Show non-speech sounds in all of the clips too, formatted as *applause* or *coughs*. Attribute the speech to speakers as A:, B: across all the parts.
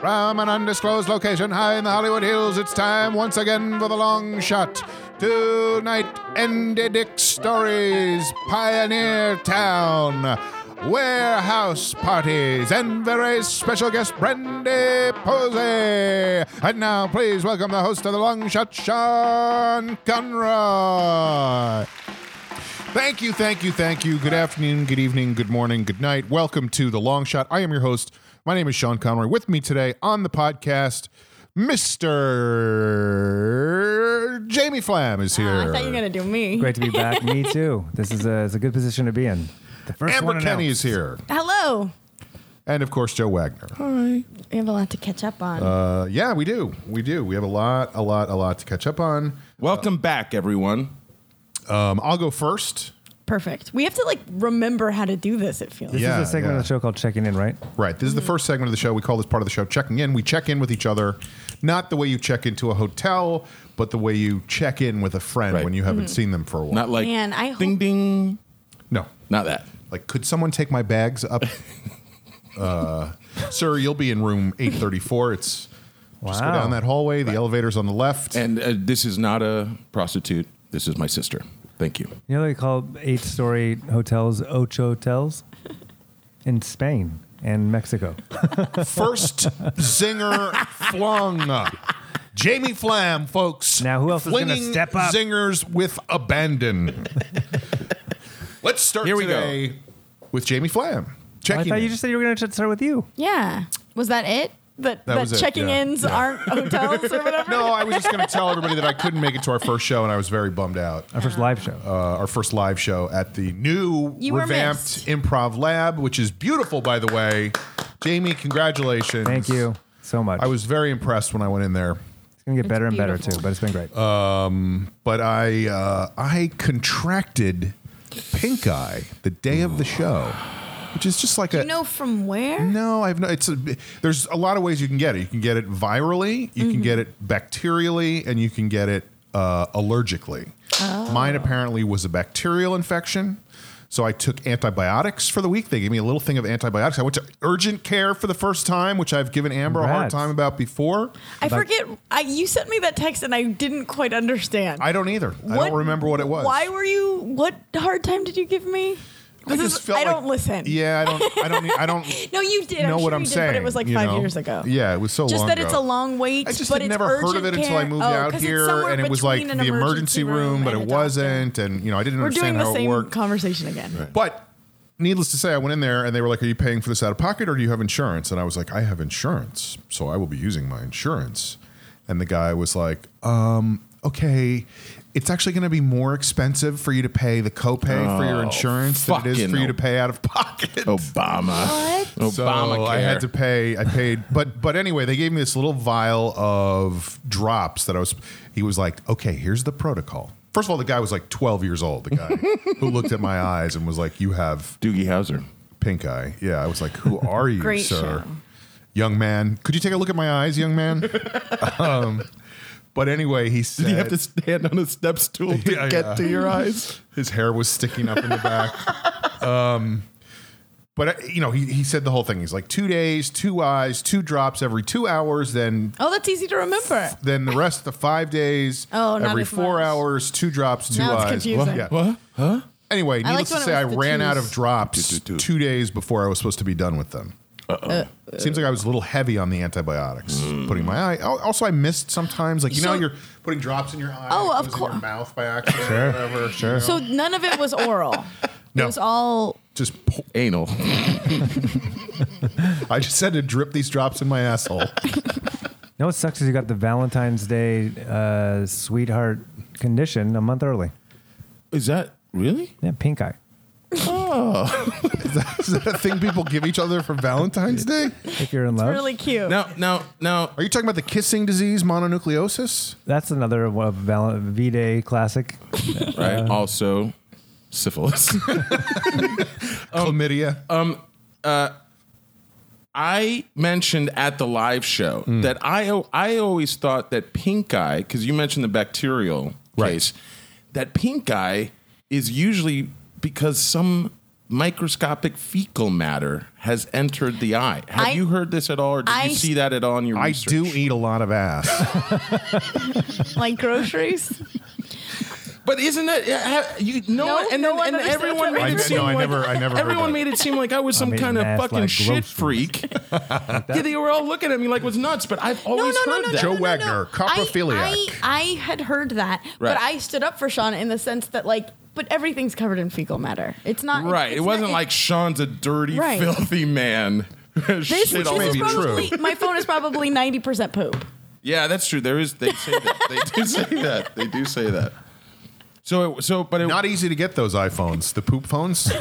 A: From an undisclosed location high in the Hollywood Hills, it's time once again for the long shot. Tonight, Andy Dick Stories, Pioneer Town, Warehouse Parties, and very special guest, Brandy Posey. And now, please welcome the host of the long shot, Sean Conroy. Thank you, thank you, thank you. Good afternoon, good evening, good morning, good night. Welcome to The Long Shot. I am your host. My name is Sean Conroy. With me today on the podcast, Mr. Jamie Flam is here.
B: Ah, Oh, I thought you were gonna do me.
C: Great to
B: *laughs*
C: be back. Me too. This is a, it's a good position to be in. The first
A: Amber
C: one
A: Kenny is here.
B: Hello.
A: And of course, Joe Wagner.
B: We have a lot to catch up on.
A: Uh, yeah, we do. We do. We have a lot, a lot, a lot to catch up on.
D: Welcome back, everyone.
A: Um, I'll go first.
B: Perfect. We have to like remember how to do this. It feels.
C: This
A: Yeah,
C: is a segment
A: yeah.
C: of the show called Checking In, right?
A: Right. This is the first segment of the show. We call this part of the show checking in. We check in with each other, not the way you check into a hotel, but the way you check in with a friend
D: Right.
A: when you haven't seen them for a while.
D: Not like
B: Man, I hope-
D: ding ding.
A: no.
D: Not that.
A: Like, could someone take my bags
D: *laughs*
A: up? uh, sir, you'll be in room 834. It's just go
C: Wow.
A: down that hallway. The elevator's on the left.
D: And uh, this is not a prostitute. This is my sister. Thank you.
C: You know they call eight story hotels ocho hotels in Spain and Mexico.
A: First zinger flung. Jamie Flam, folks.
C: Now, who else is gonna
A: flinging
C: step up?
A: Zingers with abandon. Let's start
D: Here we go.
A: today with Jamie Flam. Checking
C: Oh, I thought
A: in.
C: you just said you were going to start with you.
B: yeah. Was that it? That, that,
A: was it,
B: checking
A: yeah.
B: ins aren't hotels or
A: *laughs*
B: whatever.
A: no, I was just going to tell everybody that I couldn't make it to our first show, and I was very bummed out.
C: Our first live show.
A: uh, our first live show at the new
B: You were
A: revamped
B: missed.
A: Improv Lab, which is beautiful, by the way. Jamie, congratulations.
C: Thank you so much.
A: I was very impressed when I went in there,
C: it's going to get better and better
B: beautiful.
C: too, but it's been great.
A: Uh, but I uh, I contracted pink eye the day of the show, which is just like a
B: You know from where?
A: no. I've no. It's a, there's a lot of ways you can get it. You can get it virally, you
B: Mm-hmm.
A: can get it bacterially, and you can get it uh, allergically.
B: Oh.
A: Mine apparently was a bacterial infection. So I took antibiotics for the week. They gave me a little thing of antibiotics. I went to urgent care for the first time, which I've given Amber a hard
C: Congrats.
A: time about before.
B: I forget. I you sent me that text and I didn't quite understand.
A: I don't either. I
B: What-
A: don't remember what it was.
B: Why were you? What hard time did you give me?
A: I
B: This
A: just
B: is-
A: felt
B: I don't
A: like-
B: listen.
A: Yeah, I don't.
B: *laughs*
A: I don't. I don't
B: No, you did.
A: know
B: I'm sure
A: what
B: you
A: I'm
B: did,
A: saying.
B: But it was like
A: you
B: five
A: know?
B: years ago.
A: Yeah, it was so
B: Just
A: long
B: that it's
A: ago.
B: a long wait.
A: I just
B: but
A: had
B: it's
A: never heard of it
B: urgent
A: until I
B: care.
A: moved
B: Oh,
A: out
B: 'cause it's
A: here,
B: somewhere
A: and it was like the
B: between an
A: emergency, room, but
B: and
A: it
B: a doctor.
A: wasn't, and you know I didn't
B: We're doing
A: understand
B: the
A: how it
B: same
A: worked.
B: conversation again.
A: But needless to say, I went in there and they were like, "Are you paying for this out of pocket or do you have insurance?" And I was like, "I have insurance, so I will be using my insurance." And the guy was like, um, "Okay." It's actually going to be more expensive for you to pay the copay for your insurance than it is
D: fucking Oh,
A: for you
D: no.
A: to pay out of pocket.
D: Obama. What?
A: So
D: Obama.
A: I had to pay. I paid, but but anyway, they gave me this little vial of drops that I was. He was like, "Okay, here's the protocol." First of all, the guy was like 12 years old. The guy who looked at my eyes and was like, "You have
D: Doogie Howser.
A: pink eye." Yeah, I was like,
B: *laughs*
A: "Who are you,
B: Great
A: sir?"
B: show.
A: Young man, could you take a look at my eyes, young man?
B: *laughs*
A: um, but anyway, he said,
D: Did you have to stand on a step stool to
A: Yeah,
D: get
A: yeah.
D: to your eyes?
A: His hair was sticking up in the back. um, but uh, you know, he, he said the whole thing. He's like two days, two eyes, two drops every two hours. Then
B: Oh, that's easy to remember.
A: then the rest of the five days,
B: Oh, not
A: every
B: as
A: four
B: much.
A: hours, two drops, two
B: Now it's
A: eyes.
B: confusing.
A: Well, yeah.
D: What? Huh?
A: Anyway,
B: I
A: needless
B: liked
A: to
B: when it
A: say, I
B: was the
A: ran out of
B: twos.
A: drops
D: Do, do, do.
A: two days before I was supposed to be done with them.
B: Uh,
A: Uh-oh. Seems like I was a little heavy on the antibiotics.
D: Mm.
A: Putting my eye. al- Also, I missed sometimes. Like you know,
B: So-
A: you're putting drops in your eye.
B: Oh,
A: it
B: of
A: goes in
B: cour-
A: Your mouth by accident. Sure, whatever. Sure.
B: So none of it was oral.
A: No.
B: It was all.
A: just po-
D: Anal.
A: I just had to drip these drops in my
B: *laughs*
A: asshole.
C: no, what sucks is you got the Valentine's Day uh, sweetheart condition a month early.
D: Is that really?
C: Yeah, pink eye.
A: Is that a thing people give each other for Valentine's Day?
C: If you're in love,
B: Really cute.
D: Now, now, now.
A: Are you talking about the kissing disease, mononucleosis?
C: that's another of Val- V Day classic.
D: Right. also, syphilis. *laughs* Oh.
A: Chlamydia?
D: I mentioned at the live show
A: Hmm.
D: that I o- I always thought that pink eye because you mentioned the bacterial
A: Right.
D: case that pink eye is usually because some microscopic fecal matter has entered the eye. Have
B: I-
D: you heard this at all, or did
B: I
D: you see that at all in your
A: I
D: research?
A: do e- eat a lot of ass.
B: like groceries.
D: But isn't that uh, you? No,
B: No,
D: and
B: no
D: then
B: one
D: and
B: understands
D: everyone
B: what
D: made
B: I
D: it
B: mean.
D: seem
A: No, I
D: like
A: never- I never heard
D: everyone
A: that.
D: made it seem like I was some
C: I'm
D: kind
C: eating
D: of
C: ass
D: fucking
C: like
D: shit
A: *laughs*
C: groceries.
D: freak. yeah, they were all looking at me like it was nuts. But I've
B: No,
D: always
B: no, no,
D: heard
B: no,
D: that.
A: Joe
B: no, no,
A: Wagner,
B: no. I-
A: coprophiliac.
B: I, I, had heard that,
D: Right.
B: but I stood up for Sean in the sense that like, but everything's covered in fecal matter. It's not
D: Right?
B: it's
D: It wasn't
B: not-
D: like Sean's a dirty,
B: Right.
D: filthy man. *laughs*
B: This,
D: Shit
B: *laughs* this
D: all
A: may
B: is
D: over
A: be
D: me.
A: true.
B: probably my phone is probably ninety percent poop.
D: Yeah, that's true. There is. They say that. They do *laughs* say that. They do say that. So, it, so, but
A: *laughs*
D: it,
A: Not easy to get those iPhones, the poop *laughs* phones.
D: *laughs*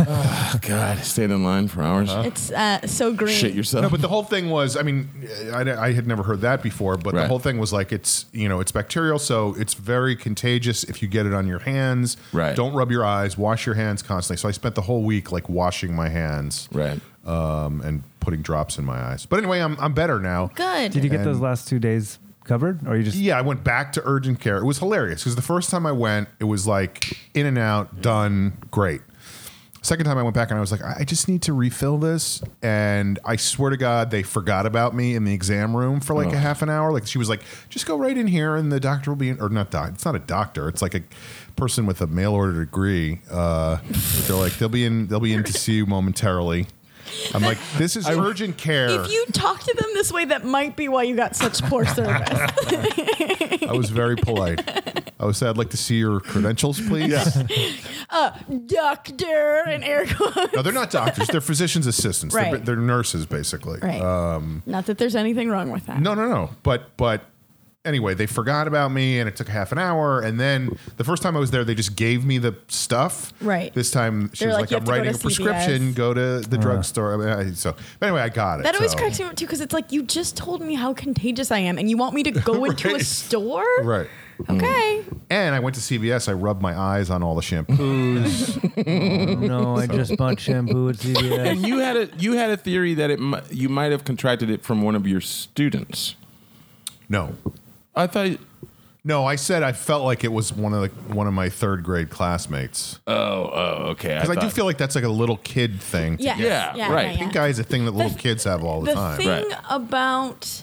D: God, stand in line for hours.
B: It's uh, so green.
D: Shit yourself.
A: No, but the whole thing was, I mean, I, I had never heard that before, but the
D: Right.
A: whole thing was like it's, you know, it's bacterial, so it's very contagious if you get it on your hands.
D: Right.
A: Don't rub your eyes, wash your hands constantly. So I spent the whole week like washing my hands
D: right.
A: um, and putting drops in my eyes. But anyway, I'm, I'm better now.
B: Good.
C: Did you get those last two days covered, or you just
A: Yeah, I went back to urgent care. It was hilarious because the first time I went, it was like in and out, done, great. Second time I went back and I was like, I I just need to refill this. And I swear to God, they forgot about me in the exam room for like a half an hour. Like she was like, just go right in here and the doctor will be in, or not doc, it's not a doctor. It's like a person with a mail order degree. Uh, they're like, they'll be in, they'll be in to see you momentarily. I'm like, this is urgent care.
B: if you talk to them this way, that might be why you got such
A: *laughs*
B: poor service.
A: I was very polite. I was said, I'd like to see your credentials, please.
B: Doctor and air quotes.
A: *laughs* No, they're not doctors. They're physicians' assistants. They're,
B: Right.
A: they're nurses, basically. Um,
B: Right. Not that there's anything wrong with that.
A: No, no, no. But but anyway, they forgot about me, and it took half an hour. And then the first time I was there, they just gave me the stuff.
B: Right.
A: This time she
B: They're
A: was
B: like,
A: like,
B: "You
A: "I'm
B: have to go
A: writing a
B: to
A: prescription.
B: CVS."
A: Go to the drugstore." I mean, I- so but anyway, I got it.
B: That always
A: so-
B: cracks me up too, because it's like you just told me how contagious I am, and you want me to go into a
A: Right.
B: store?
A: Right. Mm.
B: Okay.
A: And I went to CVS. I rubbed my eyes on all the shampoo.
C: *laughs*
B: Mm-hmm.
C: no? *laughs* I just bought shampoo at *laughs* CVS.
D: And you had a you had a theory that it mi- you might have contracted it from one of your students.
A: no.
D: I thought.
A: No, I said I felt like it was one of the one of my third grade classmates
D: Oh, oh, okay.
A: because I, do
D: thought-
A: feel like that's like a little kid thing. to
B: Yeah.
A: get.
D: Yeah, right.
A: Pink eye is a thing that little kids have all the,
B: The
A: time.
B: thing
D: Right.
B: about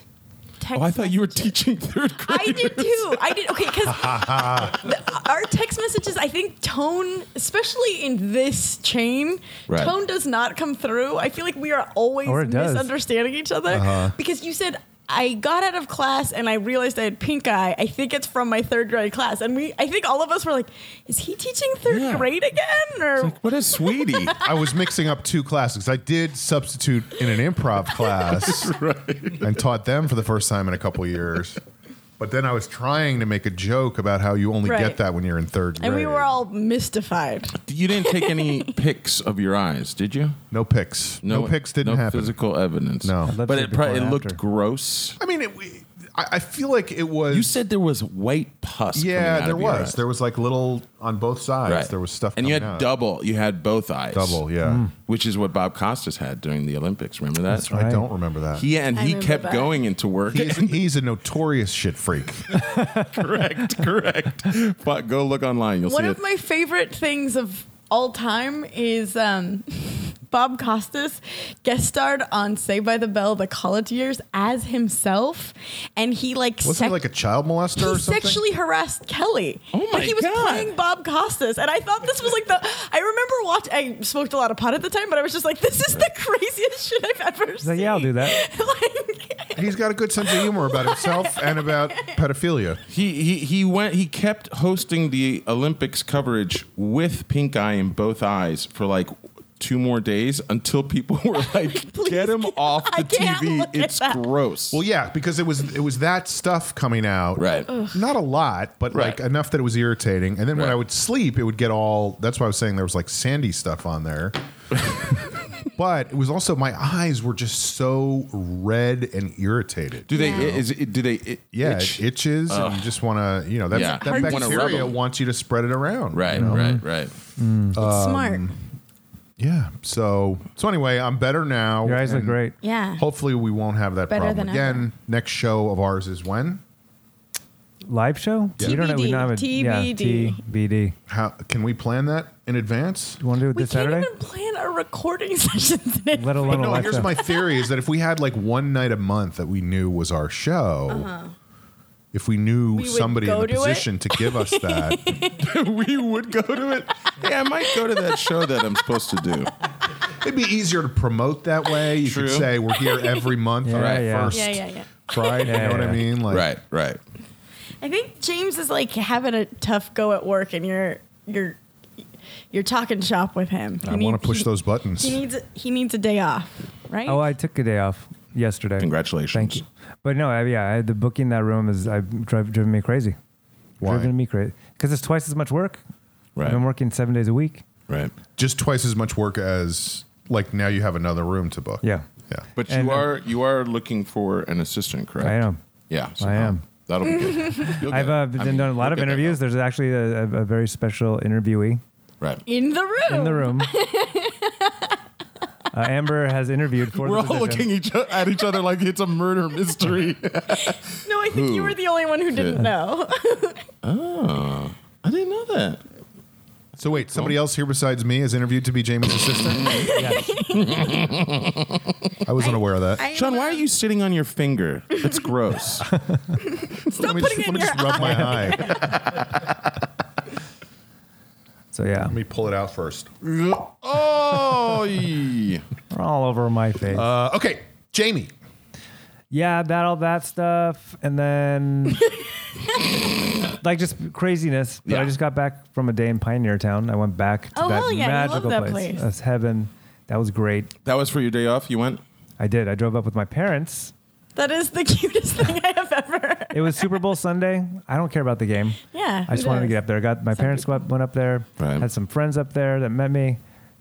B: text
D: Oh, I thought you were
B: messages-
D: teaching third grade.
B: I did too. I did okay because
C: *laughs*
B: our text messages. I think tone, especially in this chain,
D: Right.
B: tone does not come through. I feel like we are always
C: Or it does. Uh-huh.
B: misunderstanding each other because you said. I got out of class and I realized I had pink eye. I think it's from my third grade class, and we—I think all of us were like, "Is he teaching third
D: Yeah.
B: grade again?" Or
D: What a sweetie.
A: I was mixing up two classes. I did substitute in an
B: *laughs*
A: improv
D: *laughs*
A: class and taught them for the first time in a couple years. But then I was trying to make a joke about how you only get
B: Right.
A: that when you're in third grade.
B: and we were all mystified.
D: you didn't take any
A: *laughs*
D: pics of your eyes, did you?
A: no pics. No, pics didn't
D: no
A: happen.
D: Physical evidence.
A: No. I'd
C: love
D: but
C: to
D: it,
C: before
D: probably, it
C: and
D: looked
C: after.
D: gross.
A: I mean, it, we- I, I feel like it was.
D: You said there was white pus. coming
A: yeah,
D: out
A: there
D: of your
A: was.
D: eyes.
A: There was like little on both sides.
D: Right.
A: There was stuff.
D: And you had
A: coming out.
D: double. You had both eyes.
A: Double, yeah.
D: Which is what Bob Costas had during the Olympics. Remember that? That's
A: I
C: right.
A: don't remember that.
D: He and
B: I
D: he
B: remember
D: kept
B: that.
D: going into work. *laughs*
A: He's, he's a notorious shit freak.
D: correct, correct. But go look online. You'll
B: One
D: see
B: of
D: it.
B: my favorite things of all time is um, *laughs* Bob Costas guest starred on Saved by the Bell: The College Years as himself, and he
A: *laughs*
B: like
A: Wasn't
B: sec-
A: he like a child molester
B: he
A: or something?
B: sexually harassed Kelly.
D: Oh
B: But
D: my
B: he was
D: God.
B: playing Bob Costas, and I thought this was like the. I remember watching. I smoked a lot of pot at the time, but I was just like, this is the craziest *laughs* shit I've ever
C: He's
B: seen.
C: like, yeah, I'll do
B: *laughs*
C: that.
B: like,
A: He's got a good sense of humor about
B: *laughs*
A: himself and about pedophilia.
D: He, he he went. He kept hosting the Olympics coverage with pink eye in both eyes for like two more days until people were
B: *laughs*
D: like,
B: Please
D: "Get him
B: get-
D: off
B: I
D: the
B: can't
D: TV!
B: look at
D: It's
B: that."
D: gross."
A: Well, yeah, because it was it was that stuff coming out.
D: Right. Ugh.
A: Not a lot, but
D: Right.
A: like enough that it was irritating. And then when
D: Right.
A: I would sleep, it would get all. That's why I was saying there was like sandy stuff on there. but it was also my eyes were just so red and irritated.
D: do they?
B: Yeah.
D: Is it? Do they? It,
A: yeah,
D: itch?
A: it itches, and you just want to, you know, that,
D: Yeah.
A: that
B: Hard to
D: rub
A: bacteria
D: 'em.
A: wants you to spread it around.
D: Right, right, right.
B: smart.
A: Yeah. So, so anyway, I'm better now.
C: Your eyes look
A: and
C: great.
B: Yeah.
A: Hopefully, we won't have that
B: Better
A: problem
B: than
A: again.
B: ever.
A: Next show of ours is when?
C: live show?
B: Yeah.
C: We don't have- we don't have a- yeah,
B: TBD.
C: TBD.
A: How can we plan that in advance?
C: You want to do it
B: We
C: this
B: can't
C: Saturday?
B: even plan a recording *laughs* session today.
C: Let alone a
A: No,
C: live
A: here's
C: show.
A: my theory: is that if we had like one night a month that we knew was our show, if we knew
B: Uh-huh. would
A: somebody in
B: go
A: a
B: to it.
A: position to give
B: *laughs*
A: us that,
D: *laughs* we would go to it. Hey, I might go to that show that I'm supposed to do.
A: it'd be easier to promote that way. You
D: True.
A: could say we're here every month on
C: Yeah,
A: that
C: yeah.
A: first
B: Yeah, yeah, yeah.
A: Friday. you
C: Yeah,
A: know what
C: yeah.
A: I mean? Like,
D: Right, right.
B: I think James is like having a tough go at work, and you're you're you're talking shop with him. He
A: I want
B: need-
A: to push
B: he-
A: those buttons.
B: He needs he needs a day off, right?
C: Oh, I took a day off yesterday.
D: Congratulations.
C: Thank you. But no, I, yeah, I, the booking that room is I've drive, driven me crazy.
A: Why?
C: Driven me crazy because it's twice as much work.
D: Right.
C: I've been working seven days a week.
D: Right.
A: Just twice as much work as like now you have another room to book.
C: Yeah.
A: yeah.
D: But
C: And-
D: you are you are looking for an assistant, correct?
C: I am.
D: Yeah, so
C: I am.
D: That'll be *laughs* good. You'll get
C: I've
D: it.
C: uh,
D: I
C: been
D: mean,
C: doing a lot
D: you'll
C: of
D: get that
C: interviews. There's actually a, a, a very special interviewee
D: help. Right.
B: in the room.
C: in the room.
B: *laughs*
C: uh, Amber has interviewed for
D: We're
C: the
D: all
C: position.
D: looking each o- at each other like it's a
C: *laughs*
D: murder mystery.
B: No, I think you
D: Who?
B: were the only one who didn't know.
D: oh, I didn't know that.
A: So wait, somebody else here besides me is interviewed to be Jamie's *laughs* assistant.
C: Yes.
A: I was unaware of that.
B: I
D: Sean, why are you sitting on your finger? That's
C: *laughs*
D: gross.
B: stop
A: let me
B: putting
A: just,
B: it
A: let
B: in
A: me
B: your
A: just rub my *laughs* eye. Let
C: So yeah,
A: me pull it out first.
D: oh, yeah.
C: They're all over my face.
A: Uh, okay, Jamie.
C: yeah, that all that stuff, and
D: *laughs*
C: then like just craziness. But I
D: Yeah.
C: just got back from a day in Pioneer Town. I went back to
B: Oh,
C: that
B: hell yeah, I love
C: magical
B: that
C: place.
B: place.
C: That's heaven. That was great.
D: that was for your day off. You went.
C: I did. I drove up with my parents.
B: *laughs* That is the *laughs* cutest thing I have ever.
C: It was Super Bowl *laughs* Sunday. I don't care about the game.
B: Yeah.
C: I just
B: who
C: wanted to
B: does?
C: get up there. I got my parents went, went up there.
D: Right.
C: Had some friends up there that met me,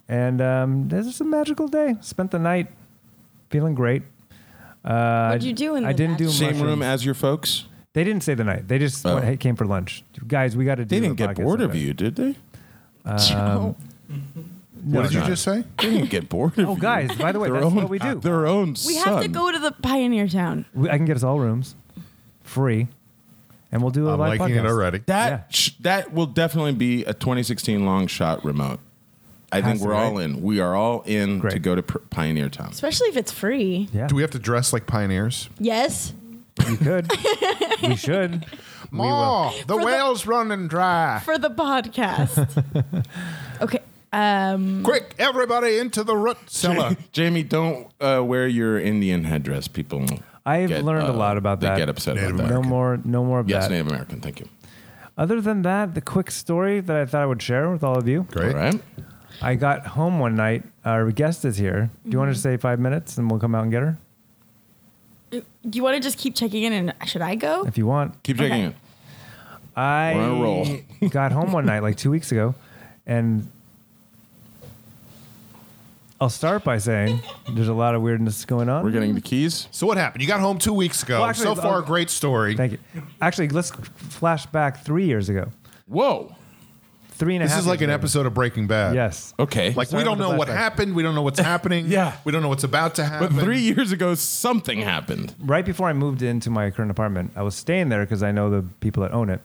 C: and um, this was a magical day. Spent the night feeling great. Uh,
B: What'd you do in
C: I
B: the
C: didn't do
B: magic-
D: Same room
C: mushrooms.
D: as your folks.
C: They didn't say the night. They just
D: Oh.
C: went, hey, came for lunch. Guys, we got to do.
D: They didn't
C: the
D: get
C: podcast
D: bored of
C: someday.
D: you, did they?
B: *laughs* Joe.
C: No,
A: what did
C: no.
A: you just say?
D: They didn't get bored of
C: Oh,
D: you.
C: guys! By the way,
D: *laughs* Their
C: that's
D: own-
C: what we do.
D: Their own
B: we
D: son.
B: have to go to the Pioneer Town.
C: We- I can get us all rooms, free, and we'll do a
A: I'm
C: live
A: liking it
C: podcast.
A: already.
D: That
C: Yeah.
D: sh- that will definitely be a 2016 long shot remote. I
C: Has
D: think
C: to,
D: we're all
C: right?
D: in. We are all in to
C: Great.
D: go to P- Pioneer Town. *laughs*
B: Especially if it's free.
C: Yeah,
A: Do we have to dress like pioneers?
B: Yes.
C: we could. we
D: *laughs*
C: should.
A: Ma, the whale's running dry.
B: For the podcast. okay. Um
A: Quick, everybody into the root *laughs* cellar.
D: uh, Jamie, don't uh, wear your Indian headdress. People,
C: I've learned a lot about
D: uh, they
C: that.
D: get upset
A: Native
D: about that.
C: No more. No more of
D: Yes,
C: that.
D: Native American. Thank you.
C: Other than that, the quick story that I thought I would share with all of you.
A: Great.
D: All right.
C: I got home one night. Our guest is here. Do you want to say five minutes and we'll come out and get her
B: do you want to just keep checking in and should I go?
C: if you want?
D: Keep
B: Okay.
D: checking it.
C: I
D: We're on a
A: *laughs*
D: roll.
C: *laughs* got home one night, like two weeks ago, and I'll start by saying there's a lot of weirdness going on.
D: We're getting the keys.
A: So what happened? You got home two weeks ago.
C: Well,
A: so
C: actually,
A: far,
C: I'll-
A: great story.
C: Thank you. Actually, let's flash back three years ago.
D: Whoa.
C: Three and a
A: This
C: half.
A: is like an
C: years ago.
A: episode of Breaking Bad.
C: Yes.
D: Okay.
A: Like
C: Sorry
A: we don't
C: about
A: know
C: the
A: what
C: flashback.
A: happened. We don't know
C: *laughs*
A: what's happening.
D: Yeah.
A: We don't know what's about to
D: but
A: happen.
D: three years ago, something happened.
C: Right before I moved into my current apartment, I was staying there because I know the people that own it.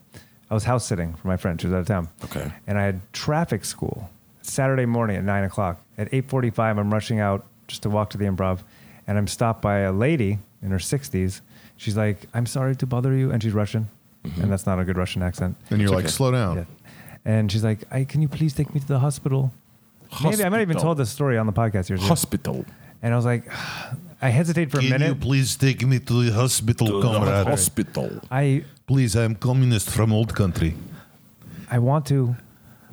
C: I was house sitting for my friend. She was out of town.
D: Okay.
C: And I had traffic school Saturday morning at nine o'clock. At eight forty-five, I'm rushing out just to walk to the improv, and I'm stopped by a lady in her sixties. She's like, "I'm sorry to bother you," and she's Russian,
D: Mm-hmm.
C: and that's not a good Russian accent.
A: and you're like, slow down.
C: Yeah. And she's like, I, "Can you please take me to the hospital?" Maybe I might have even
D: Hospital.
C: told this story on the podcast years ago.
D: Hospital.
C: And I was like, *sighs* I hesitate for a minute.
A: please take me to the hospital,
D: Hospital.
C: I
A: Please, I am communist from old country.
C: I want to,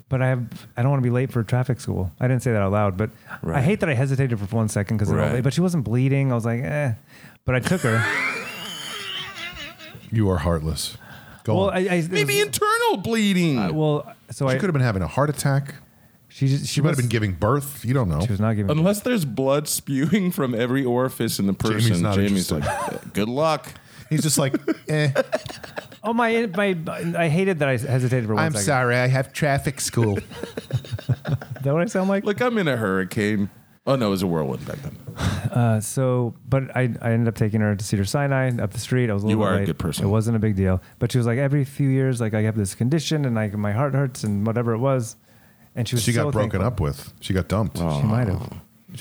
C: but I have I don't want to be late for traffic school. I didn't say that out loud, but I
D: Right.
C: hate that I hesitated for one second because
D: Right.
C: but she wasn't bleeding. I was like, eh. But I took her.
A: You are heartless. Go
C: well,
A: on.
C: I, I it
D: Maybe
C: was-
D: internal bleeding.
C: well, so
A: she
C: I
A: could have been having a heart attack.
C: she just, she,
A: She might
C: was-
A: have been giving birth. You don't know.
C: she was not
A: Mm-hmm.
C: giving.
D: Unless there's blood spewing from every orifice in the person,
A: Jamie's
D: Jamie's,
A: not interested.
D: like, "Good luck."
A: He's just
C: *laughs*
A: like, eh,
C: oh my my! I hated that I hesitated for one
A: I'm
C: second.
A: sorry. I have traffic school.
C: Is that what I sound like?
D: Like I'm in a hurricane. Oh no, it was a whirlwind back then.
C: Uh, so, but I, I ended up taking her to Cedar Sinai up the street. I was a
D: You
C: little
D: are a
C: late.
D: good person.
C: It wasn't a big deal, but she was like, every few years, like I have this condition and like my heart hurts and whatever it was, and she was
A: She
C: so
A: got broken
C: thankful.
A: up with. She got dumped.
C: She might have,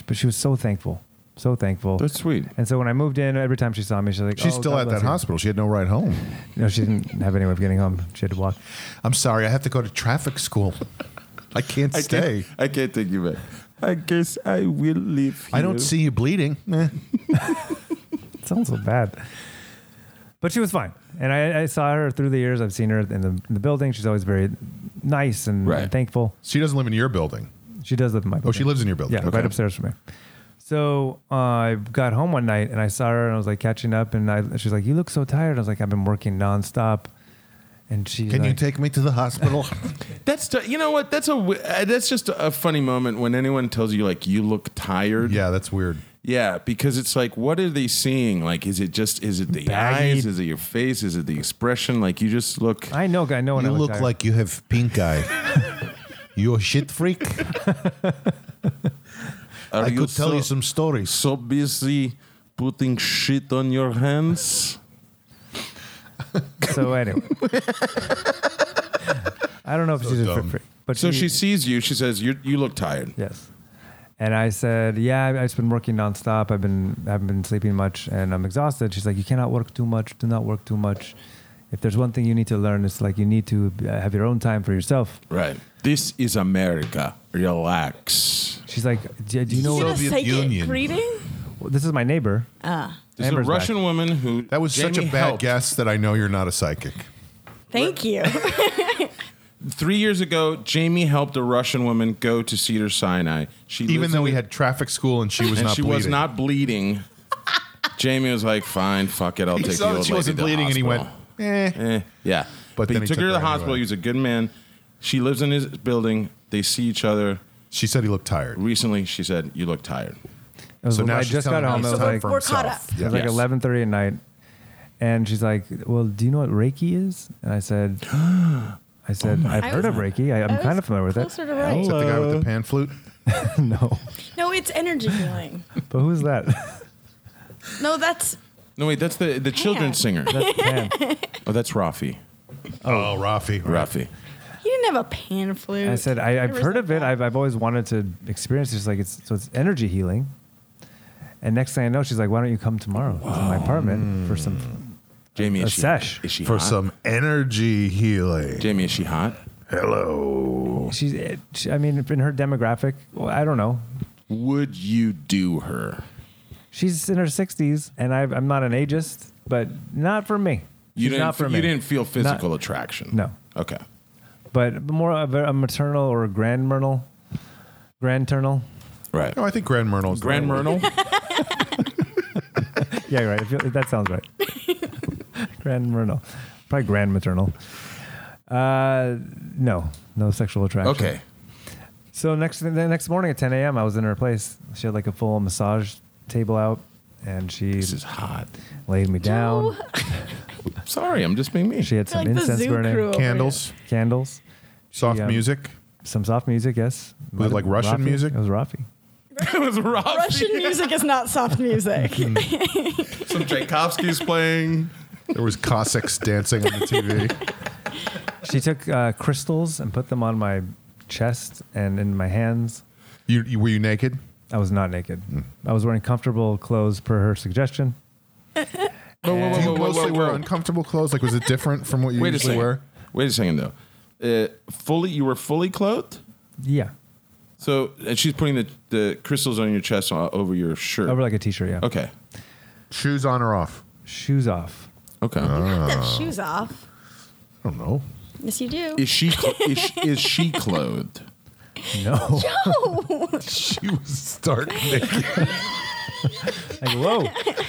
C: but she was so thankful, so thankful.
D: That's sweet.
C: And so when I moved in, every time she saw me, she's like,
A: She's
C: "Oh,
A: still
C: God
A: at
C: bless
A: that
C: you."
A: hospital. She had no ride home.
C: No, she didn't have any way of getting home. She had to walk.
A: I'm sorry. I have to go to traffic school. I can't
D: I
A: stay.
D: can't, I can't take you back. I guess I will leave.
A: I don't
D: here.
A: see you bleeding. Eh.
C: It sounds so bad. But she was fine. And I, I saw her through the years. I've seen her in the, in the building. She's always very nice and,
D: Right.
C: thankful.
A: She doesn't live in your building.
C: She does live in my building.
A: Oh, she lives in your building.
C: Yeah,
A: Okay.
C: right upstairs from me. So uh, I got home one night and I saw her and I was like catching up and I, she's like, "You look so tired." I was like, "I've been working nonstop," and she
A: Can you
C: like-
A: take me to the hospital?
D: That's t- you know what? That's a w- uh, that's just a funny moment when anyone tells you like you look
A: *laughs*
D: tired.
A: yeah, that's weird.
D: Yeah, because it's like, what are they seeing? Like, is it just is it the
C: Baggy.
D: eyes? Is it your face? Is it the expression? Like, you just look.
C: I know, I know. When
A: you
C: I
A: look
C: tired.
A: like you have pink eye. you a shit freak.
D: Are
A: I could tell
D: so,
A: you some stories.
D: So busy putting shit on your hands.
C: so. Anyway, I don't know if she's a
A: dumb.
C: freak, but
D: So
C: she,
D: she sees you. She says, "You you look tired."
C: Yes. And I said, "Yeah, I- I've just been working nonstop. I've been haven't been sleeping much, and I'm exhausted." She's like, "You cannot work too much. Do not work too much. If there's one thing you need to learn, it's like you need to uh, have your own time for yourself."
D: Right. This is America. Relax.
C: She's like, "Do, do you
B: You
C: know
B: gonna
A: Soviet
B: say it
A: Union.
B: greeting?
C: well, this is my neighbor?"
A: Uh,
D: There's
C: Amber's
D: a Russian woman who
A: That was such
D: Jamie
A: a bad
D: helped.
A: guess that I know you're not a psychic.
B: Thank you.
D: Three years ago, Jamie helped a Russian woman go to Cedar Sinai. She
A: Even
D: lives
A: though
D: in-
A: we had traffic school and she was
D: and
A: not
D: she
A: bleeding.
D: was not bleeding. Jamie was like, "Fine, fuck it, I'll
A: He
D: take
A: saw
D: the
A: that
D: old
A: she
D: lady
A: wasn't
D: to the
A: bleeding and he went,
D: hospital."
A: eh.
D: Eh, yeah.
A: But
D: But,
A: then
D: he
A: he
D: took
A: took
D: her to the
A: her
D: hospital.
A: anyway.
D: He was a good man. She lives in his building. They see each other.
A: She said he looked tired.
D: Recently, she said, "You look tired."
C: It was-
A: So now
C: I
A: she's
C: just got
A: telling
C: home.
A: me
C: It
A: he's
C: was
A: not
C: like,
A: for
C: it
B: We're caught
A: himself.
B: up.
A: Yeah.
C: was like
D: Yes.
C: 11:30 at night, and she's like, "Well, do you know what Reiki is?" And I said, "I said I've
B: I
C: heard of
B: was-
C: Reiki. I, I'm
B: I
C: kind
B: was
C: of familiar with it."
B: Closer to right.
A: Is that the guy with the pan flute?
C: *laughs* no,
B: No, it's energy healing.
C: but who's that?
B: No, that's
D: No, wait, that's the the children's singer. That-
C: Man.
D: oh, that's Rafi.
A: Oh, Rafi.
D: Rafi.
B: he didn't have a pan flute.
C: I said, I, I've
B: There was
C: heard
B: a-
C: of it. I've, I've always wanted to experience this. Like it's so it's energy healing. And next thing I know, she's like, "Why don't you come tomorrow to my apartment for some?"
D: Jamie,
C: A
D: is she,
C: sesh.
D: is she
A: For
D: hot?
A: some energy healing.
D: Jamie, is she hot?
A: Hello.
C: She's, it- she, I mean, in her demographic, well, I don't know.
D: Would you do her?
C: She's in her sixties, and i I'm not an ageist, but not for me.
D: You
C: She's
D: didn't.
C: not for
D: you
C: me.
D: didn't feel physical
C: Not-
D: attraction.
C: No.
D: Okay.
C: but more of a, a maternal or a grand maternal, grand ternal.
D: Right.
A: No, I think Grand Myrtle's
D: Grand Myrtle.
C: *laughs* Yeah, right. I feel, that
A: *laughs*
C: sounds right. grand maternal, probably grand maternal. Uh, no, no sexual attraction.
D: okay.
C: So next the next morning at 10 a.m., I was in her place. She had like a full massage table out, and she
D: This is hot.
C: laid me
B: No.
C: down.
D: Sorry, I'm just being me. *laughs*
C: She had
B: They're
C: some
B: like the
C: incense
B: zoo
C: burning,
B: crew.
A: Candles,
C: candles,
A: soft
C: Oh, Yeah.
A: music.
C: some soft music. Yes,
A: Was it like Russian
C: Rafi.
A: music?
C: It was Rafi.
D: it was Rafi. *laughs*
B: Russian music is not soft music.
D: Some Tchaikovsky's playing.
A: There was
C: *laughs*
A: Cossacks dancing on the TV.
C: She took uh, crystals and put them on my chest and in my hands.
A: You, you were you naked?
C: I was not naked. I was wearing comfortable clothes per her suggestion.
D: *laughs* whoa,
A: Do
D: whoa,
A: you
D: whoa,
A: mostly
D: whoa, whoa.
A: wear uncomfortable clothes? Like, was it different from what you
D: Wait a
A: usually
D: second.
A: wear?
D: Wait a second though. Uh, fully, you were fully clothed.
C: Yeah,
D: So and she's putting the, the crystals on your chest uh, over your shirt.
C: over like a t-shirt. Yeah,
D: okay.
A: Shoes on or off?
C: shoes off.
D: Okay.
B: That shoes off.
A: I don't know.
B: Yes, you do.
D: Is she cl- is, she- is she clothed?
C: No, *laughs*
A: She was stark naked,
C: like whoa.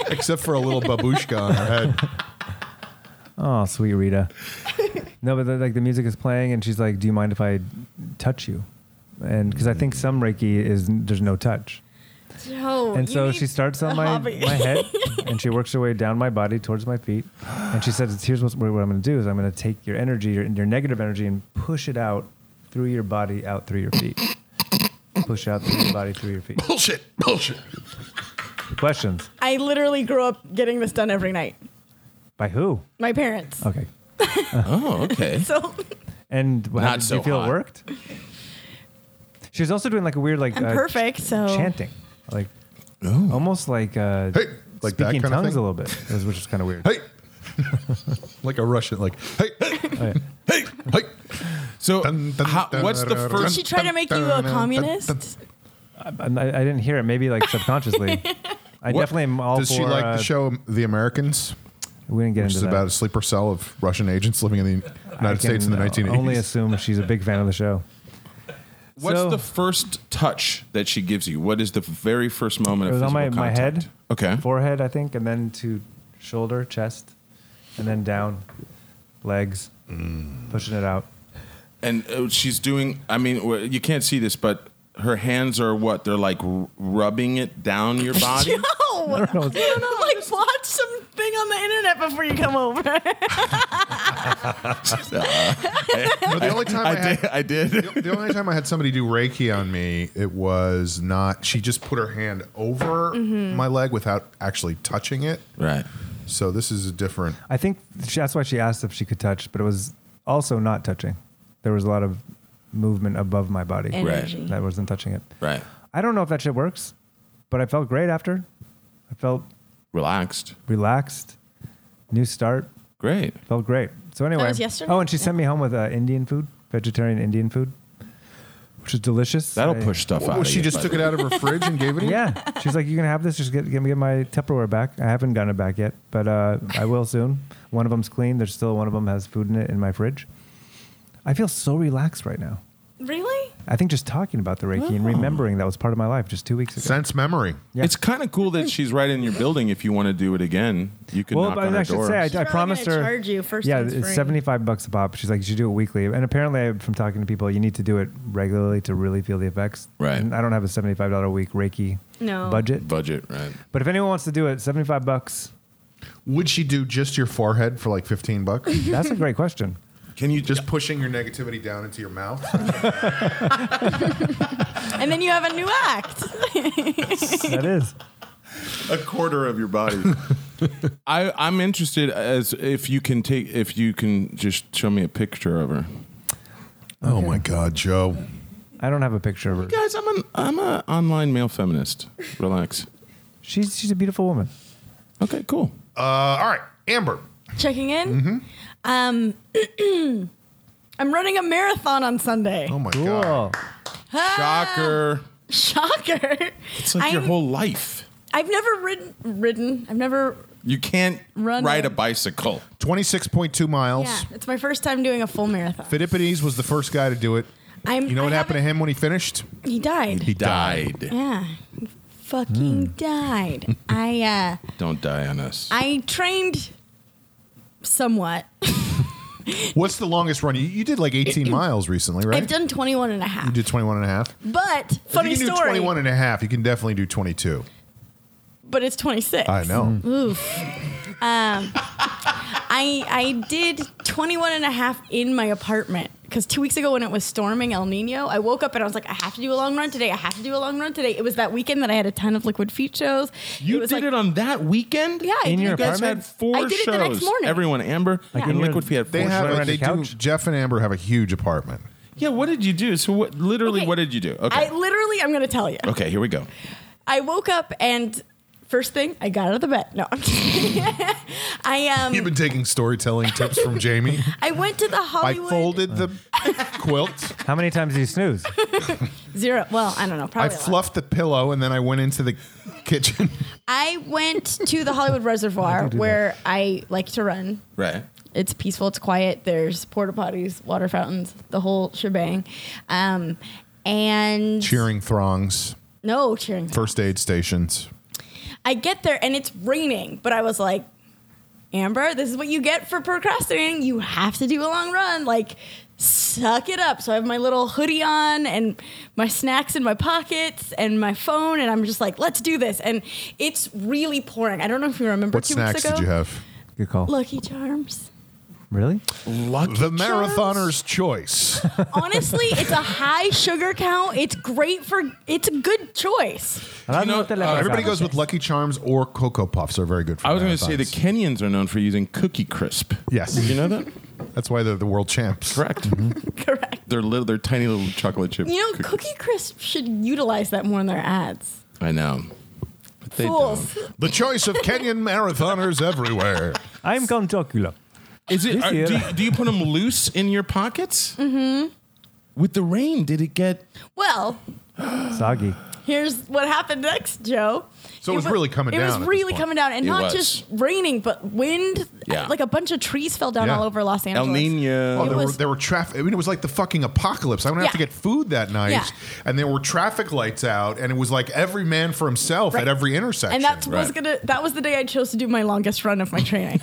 A: except for a little babushka on her *laughs* head.
C: Oh, sweet
D: *laughs*
C: Rita. no, but the, like the music is playing, and she's like, "Do you mind if I touch you?" And because I think some Reiki is there's no touch,
B: Joe,
C: and
B: you
C: so
B: need
C: she starts on
B: a
C: my
B: hobby. *laughs*
C: my head, and she works her way down my body towards my feet, and she says, "Here's what, what I'm going to do is I'm going to take your energy, your, your negative energy, and push it out through your body, out through your feet, push out through your body, through your feet."
A: Bullshit. Bullshit.
C: Questions?
B: I literally grew up getting this done every night.
C: By who?
B: My parents.
C: Okay.
D: Oh,
A: *laughs*
D: okay.
B: So
C: And how
D: Not
C: did
D: so
C: you feel
D: hot.
C: it worked? She was also doing like a weird like
B: I'm
C: uh,
B: perfect. So
C: chanting, like
D: Oh.
C: almost like uh,
A: Hey! Like that
C: speaking
A: kind of
C: tongues
A: thing?
C: a little bit, it was- which is kind of weird.
A: Hey! *laughs* like a Russian, like, hey!
C: Oh, yeah.
A: hey! Hey!
D: So,
A: Dun, dun,
D: how-
A: dun,
D: what's the
A: dun,
B: did
D: first?
B: she try to make you a communist?
C: I, I didn't hear it. Maybe like subconsciously. I
D: What-
C: definitely am all
A: Does she
C: for,
A: like
C: uh,
A: the show The Americans,
C: We didn't get
A: which
C: into
A: is
C: that.
A: about a sleeper cell of Russian agents living in the United
C: I
A: States in the
C: can uh,
A: 1980s?
C: Only assume she's a big fan of the show.
D: What's
C: So-
D: the first touch that she gives you? What is the very first moment?
C: It was
D: of
C: on my,
D: physical
C: my head,
D: contact? Okay.
C: forehead, I think, and then to shoulder, chest, and then down, legs,
A: Mm.
C: pushing it out.
D: and uh, she's doing. I mean, w- you can't see this, but her hands are what? They're like r- rubbing it down
A: *laughs*
D: your body.
B: No,
C: I don't know. It's-
B: like watch something on the internet before you come over.
D: *laughs*
A: *laughs* No, the only time I,
D: Uh, I
A: had,
D: did. I did.
A: the only time I had somebody do Reiki on me, it was not. She just put her hand over
B: Mm-hmm.
A: my leg without actually touching it.
D: Right.
A: So this is a different.
C: I think she, that's why she asked if she could touch, but it was also not touching. There was a lot of movement above my body
B: Energy.
C: that wasn't touching it.
D: Right.
C: I don't know if that shit works, but I felt great after. I felt
D: Relaxed.
C: relaxed, new start,
D: Great.
C: felt great. So anyway,
B: was yesterday?
C: Oh, and she sent me home with uh, Indian food, vegetarian Indian food, which is delicious.
D: That'll
C: I-
D: push stuff out.
A: Well,
D: of
A: she
D: you,
A: just
D: by
A: took
D: the
A: it
D: way.
A: out of her fridge and gave it. *laughs* to you?
C: Yeah, she's like, you can have this. Just get, get me get my Tupperware back. I haven't gotten it back yet, but uh, I will soon. One of them's clean. There's still one of them has food in it in my fridge. I feel so relaxed right now.
B: really?
C: I think just talking about the Reiki and
B: Oh.
C: remembering that was part of my life just two weeks ago.
A: Sense memory.
C: Yeah.
D: It's kind of cool that she's right in your building. If you want to do it again, you can
C: well,
D: knock
C: but
D: on
C: I
D: her
C: should
D: door.
C: say I, I
B: probably
C: promised
B: gonna
C: her.
B: charge you first
C: yeah,
B: thing's
C: it's
B: free.
C: seventy-five bucks a pop. She's like, you should do it weekly. And apparently, I, from talking to people, you need to do it regularly to really feel the effects.
D: Right.
C: And I don't have a seventy-five dollar a week Reiki
B: No.
C: budget,
D: budget. Right.
C: but if anyone wants to do it, seventy-five bucks.
A: Would she do just your forehead for like fifteen *laughs* bucks?
C: That's a great
B: *laughs*
C: question.
D: Can you
A: Just pushing your negativity down into your mouth.
B: And then you have a new act. *laughs*
C: that is.
D: a quarter of your body. *laughs* I, I'm interested as if you can take if you can just show me a picture of her.
A: Oh my God, Joe!
C: I don't have a picture of her.
D: Guys, I'm an I'm a online male feminist. Relax.
C: She's she's a beautiful woman.
D: Okay, cool.
A: Uh, all right, Amber.
B: Checking in. Um, *clears throat* I'm running a marathon on Sunday.
A: Oh my God.
C: Cool. Ah!
D: Shocker.
B: Shocker!
D: It's like your
B: I'm-
D: whole life.
B: I've never ridden. Ridden. I've never.
D: You can't
B: Running.
D: ride a bicycle.
A: Twenty-six point two miles.
B: Yeah, it's my first time doing a full marathon.
A: Fidipides was the first guy to do it.
B: I'm.
A: You know what
B: I
A: happened to
B: haven't-
A: him when he finished?
B: He died.
D: He died.
B: yeah, he fucking died. I. uh
D: Don't die on us.
B: I trained somewhat.
A: What's the longest run? You, you did like
B: *clears throat*
A: 18 miles recently, right?
B: I've done 21 and a half.
A: you did 21 and a half.
B: But
A: If
B: funny
A: you can
B: story.
A: do 21 and a half, you can definitely do 22.
B: but it's 26.
A: I
D: Hmm.
A: know.
B: Oof. Um, I I did 21 and a half in my apartment because two weeks ago when it was storming El Nino, I woke up and I was like, I have to do a long run today. I have to do a long run today. It was that weekend that I had a ton of Liquid Feet shows.
D: you
B: was
D: did
B: like-
D: it on that weekend?
B: Yeah, I
C: In
B: did
C: your
D: You
B: it that-
D: guys had
C: apartment?
D: four
B: I did it
D: shows.
B: the next morning.
D: Everyone, Amber,
C: Like in
D: and
C: your-
D: Liquid Feet had four
A: They
C: Should
D: shows.
C: I
A: have,
C: rent
A: they
C: a
A: do,
C: couch?
A: Jeff and Amber have a huge apartment.
B: Hmm.
D: Yeah, what did you do? So what literally
B: Okay.
D: what did you do? Okay.
B: I literally, I'm gonna tell you.
D: okay, here we go.
B: I woke up and first thing, I got out of the bed. No, I'm kidding. *laughs* I um,
A: You've been taking storytelling tips
B: *laughs*
A: from Jamie.
B: I went to the
A: I
B: Hollywood
A: folded
B: *laughs*
A: the quilt.
C: How many times do you snooze?
B: zero. Well, I don't know.
A: I
B: Probably a lot.
A: fluffed the pillow and then I went into the
B: *laughs*
A: kitchen.
B: I went to the Hollywood Reservoir
C: do
B: where I like to run.
D: Right.
B: It's peaceful, it's quiet. There's porta potties, water fountains, the whole shebang. Um, and
A: Cheering throngs,
B: no cheering.
A: first aid stations.
B: I get there and it's raining, but I was like, Amber, this is what you get for procrastinating. You have to do a long run. Like, suck it up. So I have my little hoodie on and my snacks in my pockets and my phone, and I'm just like, let's do this. And it's really pouring. I don't know if you remember
A: What
B: two
A: snacks
B: weeks ago.
A: did you have?
C: Good call.
B: Lucky Charms.
C: Really?
D: Lucky
A: The
D: Charms?
A: marathoner's choice.
B: *laughs* Honestly, it's a high sugar count. It's great for. It's a good choice.
C: I don't
D: know,
C: what the
D: uh,
C: leprechaun
A: Everybody goes
C: is.
A: with Lucky Charms or Cocoa Puffs. Are very good. for
D: I was going to say the
A: marathons.
D: Kenyans are known for using Cookie Crisp.
A: Yes.
D: Did you
A: *laughs*
D: know that?
A: That's why they're the world champs.
D: Correct.
B: Correct.
D: They're little, they're tiny little chocolate chip.
B: You know,
D: cookies.
B: Cookie Crisp should utilize that more in their ads.
D: I know. But they
B: Fools.
D: don't.
A: The choice of Kenyan marathoners
D: *laughs*
A: everywhere.
C: I'm Count Chocula.
D: Is it?
C: Yes,
D: Are,
C: yeah.
D: do, you, do you put them loose in your pockets? Mm-hmm. With the rain, did it get?
B: Well,
C: Soggy.
B: here's what happened next, Joe.
A: So it was
B: wa-
A: really coming
B: It
A: down at
B: was
A: this
B: really
A: point.
B: coming down, and
D: It
B: not
D: was.
B: just raining, but wind.
D: Yeah.
B: Like a bunch of trees fell down
A: Yeah.
B: all over Los Angeles.
D: El Nino.
A: Oh, there were
B: was-
A: there were traffic. I mean, it was like the fucking apocalypse. I went out to
B: Yeah.
A: get food that night,
B: Yeah.
A: and there were traffic lights out, and it was like every man for himself at
B: Right.
A: every intersection.
B: and that was
D: Right.
B: gonna. That was the day I chose to do my longest run of
A: *laughs*
B: my training.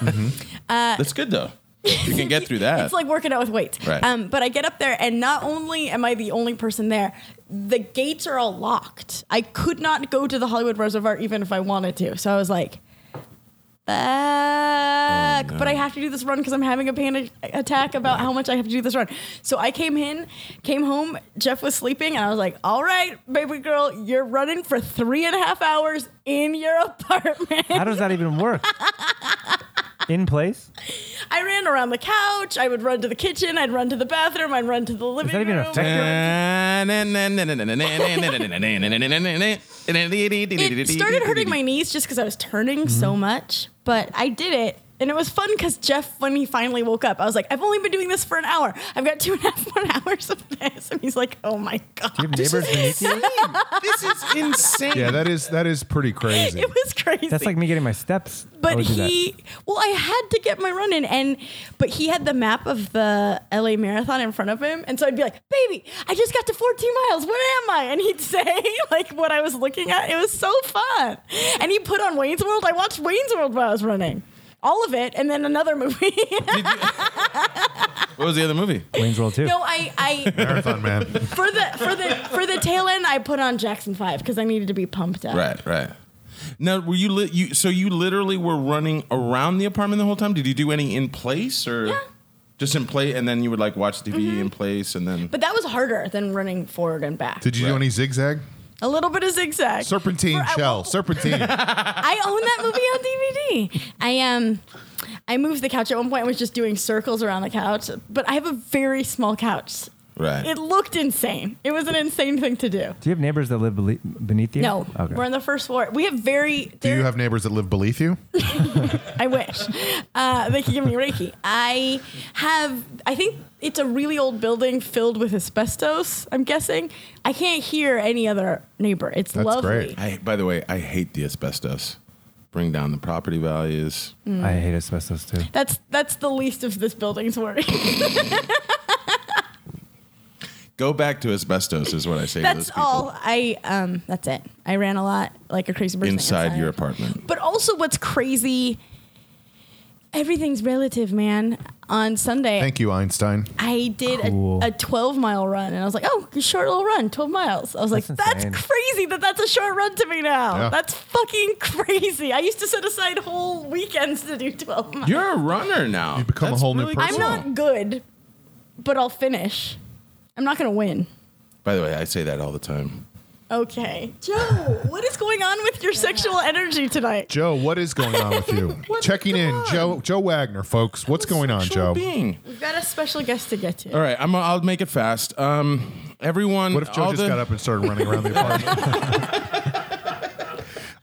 D: That's good though. You can
B: *laughs*
D: get through that.
B: Uh, It's like working out with weights.
D: Right.
B: Um, but I get up there, and not only am I the only person there, the gates are all locked. I could not go to the Hollywood Reservoir even if I wanted to. So I was like, back. But I have to do this run because I'm having a panic attack about how much I have to do this run. So I came in, came home. Jeff was sleeping, and I was like, all right, baby girl, you're running for three and a half hours in your *laughs* apartment.
C: How does that
B: *laughs*
C: even work? In place?
B: I ran around the couch. I would run to the kitchen. I'd run to the bathroom. I'd run to the living
C: that even
B: room.
C: effective?
B: It
D: it
B: started hurting my knees just because I was turning so much, but I did it. And it was fun because Jeff, when he finally woke up, I was like, I've only been doing this for an hour. I've got two and a half more *laughs* hours of this. And he's like, oh my
C: Do you
B: God.
C: have neighbors beneath you?
D: *laughs* This is insane.
A: yeah, that is that is pretty crazy.
B: *laughs* *laughs* It was crazy.
C: That's like me getting my steps. I
B: but
C: would do that.
B: he, well, I had to get my run in. And, but he had the map of the LA Marathon in front of him. And so I'd be like, baby, I just got to 14 miles. Where am I? And he'd *laughs* say, like, what I was looking at. It was so fun. And he put on Wayne's World. I watched Wayne's World while I was running. All of it, and then another *laughs* movie.
D: What was the other movie?
C: Wayne's World too.
B: No, I, I
A: *laughs* Marathon man.
B: for the for the for the tail end, I put on Jackson Five because I needed to be pumped up.
D: Right, right. Now, were you lit? You so you literally were running around the apartment the whole time. Did you do any in place or
B: Yeah. Mm-hmm.
D: just in play? And then you would like watch TV in place, and then
B: But that was harder than running forward and back.
A: Did you do
D: Right.
A: any zigzag?
B: a little bit of zigzag.
A: Serpentine
B: For- I-
A: shell. Serpentine.
B: *laughs* I own that movie on DVD. I um I moved the couch at one point. I was just doing circles around the couch, but I have a very small couch.
D: right.
B: It looked insane. It was an insane thing to do.
C: Do you have neighbors that live bele- beneath you?
B: No,
C: Okay.
B: we're on the first floor. We have very.
A: Do you have neighbors that live beneath you?
B: I wish *laughs* uh, they could give me Reiki. I have. I think it's a really old building filled with asbestos. I'm guessing. I can't hear any other neighbor. It's
A: That's
B: lovely.
A: great.
D: I by the way, I hate the asbestos. Bring down the property values.
C: I hate asbestos too.
B: That's that's the least of this building's worry.
D: Go back to asbestos is what I say to those
B: that's
D: people
B: all. I um. That's it. I ran a lot like a crazy person
D: inside your apartment.
B: But also, what's crazy? Everything's relative, man. On Sunday,
A: Thank you, Einstein.
B: I did
C: Cool.
B: a, a 12 mile run and I was like, oh, a short little run, 12 miles. I was like,
C: That's
B: that's
C: insane.
B: crazy that that's a short run to me now.
A: Yeah.
B: That's fucking crazy. I used to set aside whole weekends to do 12 miles.
D: You're a runner now. You
A: become a whole new person.
B: I'm not good, but I'll finish. I'm not going to win.
D: By the way, I say that all the time.
B: Okay. Joe, what is going on with your sexual energy tonight?
A: Joe, what is going on with
B: *laughs*
A: you? Checking in, Joe. Joe Wagner, folks. What's going on,
D: Sexual
A: Joe?
D: Being.
B: We've got a special guest to get to.
D: All right, I'm, I'll make it fast. Um, everyone.
A: What if Joe
D: all
A: just
D: the-
A: got up and started running around the
B: *laughs*
A: apartment?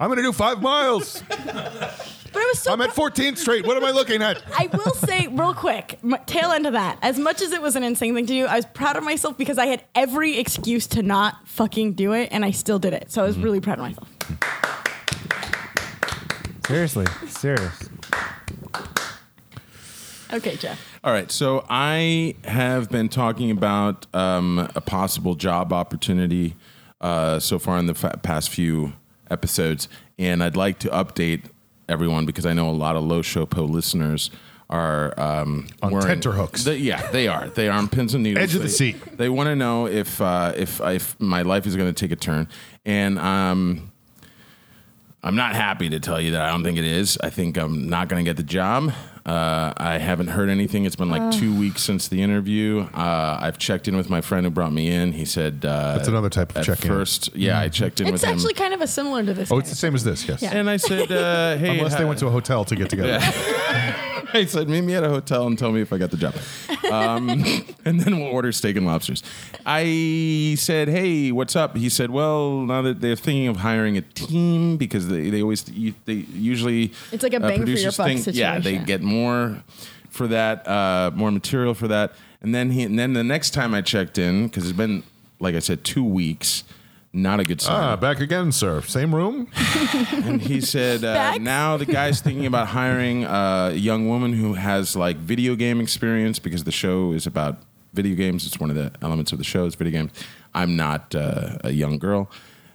A: I'm going to do five miles.
B: But I was so
A: I'm at 14th Street. What am I looking at?
B: I will say real quick, m tail end of that. As much as it was an insane thing to do, I was proud of myself because I had every excuse to not fucking do it, and I still did it. So I was
A: Mm-hmm.
B: really proud of myself.
C: Seriously, serious.
B: Okay, Jeff.
D: All right, so I have been talking about um, a possible job opportunity uh, so far in the fa- past few episodes, and I'd like to update everyone because I know a lot of Low Shopo listeners are um,
A: On tenterhooks.
D: They- Uh, yeah, they are. They are on pins and needles.
A: Edge of the
D: They-
A: seat.
D: They want to know if uh, if if my life is going to take a turn, and um, I'm not happy to tell you that I don't think it is. I think I'm not going to get the job. Uh, I haven't heard anything. It's been like
B: Uh.
D: two weeks since the interview. Uh, I've checked in with my friend who brought me in. He said uh,
A: That's another type of
D: at
A: check-in.
D: First, yeah, I checked in
B: It's
D: with him,
B: actually kind of a similar to this.
A: Oh,
B: guy.
A: it's the same as this, yes.
B: Yeah.
D: and I said,
A: *laughs*
D: uh, "Hey,
A: Unless they
D: hi-
A: went to a hotel to get together.
D: *laughs* I said, meet me at a hotel and tell me if I got the job. Um, *laughs* and then we'll order steak and lobsters. I said, hey, what's up? He said, well, now that they're thinking of hiring a team because they, they always, you- they usually. uh,
B: It's like a bang for your
D: producers
B: buck
D: Yeah, they
B: situation.
D: get more for that, uh, more material for that. And then he, and then the next time I checked in, because it's been, like I said, two weeks, not a good sign
A: Ah, back again, sir. Same room?
B: *laughs*
D: and he said uh,
B: Bags?
D: now the guy's thinking about hiring uh, a young woman who has like video game experience because the show is about video games it's one of the elements of the show is video games i'm not uh, a young girl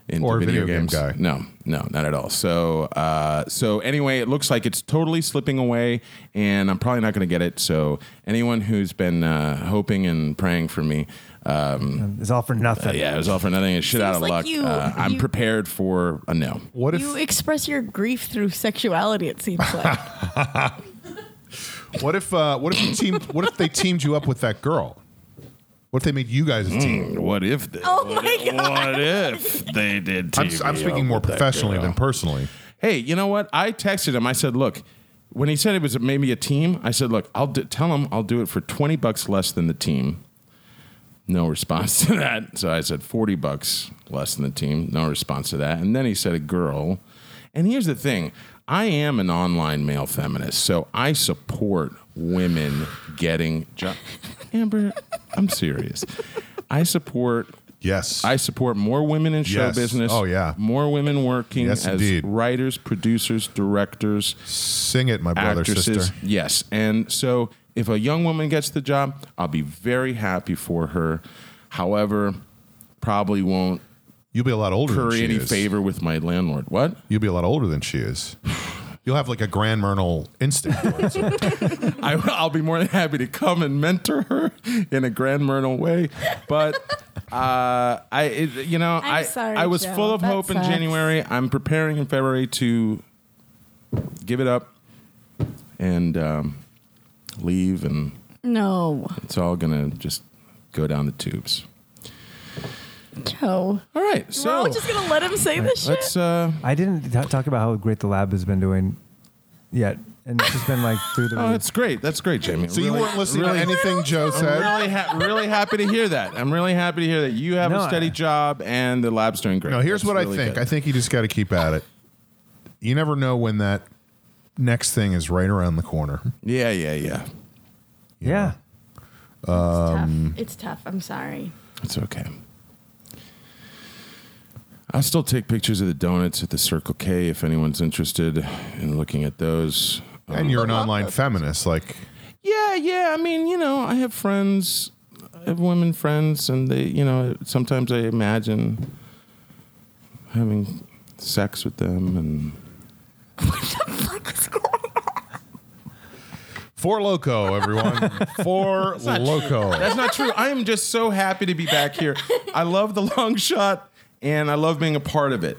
D: into
A: Or a video game guy.
D: no no not at all so uh, so anyway it looks like it's totally slipping away and i'm probably not going to get it so anyone who's been uh, hoping and praying for me um,
C: It's all for nothing.
D: yeah, it was all for nothing. It's shit
B: Seems
D: out of
B: like
D: luck.
B: you-
D: uh, I'm
B: you-
D: prepared for a no.
A: What if
B: you express your grief through sexuality. It seems
A: *laughs*
B: like.
A: what if uh, what if you teamed what if they teamed you up with that girl? What if they made you guys a team?
D: What if? They,
B: Oh
D: what
B: my
D: if,
B: God.
D: What if they did?
A: I'm,
D: TV
A: I'm speaking
D: up
A: more
D: with that
A: professionally
D: girl?
A: than personally.
D: Hey, you know what? I texted him. I said, look. When he said it was maybe a team, I said, "Look, I'll d- tell him I'll do it for twenty bucks less than the team." No response *laughs* to that. So I said forty bucks less than the team. No response to that. And then he said a girl. And here's the thing: I am an online male feminist, so I support women getting jobs. Amber, I'm serious. I support
A: Yes.
D: I support more women in show
A: Yes.
D: business.
A: Oh, yeah.
D: more women working
A: Yes,
D: as
A: indeed.
D: writers, producers, directors,
A: Sing it, my brother,
D: actresses.
A: sister.
D: Yes, and so if a young woman gets the job, I'll be very happy for her. However, probably won't
A: You'll be a lot older than
D: curry
A: she
D: any
A: is.
D: favor with my landlord. What?
A: You'll be a lot older than she is. You'll have like a grand Myrtle instinct. towards her.
D: I, I'll be more than happy to come and mentor her in a Grand Myrtle way, but uh, I, it, you know,
B: I'm
D: I,
B: sorry,
D: I was
B: Joe.
D: full of
B: That
D: hope in
B: sucks.
D: January. I'm preparing in February to give it up and um, leave, and
B: no,
D: it's all gonna just go down the tubes.
B: Joe.
D: All right,
B: We're
D: so
B: all just gonna let him say this shit.
D: let's. Uh,
C: I didn't t- talk about how great the lab has been doing yet, and it's just been like through the
D: oh, that's great. That's great, Jamie.
A: so you
D: Really-
A: weren't listening
D: really-
A: to anything Joe said.
D: I'm really, ha- really happy to hear that. I'm really happy to hear that you have
C: No,
D: a steady
C: I-
D: job and the lab's doing great.
A: No, here's
D: That's
A: what
D: really
A: I think.
D: good.
A: I think you just got to keep at it. You never know when that next thing is right around the corner.
D: yeah, yeah, yeah.
C: yeah.
A: um,
B: it's, tough. it's tough. I'm sorry.
D: It's okay. I still take pictures of the donuts at the Circle K if anyone's interested in looking at those. Um,
A: And you're an online feminist, like
D: yeah, yeah. I mean, you know, I have friends, I have women friends, and they, you know, sometimes I imagine having sex with them and.
A: four loco, *laughs* everyone. Four loco.
D: That's not true. I am just so happy to be back here. I love the long shot, and I love being a part of it.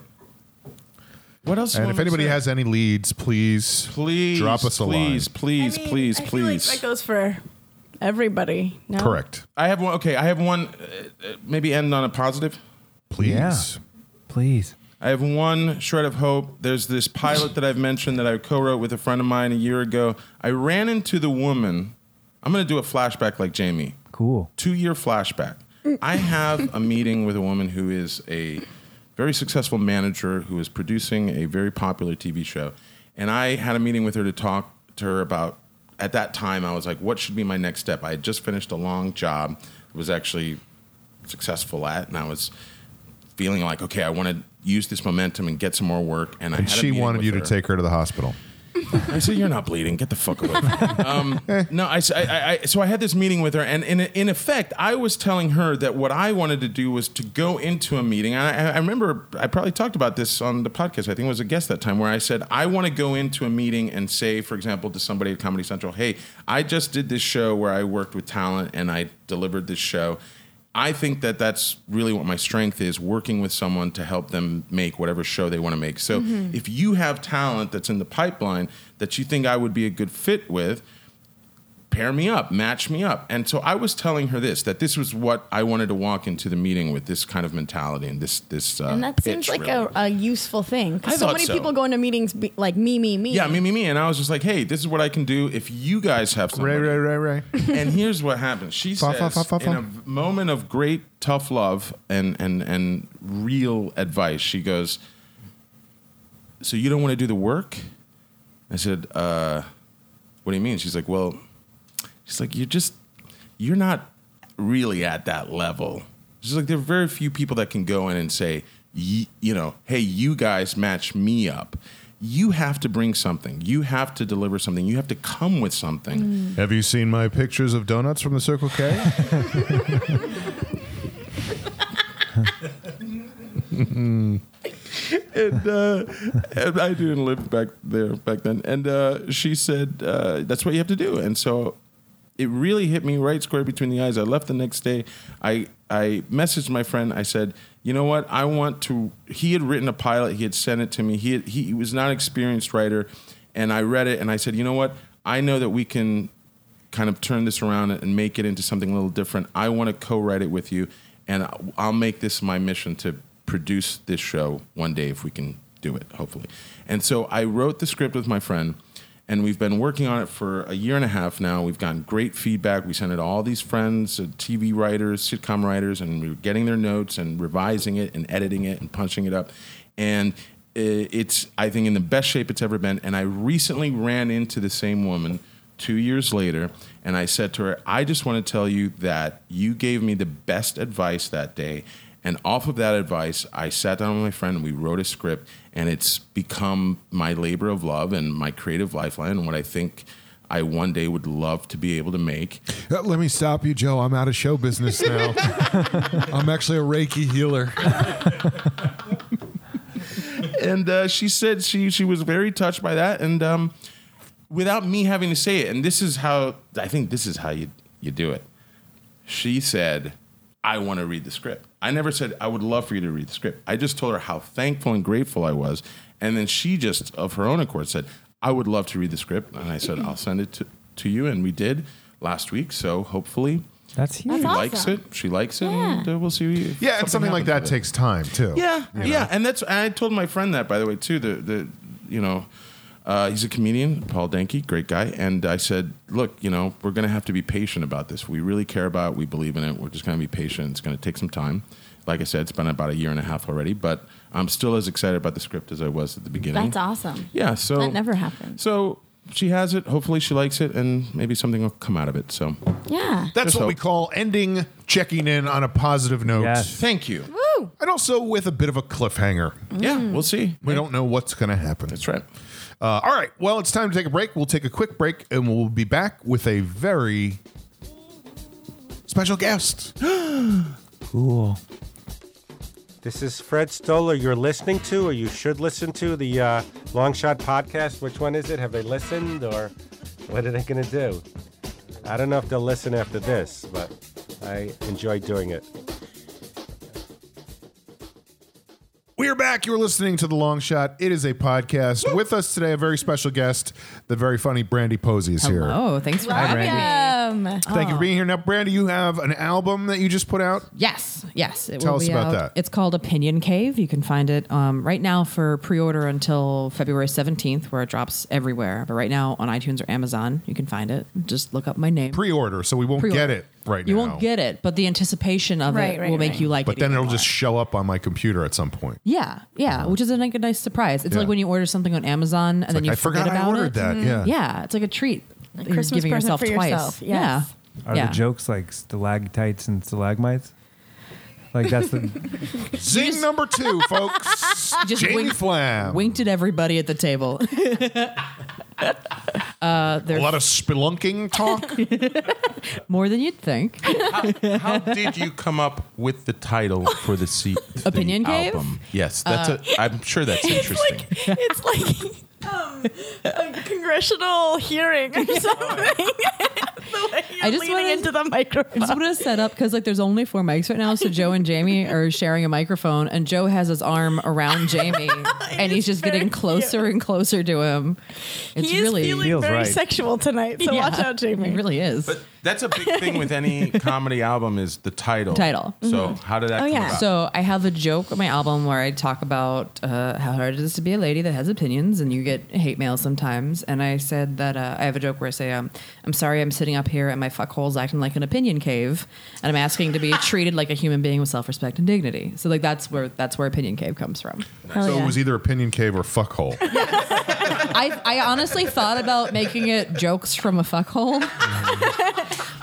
D: What else? do you
A: And
D: want
A: if
D: me to
A: anybody
D: say?
A: has any leads, please,
D: please
A: drop us a
D: please, Please,
B: I mean,
D: please,
B: I feel like
D: please.
B: that goes for everybody. No?
A: line. Correct.
D: I have one. Okay, I have one. Uh, uh, maybe end on a positive.
A: Please.
C: Please.
D: I have one shred of hope. There's this pilot that I've mentioned that I co-wrote with a friend of mine a year ago. I ran into the woman. I'm going to do a flashback like Jamie.
C: Cool.
D: two year flashback. I have a meeting with a woman who is a very successful manager who is producing a very popular TV show. And I had a meeting with her to talk to her about, at that time, I was like, what should be my next step? I had just finished a long job, was actually successful at, and I was feeling like, okay, I want to use this momentum and get some more work. And, I
A: And
D: had a
A: she
D: meeting
A: wanted
D: with
A: you to
D: her.
A: take her to the hospital.
D: I said, "You're not bleeding. Get the fuck away." From me." um, no, I, s- I- I- I- so I had this meeting with her, and in in effect, I was telling her that what I wanted to do was to go into a meeting. And I, I remember I probably talked about this on the podcast. I think it was a guest that time where I said I want to go into a meeting and say, for example, to somebody at Comedy Central, "Hey, I just did this show where I worked with talent and I delivered this show." I think that that's really what my strength is working with someone to help them make whatever show they want to make. So if you have talent that's in the pipeline that you think I would be a good fit with, pair me up, match me up. And so I was telling her this that this was what I wanted to walk into the meeting with this kind of mentality and this this uh,
B: And that seems
D: pitch,
B: like
D: really.
B: a, a useful thing. 'Cause
D: I
B: so
D: thought
B: many
D: so.
B: people go into meetings be, like me, me, me.
D: yeah, me, me, me. And I was just like, hey, this is what I can do if you guys have something.
A: Ray, Ray, Ray, Ray.
D: *laughs* and here's what happens. She
A: Fa,
D: says,
A: fa, fa, fa, fa.
D: in a v- moment of great tough love and and and real advice, she goes, "So you don't want to do the work?" I said, uh, "What do you mean?" She's like, "Well, she's like you're just you're not really at that level." She's like, "There are very few people that can go in and say, y- you know, hey, you guys match me up." You have to bring something. You have to deliver something. You have to come with something.
A: Have you seen my pictures of donuts from the Circle K?
D: and, uh, and I didn't live back there back then. And uh, she said, uh, "That's what you have to do." And so it really hit me right square between the eyes. I left the next day. I I messaged my friend. I said, "You know what? I want to." He had written a pilot. He had sent it to me. He had, he was not an experienced writer, and I read it and I said, "You know what? I know that we can." kind of turn this around and make it into something a little different. I want to co-write it with you, and I'll make this my mission to produce this show one day if we can do it, hopefully. And so I wrote the script with my friend, and we've been working on it for a year and a half now. We've gotten great feedback. We sent it to all these friends, uh, TV writers, sitcom writers, and we were getting their notes and revising it and editing it and punching it up. And uh, it's, I think, in the best shape it's ever been. And I recently ran into the same woman two years later, and I said to her, I just want to tell you that you gave me the best advice that day. And off of that advice, I sat down with my friend and we wrote a script, and it's become my labor of love and my creative lifeline, and what I think I one day would love to be able to make.
A: *laughs* Uh, Let me stop you, Joe. I'm out of show business *laughs* now. I'm actually a Reiki healer.
D: and uh, she said she she was very touched by that, and um, without me having to say it, and this is how I think this is how you you do it. She said, "I want to read the script." I never said I would love for you to read the script. I just told her how thankful and grateful I was, and then she just of her own accord said, "I would love to read the script," and I said, "I'll send it to to you," and we did last week. So hopefully.
C: That's huge.
D: She
B: That's
D: likes
B: awesome.
D: it. She likes it.
B: Yeah.
D: And uh, we'll see. if
A: Yeah, and something like
D: happens with
A: that
D: it.
A: takes time too.
D: Yeah, yeah, and that's and I told my friend that by the way too. The the you know. Uh, he's a comedian, Paul Denke, great guy. And I said, Look, you know, we're going to have to be patient about this. We really care about it. We believe in it. We're just going to be patient. It's going to take some time. Like I said, it's been about a year and a half already, but I'm still as excited about the script as I was at the beginning.
B: That's awesome.
D: Yeah, so.
B: That never happens.
D: So she has it. Hopefully she likes it, and maybe something will come out of it. So
B: Yeah.
A: That's
D: Just
A: what
D: hope.
A: we call ending checking in on a positive note.
C: Yes.
D: thank you.
B: Woo.
A: And also with a bit of a cliffhanger.
D: Yeah,
B: Mm.
D: we'll see.
A: We don't know what's going to happen.
D: Mm-hmm. That's right.
A: Uh, all right. Well, it's time to take a break. We'll take a quick break and we'll be back with a very special
D: *gasps*
A: guest.
B: Mm-hmm.
C: Cool.
E: This is Fred Stoller. You're listening to, or you should listen to, the uh, Long Shot Podcast. Which one is it? Have they listened, or what are they going to do? I don't know if they'll listen after this, but I enjoy doing it.
A: We're back. You're listening to The Long Shot. It is a podcast. With us today, a very special guest, the very funny Brandy Posey is here.
F: Oh, thanks for having me.
D: *laughs*
B: Welcome.
A: Thank you
D: Ah.
A: for being here. Now, Brandy, you have an album that you just put out.
F: Yes, yes. It
A: Tell
F: will
A: us
F: be
A: about
F: out.
A: that.
F: It's called Opinion Cave. You can find it um, right now for pre-order until February 17th, where it drops everywhere. But right now on iTunes or Amazon, you can find it. Just look up my name.
A: Pre-order, so we won't
F: Pre-order.
A: get it right
F: you
A: now.
F: won't get it, but the anticipation of
B: Right,
F: it
B: right,
F: will make
B: right.
F: you like it.
A: But then
F: even
A: it'll
F: more.
A: just show up on my computer at some point.
F: yeah, yeah, which is a, like a nice surprise. It's
A: Yeah.
F: like when you order something on Amazon and
A: Like,
F: then you
A: I forgot
F: forget
A: I
F: about
A: ordered
F: it. Mm-hmm.
A: that. Yeah.
F: Yeah, it's like a treat. A
B: Christmas
F: giving
B: present
F: yourself
B: for
F: twice.
B: yourself,
F: Yeah.
B: yes.
C: Are
F: yeah.
C: the jokes like stalactites and stalagmites? Like
B: *laughs*
C: that's the
A: Zing number
F: *laughs*
A: two, folks.
F: just
A: Jamie
F: wink-
A: Flam.
F: Winked at everybody at the table. *laughs*
A: A lot of spelunking
F: *laughs*
A: talk.
F: More than you'd think.
D: How did you come up with the title for the
F: *laughs*
D: seat?
F: Opinion Cave? Uh,
D: album? Yes, that's a. I'm sure
F: *laughs*
D: that's interesting.
B: It's *laughs* *laughs* like um, a congressional hearing or something.
F: I just
B: leaning
F: wanted-
B: into *laughs* the
F: I just
B: microphone.
F: want to set up because like there's only four mics right now, so Joe and Jamie are sharing a microphone, and Joe has his arm
B: *laughs*
F: around Jamie, and he's just getting closer and closer to him. It's
B: He is
F: really
B: feeling
C: Feels
B: very
C: right.
B: sexual tonight, so
F: Yeah.
B: watch out, Jamie.
F: It really is.
D: That's a big thing with
F: *laughs*
D: any comedy album is the title.
F: Title. Mm-hmm.
D: So how did that?
B: Oh,
D: come
B: yeah.
D: about?
F: So I have a joke on my album where I talk about uh, how hard it is to be a lady that has opinions, and you get hate mail sometimes. And I said that uh, I have a joke where I say, um, "I'm sorry, I'm sitting up here and my fuckhole's acting like an opinion cave, and I'm asking
B: *laughs*
F: to be treated like a human being with self-respect and dignity." So like that's where that's where opinion cave comes from.
A: so it was either opinion cave or
F: *laughs*
A: fuckhole.
F: I, I honestly thought about making it jokes from a fuckhole. *laughs*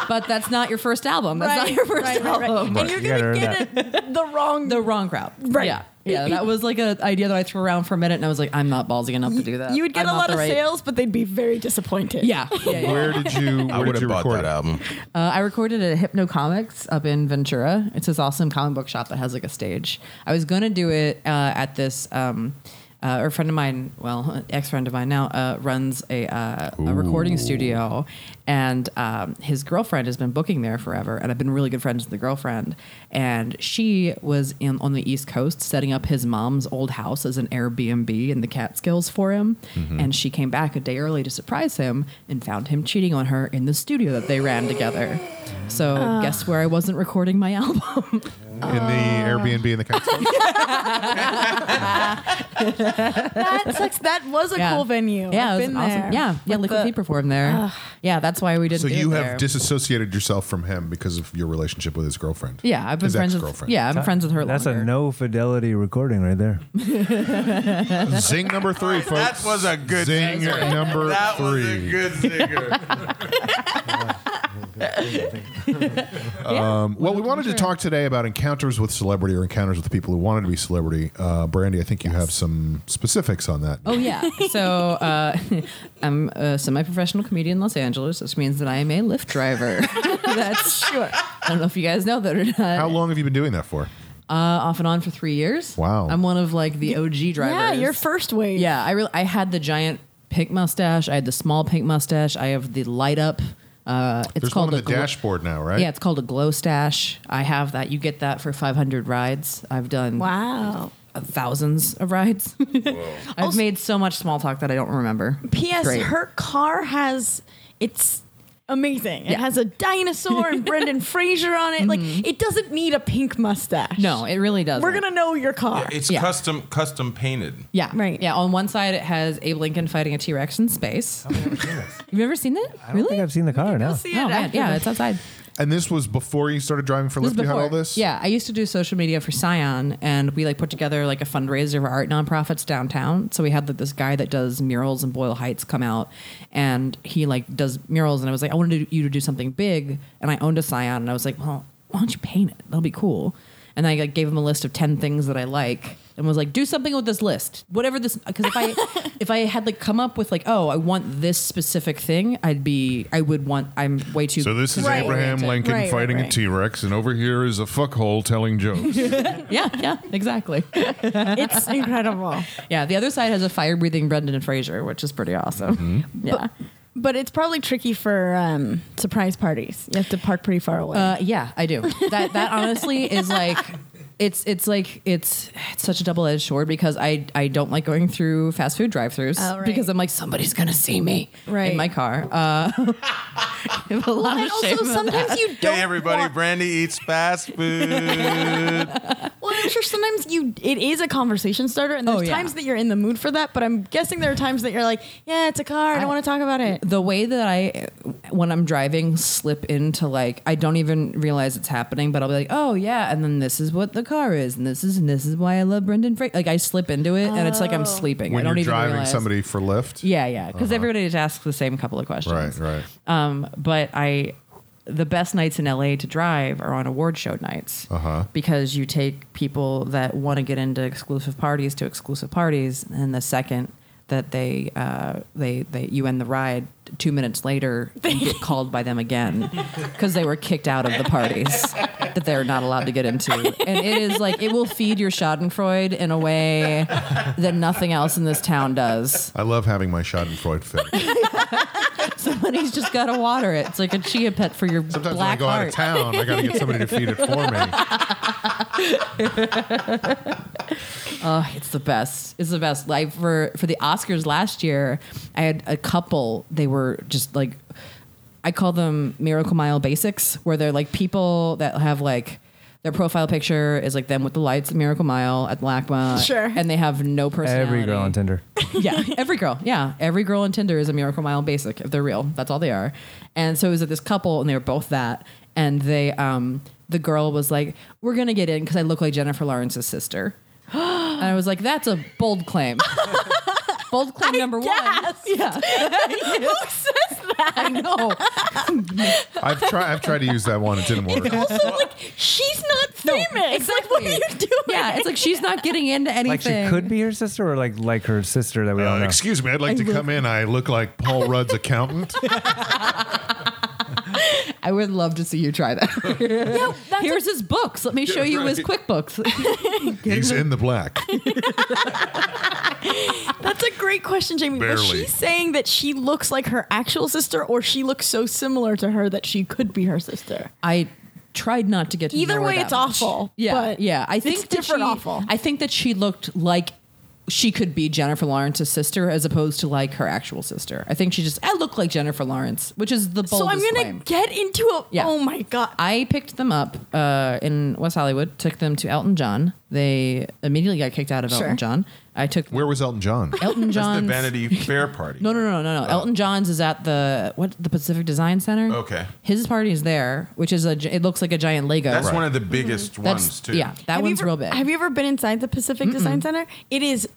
F: But that's not your first album. That's not your first
B: right, right, right.
F: album.
B: And you're
C: You gotta
B: gonna
C: earn
B: get it the wrong.
F: The wrong crowd.
B: Right.
F: Yeah. Yeah. That was like an idea that I threw around for a minute and I was like, I'm not ballsy enough to do that.
B: you would get
F: I'm
B: a
F: not
B: lot
F: the
B: of
F: right-
B: sales, but they'd be very disappointed.
F: Yeah. yeah, yeah.
A: Where did you?
D: I
A: Where did
D: would have
A: you
D: bought
A: record
D: that
A: it?
D: album.
F: Uh, I recorded at Hypno Comics up in Ventura. It's this awesome comic book shop that has like a stage. I was gonna do it uh, at this. Um, uh, or a friend of mine, well, ex friend of mine now, uh, runs a, uh, a recording studio, and um, his girlfriend has been booking there forever, and I've been really good friends with the girlfriend, and she was in on the East Coast setting up his mom's old house as an Airbnb in the Catskills for him,
A: Mm-hmm.
F: and she came back a day early to surprise him and found him cheating on her in the studio that they ran together. So guess where I wasn't recording my *laughs* album?
A: in
F: Ah.
A: the Airbnb in
F: *laughs*
A: the country.
B: that sucks. That was a cool venue.
F: *laughs* Yeah,
B: I've
F: it was
B: been
F: awesome.
B: there.
F: Yeah, yeah,
B: With
F: Liquid
B: the-
F: Heat performed there. yeah, that's why we didn't.
A: so
F: do
A: you
F: it
A: have
F: there.
A: disassociated yourself from him because of your relationship with his girlfriend.
F: Yeah, I've been
A: his
F: friends with.
A: ex-girlfriend.
F: Yeah, I'm friends with her.
C: That's
F: longer.
C: a no fidelity recording right
F: *laughs*
C: there.
A: Zing number three, folks.
D: That was a good
A: zing
D: singer.
A: number
D: That was a
A: three. *laughs*
D: good singer.
A: Um, well, we wanted to talk today about encounters with celebrity or encounters with people who wanted to be celebrity. Uh, Brandy, I think you have some specifics on that.
F: Oh yeah. So uh, *laughs* I'm a semi-professional comedian in Los Angeles, which means that I am a Lyft driver. *laughs* That's sure. I don't know if you guys know that or not.
A: How long have you been doing that for?
F: Uh, off and on for three years.
A: Wow.
F: I'm one of like the OG drivers.
B: Yeah, your first wave.
F: Yeah, I really I had the giant pink mustache. I had the small pink mustache. I have the light up. Uh, it's
A: There's
F: called
A: one on the
F: a glo-
A: dashboard now, right?
F: Yeah, it's called a glow stash. I have that. You get that for 500 rides. I've done
B: Wow.
F: thousands of rides. *laughs* I've made so much small talk that I don't remember.
B: P.S.
F: Great.
B: Her car has it's amazing. It
F: Yeah. Mm-hmm.
B: has a dinosaur
F: *laughs*
B: and Brendan Fraser on it. Like it doesn't need a pink mustache.
F: No, it really doesn't.
B: we're gonna know your car.
D: It's
F: Yeah.
D: custom custom painted.
F: Yeah.
B: Right.
F: Yeah. On one side, it has Abe Lincoln fighting a T Rex in space. You've never seen that?
C: I don't
F: really?
C: think I've seen the car now.
B: See
F: oh,
B: it
F: man.
B: after
F: Yeah,
B: the-
F: it's outside.
A: And this was before you started driving for
F: This is
A: Lyft. You had
F: before.
A: all this.
F: Yeah, I used to do social media for Scion, and we like put together like a fundraiser for art nonprofits downtown. So we had like, this guy that does murals in Boyle Heights come out, and he like does murals, and I was like, I wanted you to do something big, and I owned a Scion, and I was like, well, why don't you paint it? That'll be cool. And I like, gave him a list of ten things that I like. And was like, do something with this list, whatever this. Because if
A: *laughs*
F: I if I had like come up with like, oh, I want this specific thing, I'd be, I would want. I'm way too.
A: So this is
B: Right.
A: Abraham
F: oriented.
A: Lincoln
B: Right, right,
A: fighting a
B: right.
A: T-Rex, and over here is a fuckhole telling
F: *laughs*
A: jokes.
F: Yeah, yeah, exactly.
B: *laughs*
F: *laughs*
B: it's incredible.
F: Yeah, the other side has a fire breathing Brendan Fraser, which is pretty awesome. Yeah.
B: But it's probably tricky for um, surprise parties. You have to park pretty far away.
F: Uh, yeah, I do. That that honestly is like it's it's like it's it's such a double edged sword because I I don't like going through fast food drive throughs
B: Oh, right.
F: because I'm like somebody's gonna see me
B: Right.
F: in my car. Uh, *laughs* I have a lot
B: and
F: of shame.
B: also,
F: about
B: sometimes
F: that.
B: you don't.
D: Hey everybody,
B: want-
D: Brandy eats fast
F: *laughs*
D: food.
B: Well, I'm sure sometimes you it is a conversation starter, and there's
F: Oh, yeah.
B: times that you're in the mood for that. But I'm guessing there are times that you're like, yeah, it's a car. I don't
F: I-
B: want to talk about
F: *laughs*
B: it.
F: the way that I, when I'm driving, slip into like I don't even realize it's happening, but I'll be like, oh yeah, and then this is what the car is, and this is and this is why I love Brendan Fraser. Like I slip into it, and it's like I'm sleeping.
A: when
F: I don't
A: you're
F: even
A: driving
F: realize.
A: somebody for Lyft.
F: Yeah, yeah, because everybody just asks the same couple of questions.
A: Uh-huh. Right, right.
F: Um, but I, the best nights in LA to drive are on award show nights uh-huh. because you take people that want to get into exclusive parties to exclusive parties, and the second that they uh, they they you end the ride
A: *laughs*
F: two minutes later, you get called by them again because they were kicked out of the parties. that they're not allowed to get into. And it is like it will feed your Schadenfreude in a way that nothing else in this town does.
A: I love having my Schadenfreude
F: *laughs*
A: fixed.
F: Somebody's just got to water it. It's like a chia pet for your
A: Sometimes when I
F: black
A: go out
F: heart.
A: of town, I got to get somebody to feed it for me.
F: Oh, it's the best. It's the best. Like for for the Oscars last year, I had a couple. They were just like, I call them Miracle Mile basics, where they're like people that have like. Their profile picture is like them with the lights at Miracle Mile at LACMA.
B: Sure.
F: And they have no personality.
C: Every girl on Tinder.
F: *laughs* yeah, every girl. Yeah, every girl on Tinder is a Miracle Mile basic if they're real. That's all they are. And so it was at this couple, and they were both that. And they, um, the girl was like, "We're gonna get in because I look like Jennifer Lawrence's sister." *gasps* and I was like, "That's a bold *laughs* claim." bold claim number one.
B: gasped.
F: Yeah. *laughs* Who says that? I know.
A: I've tried. I've tried to use that one. It didn't *laughs* work.
B: Also, like she's not famous. Like, what are you doing?
F: Yeah, it's like she's not getting into anything.
C: Like she could be her sister, or like like her sister that we
A: Uh,
C: all know.
A: excuse me, I'd like to come in. I look like Paul Rudd's
F: *laughs*
A: accountant.
F: I would love to see you try that.
B: no, *laughs* that's
F: Here's his books. Let me show you his QuickBooks.
A: He's in the
F: *laughs*
A: black.
B: That's a great question, Jamie. Was
A: Barely.
B: she saying that she looks like her actual sister, or she looks so similar to her that she could be her sister?
F: I tried not to get to
B: Either
F: know her
B: way,
F: that
B: it's
F: much.
B: awful,
F: Yeah,
B: but
F: yeah. I
B: it's
F: think that
B: different
F: she-
B: awful.
F: I think that she looked like she could be Jennifer Lawrence's sister as opposed to like her actual sister. I think she just I look like Jennifer Lawrence, which is the boldest
B: so I'm gonna
F: claim.
B: get into a.
F: Yeah.
B: Oh my god!
F: I picked them up uh, in West Hollywood, took them to Elton John. They immediately got kicked out of
B: Sure.
F: Elton John. I took
A: Where was Elton John?
F: Elton
D: That's
F: John's
D: the Vanity Oh. Fair party.
F: No, no, no, no, no. Elton John's is at the what the Pacific Design Center.
D: Okay.
F: his party is there, which is a. gi- It looks like a giant Lego.
D: That's one of the biggest ones too.
F: Yeah, that
B: Have you
F: one's
B: ever-
F: real big.
B: Have you ever been inside the Pacific Design Center? It is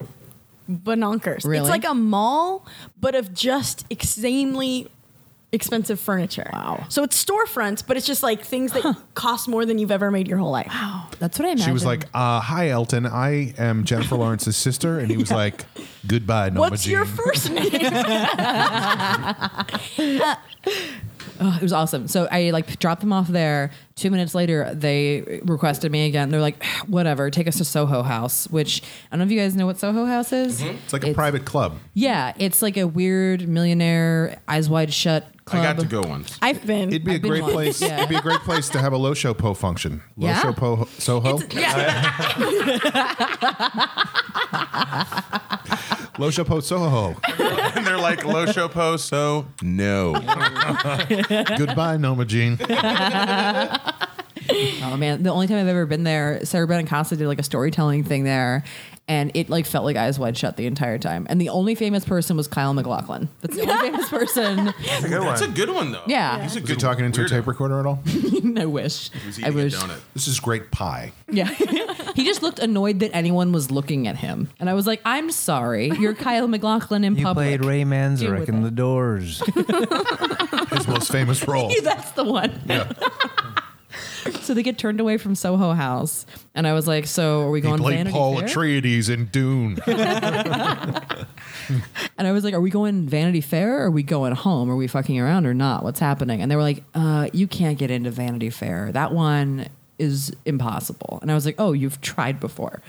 B: bonkers.
F: Really?
B: It's like a mall, but of just extremely expensive furniture. Wow. So it's storefronts, but it's just like things that cost more than you've ever made your whole life.
F: That's what I imagine.
A: She was like, uh, "Hi, Elton. I am Jennifer Lawrence's sister," and he was like, "Goodbye, Norma
B: What's
A: Jean."
B: your first name?
F: it was awesome. So I like dropped them off there. Two minutes later, they requested me again. They're like, whatever, take us to Soho House, which I don't know if you guys know what Soho House is.
D: Mm-hmm.
A: it's like a private club.
F: Yeah, it's like a weird millionaire, eyes wide shut
D: I
F: club.
D: got to go once. *laughs*
B: I've been.
A: It'd be a
F: I've been
A: great
F: once,
A: place.
F: yeah.
A: It'd be a great place to have a low show po function. Low
F: Yeah?
A: show po Soho.
B: yeah.
A: Uh,
F: *laughs*
A: Low show po Soho.
D: and they're like low show post, so
F: *laughs*
D: no.
A: Goodbye, Norma Jean.
F: Oh man, the only time I've ever been there, Sarah Benincasa did like a storytelling thing there, and it like felt like eyes wide shut the entire time. And the only famous person was Kyle McLaughlin. That's
B: *laughs*
F: the only famous person. *laughs*
D: That's a good one though.
F: Yeah.
D: He's a
A: Was
D: good
A: he talking into a
D: weirdo.
A: tape recorder at all?
F: I wish.
D: He was
F: I
D: eating
F: wish.
D: a donut.
A: This is great pie.
F: Yeah. *laughs* he just looked annoyed that anyone was looking at him. And I was like, I'm
C: *laughs*
F: sorry. You're Kyle McLaughlin in
C: you
F: public.
C: played
F: *laughs*
C: Ray
F: Deal
C: Manzarek
F: with
C: in
F: it.
C: The
F: *laughs*
C: Doors.
A: His most famous role.
F: That's the one. *laughs*
A: Yeah.
F: So they get turned away from Soho House. And I was like, so are we
A: He
F: going
A: played
F: Vanity
A: Paul
F: Fair?
A: Atreides in Dune.
F: And I was like, are we going Vanity Fair? Or are we going home? Are we fucking around or not? What's happening? And they were like, uh, you can't get into Vanity Fair. That one is impossible. And I was like, oh, you've tried before.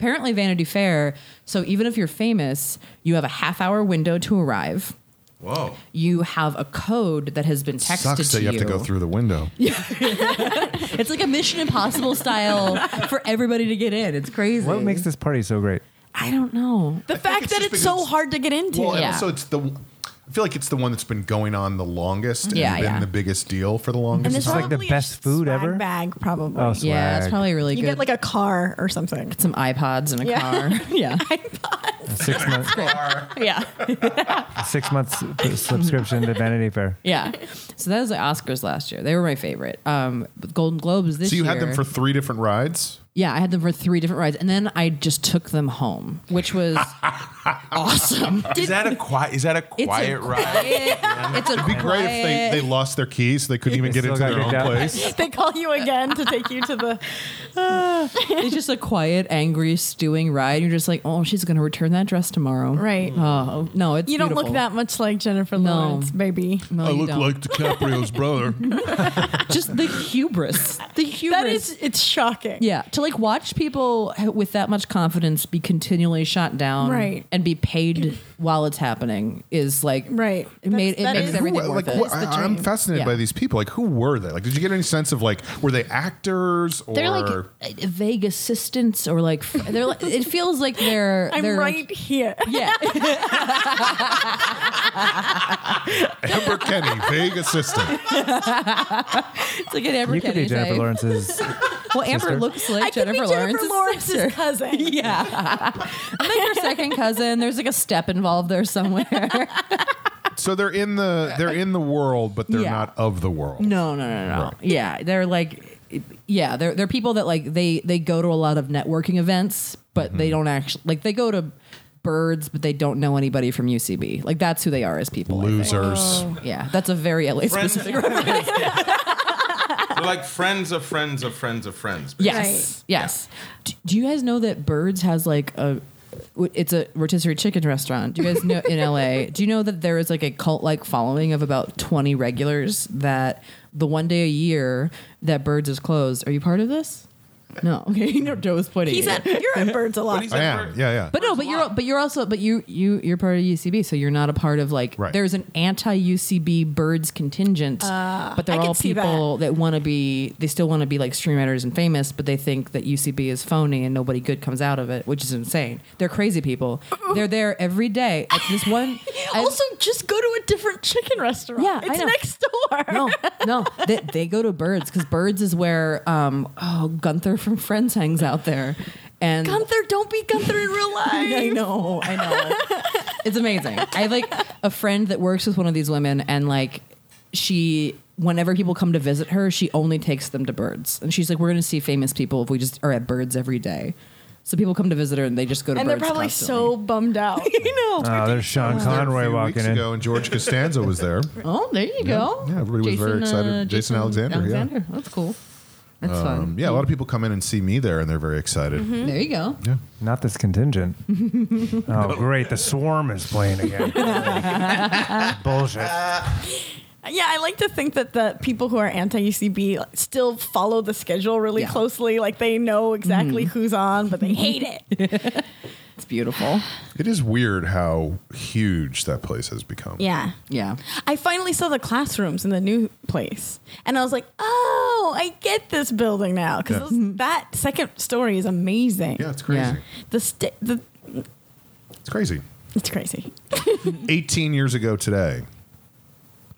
F: Apparently, Vanity Fair, so even if you're famous, you have a half hour window to arrive.
D: Whoa.
F: you have a code that has been texted
A: Sucks
F: to
A: that you have to go through the window.
F: It's like a Mission Impossible *laughs* style for everybody to get in. It's crazy.
C: what makes this party so great?
F: I don't know.
B: The fact
A: it's
B: that
A: just
B: it's so
A: because-
B: hard to get into.
A: Well, and
F: Yeah.
A: also it's the. I feel like it's the one that's been going on the longest and
F: Yeah,
A: been
F: yeah.
A: the biggest deal for the longest
B: And
C: This
B: it's
C: is
A: time.
C: like the
B: probably a
C: best food
B: swag
C: ever.
B: Bag probably.
C: Oh, swag.
F: Yeah, it's probably really
B: you
F: good.
B: get like a car or something.
F: some iPods in a
B: *laughs* Yeah.
F: *laughs* car. yeah.
C: six months
F: yeah.
C: six months subscription to Vanity Fair.
F: Yeah. So that was the Oscars last year. They were my favorite. Um, but Golden Globes this
A: so you
F: year.
A: had them for three different rides. *laughs*
F: Yeah, I had them for three different rides, and then I just took them home, which was awesome.
D: Is that a quiet? Is that a
F: It's a
D: quiet ride?
F: quiet- It's a
A: It'd be great if
F: quiet-
A: they, they lost their keys so they couldn't even
C: They
A: get into
C: still
A: their
C: got
A: own
C: kicked out.
A: place.
B: they call you again to take you to the.
F: it's just a quiet, angry, stewing ride. You're just like, oh, she's gonna return that dress tomorrow.
B: Right.
F: Oh no, it's
B: You don't look
F: beautiful.
B: that much like Jennifer
F: No.
B: Lawrence, baby.
F: *laughs* No, you don't. *laughs*
A: DiCaprio's brother.
F: just the hubris. The hubris.
B: That is, it's shocking.
F: Yeah, to like watch people ha- with that much confidence be continually shot down,
B: Right.
F: and be paid while it's happening is like
B: Right.
F: It made it
B: That's- that
F: makes
B: is-
F: everything
A: Who-
F: worth
A: like,
F: it.
A: wh- I, am fascinated
F: Yeah.
A: by these people. Like, who were they? Like, did you get any sense of like, were they actors or?
F: they're like *laughs* uh, vague assistants or like fr- they're like it feels like they're
B: *laughs* I'm
F: they're
B: right
F: like-
B: here. *laughs*
F: yeah,
A: Amber Kenny, vague assistant.
F: it's like an Amber
C: You could be
F: Kenny
C: Jennifer
F: type. *laughs*
C: Lawrence's. uh,
F: Well, Amber
C: sister.
F: looks like
B: I could
F: Jennifer
B: be
F: Lawrence's
B: Jennifer Lawrence's
F: *laughs* sister.
B: cousin.
F: Yeah, and then her second cousin. There's like a step involved there somewhere.
A: So they're in the they're in the world, but they're
F: Yeah.
A: not of the world.
F: No, no, no, no. Yeah, they're like, yeah, they're they're people that like they they go to a lot of networking events, but they don't actually like they go to birds, but they don't know anybody from UCB. Like that's who they are as people. I think.
A: Losers.
F: Yeah, that's a very LA
D: Friends,
F: specific. *laughs*
D: They're like friends of friends of friends of friends.
F: Yes, yes. Do, do you guys know that Birds has like a it's a rotisserie chicken restaurant. Do you guys know in *laughs* LA? Do you know that there is like a cult like following of about 20 regulars that the one day a year that Birds is closed? Are you part of this? No. *laughs* Okay. No, Joe was pointing.
B: He
F: at you.
B: said, "You're at Birds a lot."
D: he's
A: I
D: at
A: am.
D: work.
A: Yeah, yeah.
F: But no, but you're but you're also but you you you're part of UCB, so you're not a part of like
A: Right.
F: there's an anti UCB birds contingent, but they're
B: Uh, I could
F: all
B: see that.
F: people that, want to be they still want to be like stream editors and famous, but they think that UCB is phony and nobody good comes out of it, which is insane. They're
B: *laughs*
F: crazy people. They're there every day at this one. I-
B: also, just go to a different chicken restaurant.
F: Yeah, I
B: it's
F: know.
B: next door.
F: *laughs* no, no, they, they go to Birds because Birds is where um oh Gunther from Friends hangs out there,
B: *laughs*
F: and
B: Gunther, don't be Gunther in
F: *laughs*
B: real life.
F: I know, I know. it's amazing. I have like a friend that works with one of these women, and like she, whenever people come to visit her, she only takes them to birds, and she's like, "We're going to see famous people if we just are at birds every day." So people come to visit her, and they just go to.
B: And they're
F: birds
B: probably
F: constantly.
B: so bummed
F: *laughs*
B: out. you know.
C: Oh, there's Sean
A: There a
C: Conroy
A: few
C: walking
A: weeks
C: in.
A: ago, and George Costanza was
C: *laughs*
A: there.
F: Oh, there you go. uh,
A: Yeah, everybody was very excited. Jason Alexander, yeah.
F: Alexander. Oh, That's cool. That's
A: Um,
F: fun.
A: yeah, a lot of people come in and see me there, and they're very excited.
C: Mm-hmm.
F: There you go.
A: Yeah.
C: Not this
F: *laughs*
C: contingent. oh, great. The swarm is playing again. Bullshit.
B: Yeah, I like to think that the people who are anti UCB still follow the schedule really
F: Yeah. Mm-hmm.
B: closely. Like they know exactly who's on, but they hate it.
F: It's beautiful.
A: It is weird how huge that place has become.
B: Yeah.
F: *laughs* Yeah.
B: I finally saw the classrooms in the new place, and I was like, "Oh, I get this building now."
A: Yeah.
B: Because that second story is amazing.
A: Yeah, it's crazy.
F: Yeah.
B: The sta the
A: It's crazy.
B: it's crazy.
A: 18 years ago today,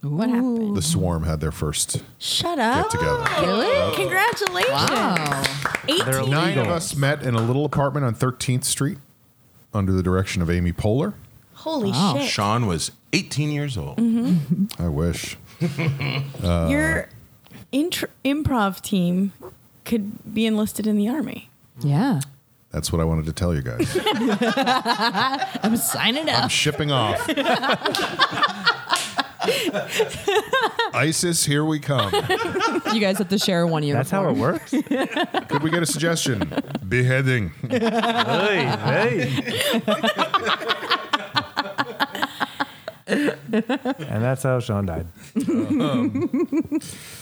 F: What happened?
C: Mm-hmm.
A: the Swarm had their first
B: Shut
A: get
B: up.
A: together.
B: Really? Congratulations.
F: Wow.
C: They're
B: 18.
A: Nine of
C: illegal.
A: us met in a little apartment on 13th Street under the direction of Amy Poehler.
B: Holy
F: Wow.
B: shit.
D: Sean was 18 years old.
A: I wish.
B: Your intr- improv team could be enlisted in the army.
F: Yeah.
A: That's what I wanted to tell you
C: *laughs*
A: guys.
F: I'm signing up.
A: I'm shipping
C: *laughs*
A: off. ISIS, here we come.
F: You guys have to share one uniform.
C: That's how it works.
A: Could we get a suggestion? Beheading.
C: And that's how Sean died.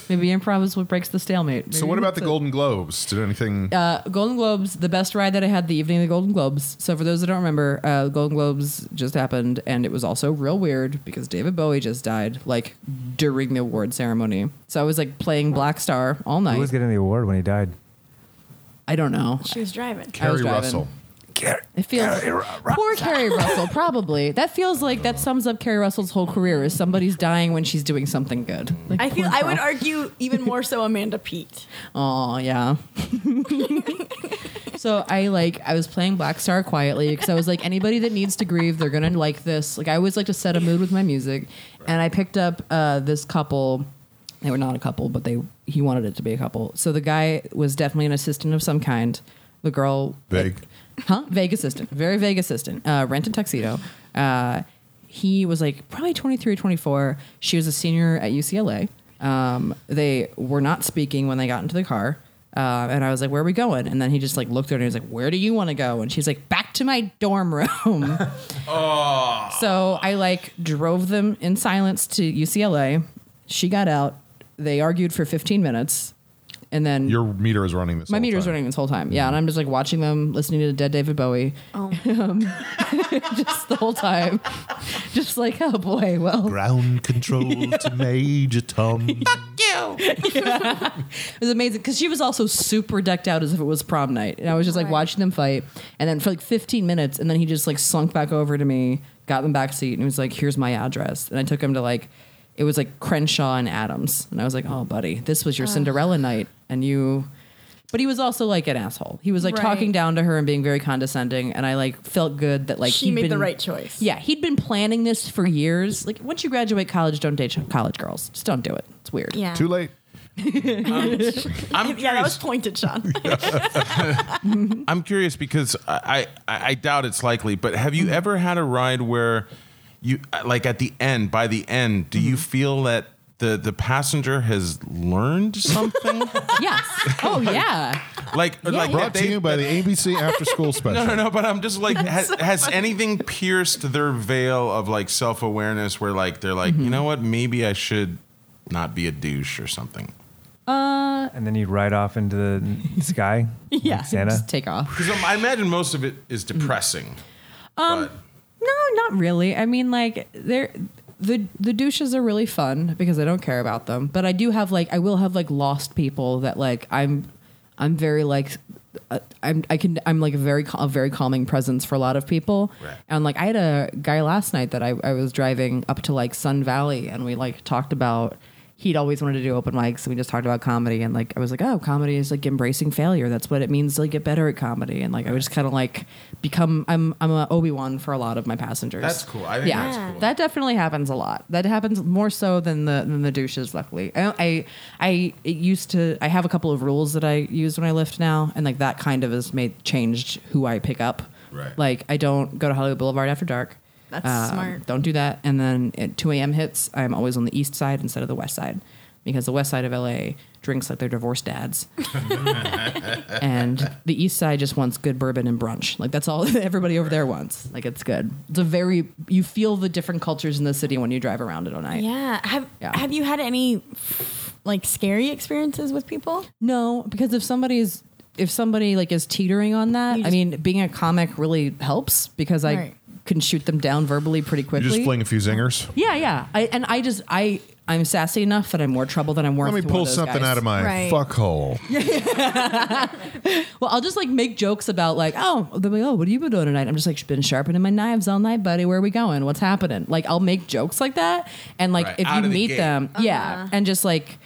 F: Maybe improv is what breaks the stalemate.
A: So,
F: Maybe
A: what about
F: that's
A: the
F: it.
A: Golden Globes? Did anything?
F: Golden Globes? The best ride that I had the evening of the Golden Globes. So for those that don't remember, uh, Golden Globes just happened, and it was also real weird because David Bowie just died like during the award ceremony. So I was like playing Black Star all
C: Who was
F: night.
C: getting the award when he died?
F: I don't know.
B: She was driving.
A: Carrie
F: driving.
A: Russell.
F: It feels poor Carrie Russell. Probably that feels like that sums up Carrie Russell's whole career is somebody's dying when she's doing something good. Like,
B: I feel I would argue even more so Amanda Pete.
F: Oh yeah. *laughs* so I like I was playing Black Star quietly because I was like anybody that needs to grieve they're gonna like this. Like I always like to set a mood with my music, and I picked up uh, this couple. They were not a couple, but they he wanted it to be a couple. So the guy was definitely an assistant of some kind. the girl
A: Vague.
F: huh? Vague assistant, very vague assistant. Uh, rent and tuxedo. Uh, he was like probably 23 or 24. She was a senior at UCLA. Um, they were not speaking when they got into the car. Uh, and I was like, where are we going? And then he just like looked at her and he was like, where do you want to go? And she's like, back to my dorm room. So I like drove them in silence to UCLA. She got out. They argued for 15 minutes. And then
A: Your meter is running this.
F: my
A: whole
F: meter's
A: time.
F: running this whole time. Yeah, and I'm just like watching them, listening to dead David Bowie. *laughs* Oh. just the whole time. *laughs* just like, oh boy, well.
A: Ground control to Major
D: *laughs*
A: Tom.
F: It was amazing because she was also super decked out as if it was prom night, and I was just like
B: Right.
F: watching them fight. And then for like 15 minutes, and then he just like slunk back over to me, got in the back seat, and he was like, "Here's my address." And I took him to like, it was like Crenshaw and Adams, and I was like, "Oh, buddy, this was your Cinderella night, and you." But he was also like an asshole. He was like
B: Right.
F: talking down to her and being very condescending, and I like felt good that like
B: She
F: he'd
B: made the
F: been-
B: right choice.
F: Yeah, he'd been planning this for years. Like once you graduate college, don't date college girls. Just don't do it. It's weird.
B: Yeah.
A: Too late.
D: I'm
B: Yeah, that was
D: curious-
B: pointed,
A: *laughs*
B: Sean.
D: I'm curious because I, I I doubt it's likely, but have you ever had a ride where you like at the end, by the end, do you feel that the the passenger has learned something?
F: Yes. Oh yeah.
D: like or like
A: Brought
D: they-
A: to you by
F: *laughs*
A: the ABC After School Special.
D: No, no, no. But I'm just like, has, has anything pierced their veil of like self awareness where like they're like, you know what, maybe I should not be a douche or something.
C: And then you ride off into the sky.
F: *laughs* Yeah.
C: Santa?
F: Just take off.
D: Because I imagine most of it is depressing. Um,
F: No, not really. I mean, like they're the the douches are really fun because I don't care about them. But I do have like I will have like lost people that like I'm I'm very like uh, I'm I can I'm like a very cal- a very calming presence for a lot of people.
D: Right.
F: And like I had a guy last night that I, I was driving up to like Sun Valley and we like talked about he'd always wanted to do open mics and we just talked about comedy and like I was like, Oh, comedy is like embracing failure. That's what it means to like get better at comedy and like I was just kinda like become I'm I'm a Obi Wan for a lot of my passengers.
D: That's cool. I think
F: yeah.
D: that's cool.
F: That definitely happens a lot. That happens more so than the than the douches, luckily. I I, I it used to I have a couple of rules that I use when I lift now and like that kind of has made changed who I pick up.
D: Right.
F: Like I don't go to Hollywood Boulevard after dark. Um,
B: That's smart.
F: Don't do that. And then at 2 a.m. hits, I'm always on the east side instead of the west side because the west side of LA drinks like their divorced dads. and the east side just wants good bourbon and brunch. Like that's all *laughs* everybody over there wants. Like it's good. It's a very, you feel the different cultures in the city when you drive around it all night.
B: yeah. Have
F: Yeah.
B: Have you had any like scary experiences with people?
F: No, because if somebody's if somebody like is teetering on that,
B: You
F: I
B: just-
F: mean, being a comic really helps because I
B: Right.
F: can shoot them down verbally pretty
A: You
F: quickly.
A: just fling a few zingers.
F: Yeah, yeah. I, and I just I I'm sassy enough that I'm more trouble than I'm worth.
A: Let me
F: to one
A: pull
F: those
A: something
F: guys.
A: out of my
B: Right.
A: fuck
F: *laughs*
A: hole.
F: Well, I'll just like make jokes about like, oh, they'll be like, oh, what have you been doing tonight? I'm just like been sharpening my knives all night, buddy. Where are we going? What's happening? Like I'll make jokes like that, and like
D: Right,
F: if
D: out
F: you
D: of the
F: meet
D: gate.
F: them, yeah, and just like.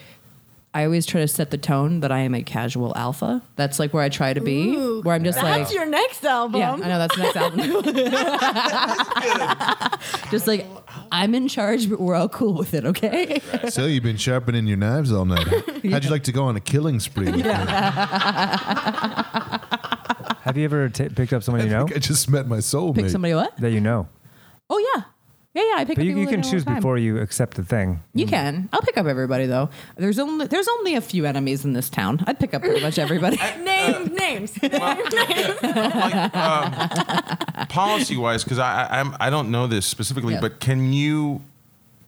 F: I always try to set the tone that I am a casual alpha. That's like where I try to be, where I'm just like
B: That's your next album.
F: Yeah, I know that's the next album. *laughs* Just like I'm in charge, but we're all cool with it, okay?
A: so you've been sharpening your knives all
F: *laughs*
A: night. huh? How'd you like to go on a killing spree? With
C: Have you ever t- picked up someone
A: me?
C: you know
A: I, think I just met my soulmate.
F: Pick somebody what?
C: that you know?
F: Oh yeah, yeah, yeah. I pick
C: But
F: up
C: you,
F: people
C: you
F: I
C: can
F: know all
C: choose
F: the time.
C: before you accept the thing.
F: You
D: Mm.
F: can. I'll pick up everybody though. There's only there's only a few enemies in this town. I'd pick up pretty much
D: *laughs*
F: everybody. *laughs*
B: Name names. names.
D: like, policy wise, because I, I I'm I don't know this specifically,
F: Yeah.
D: but can you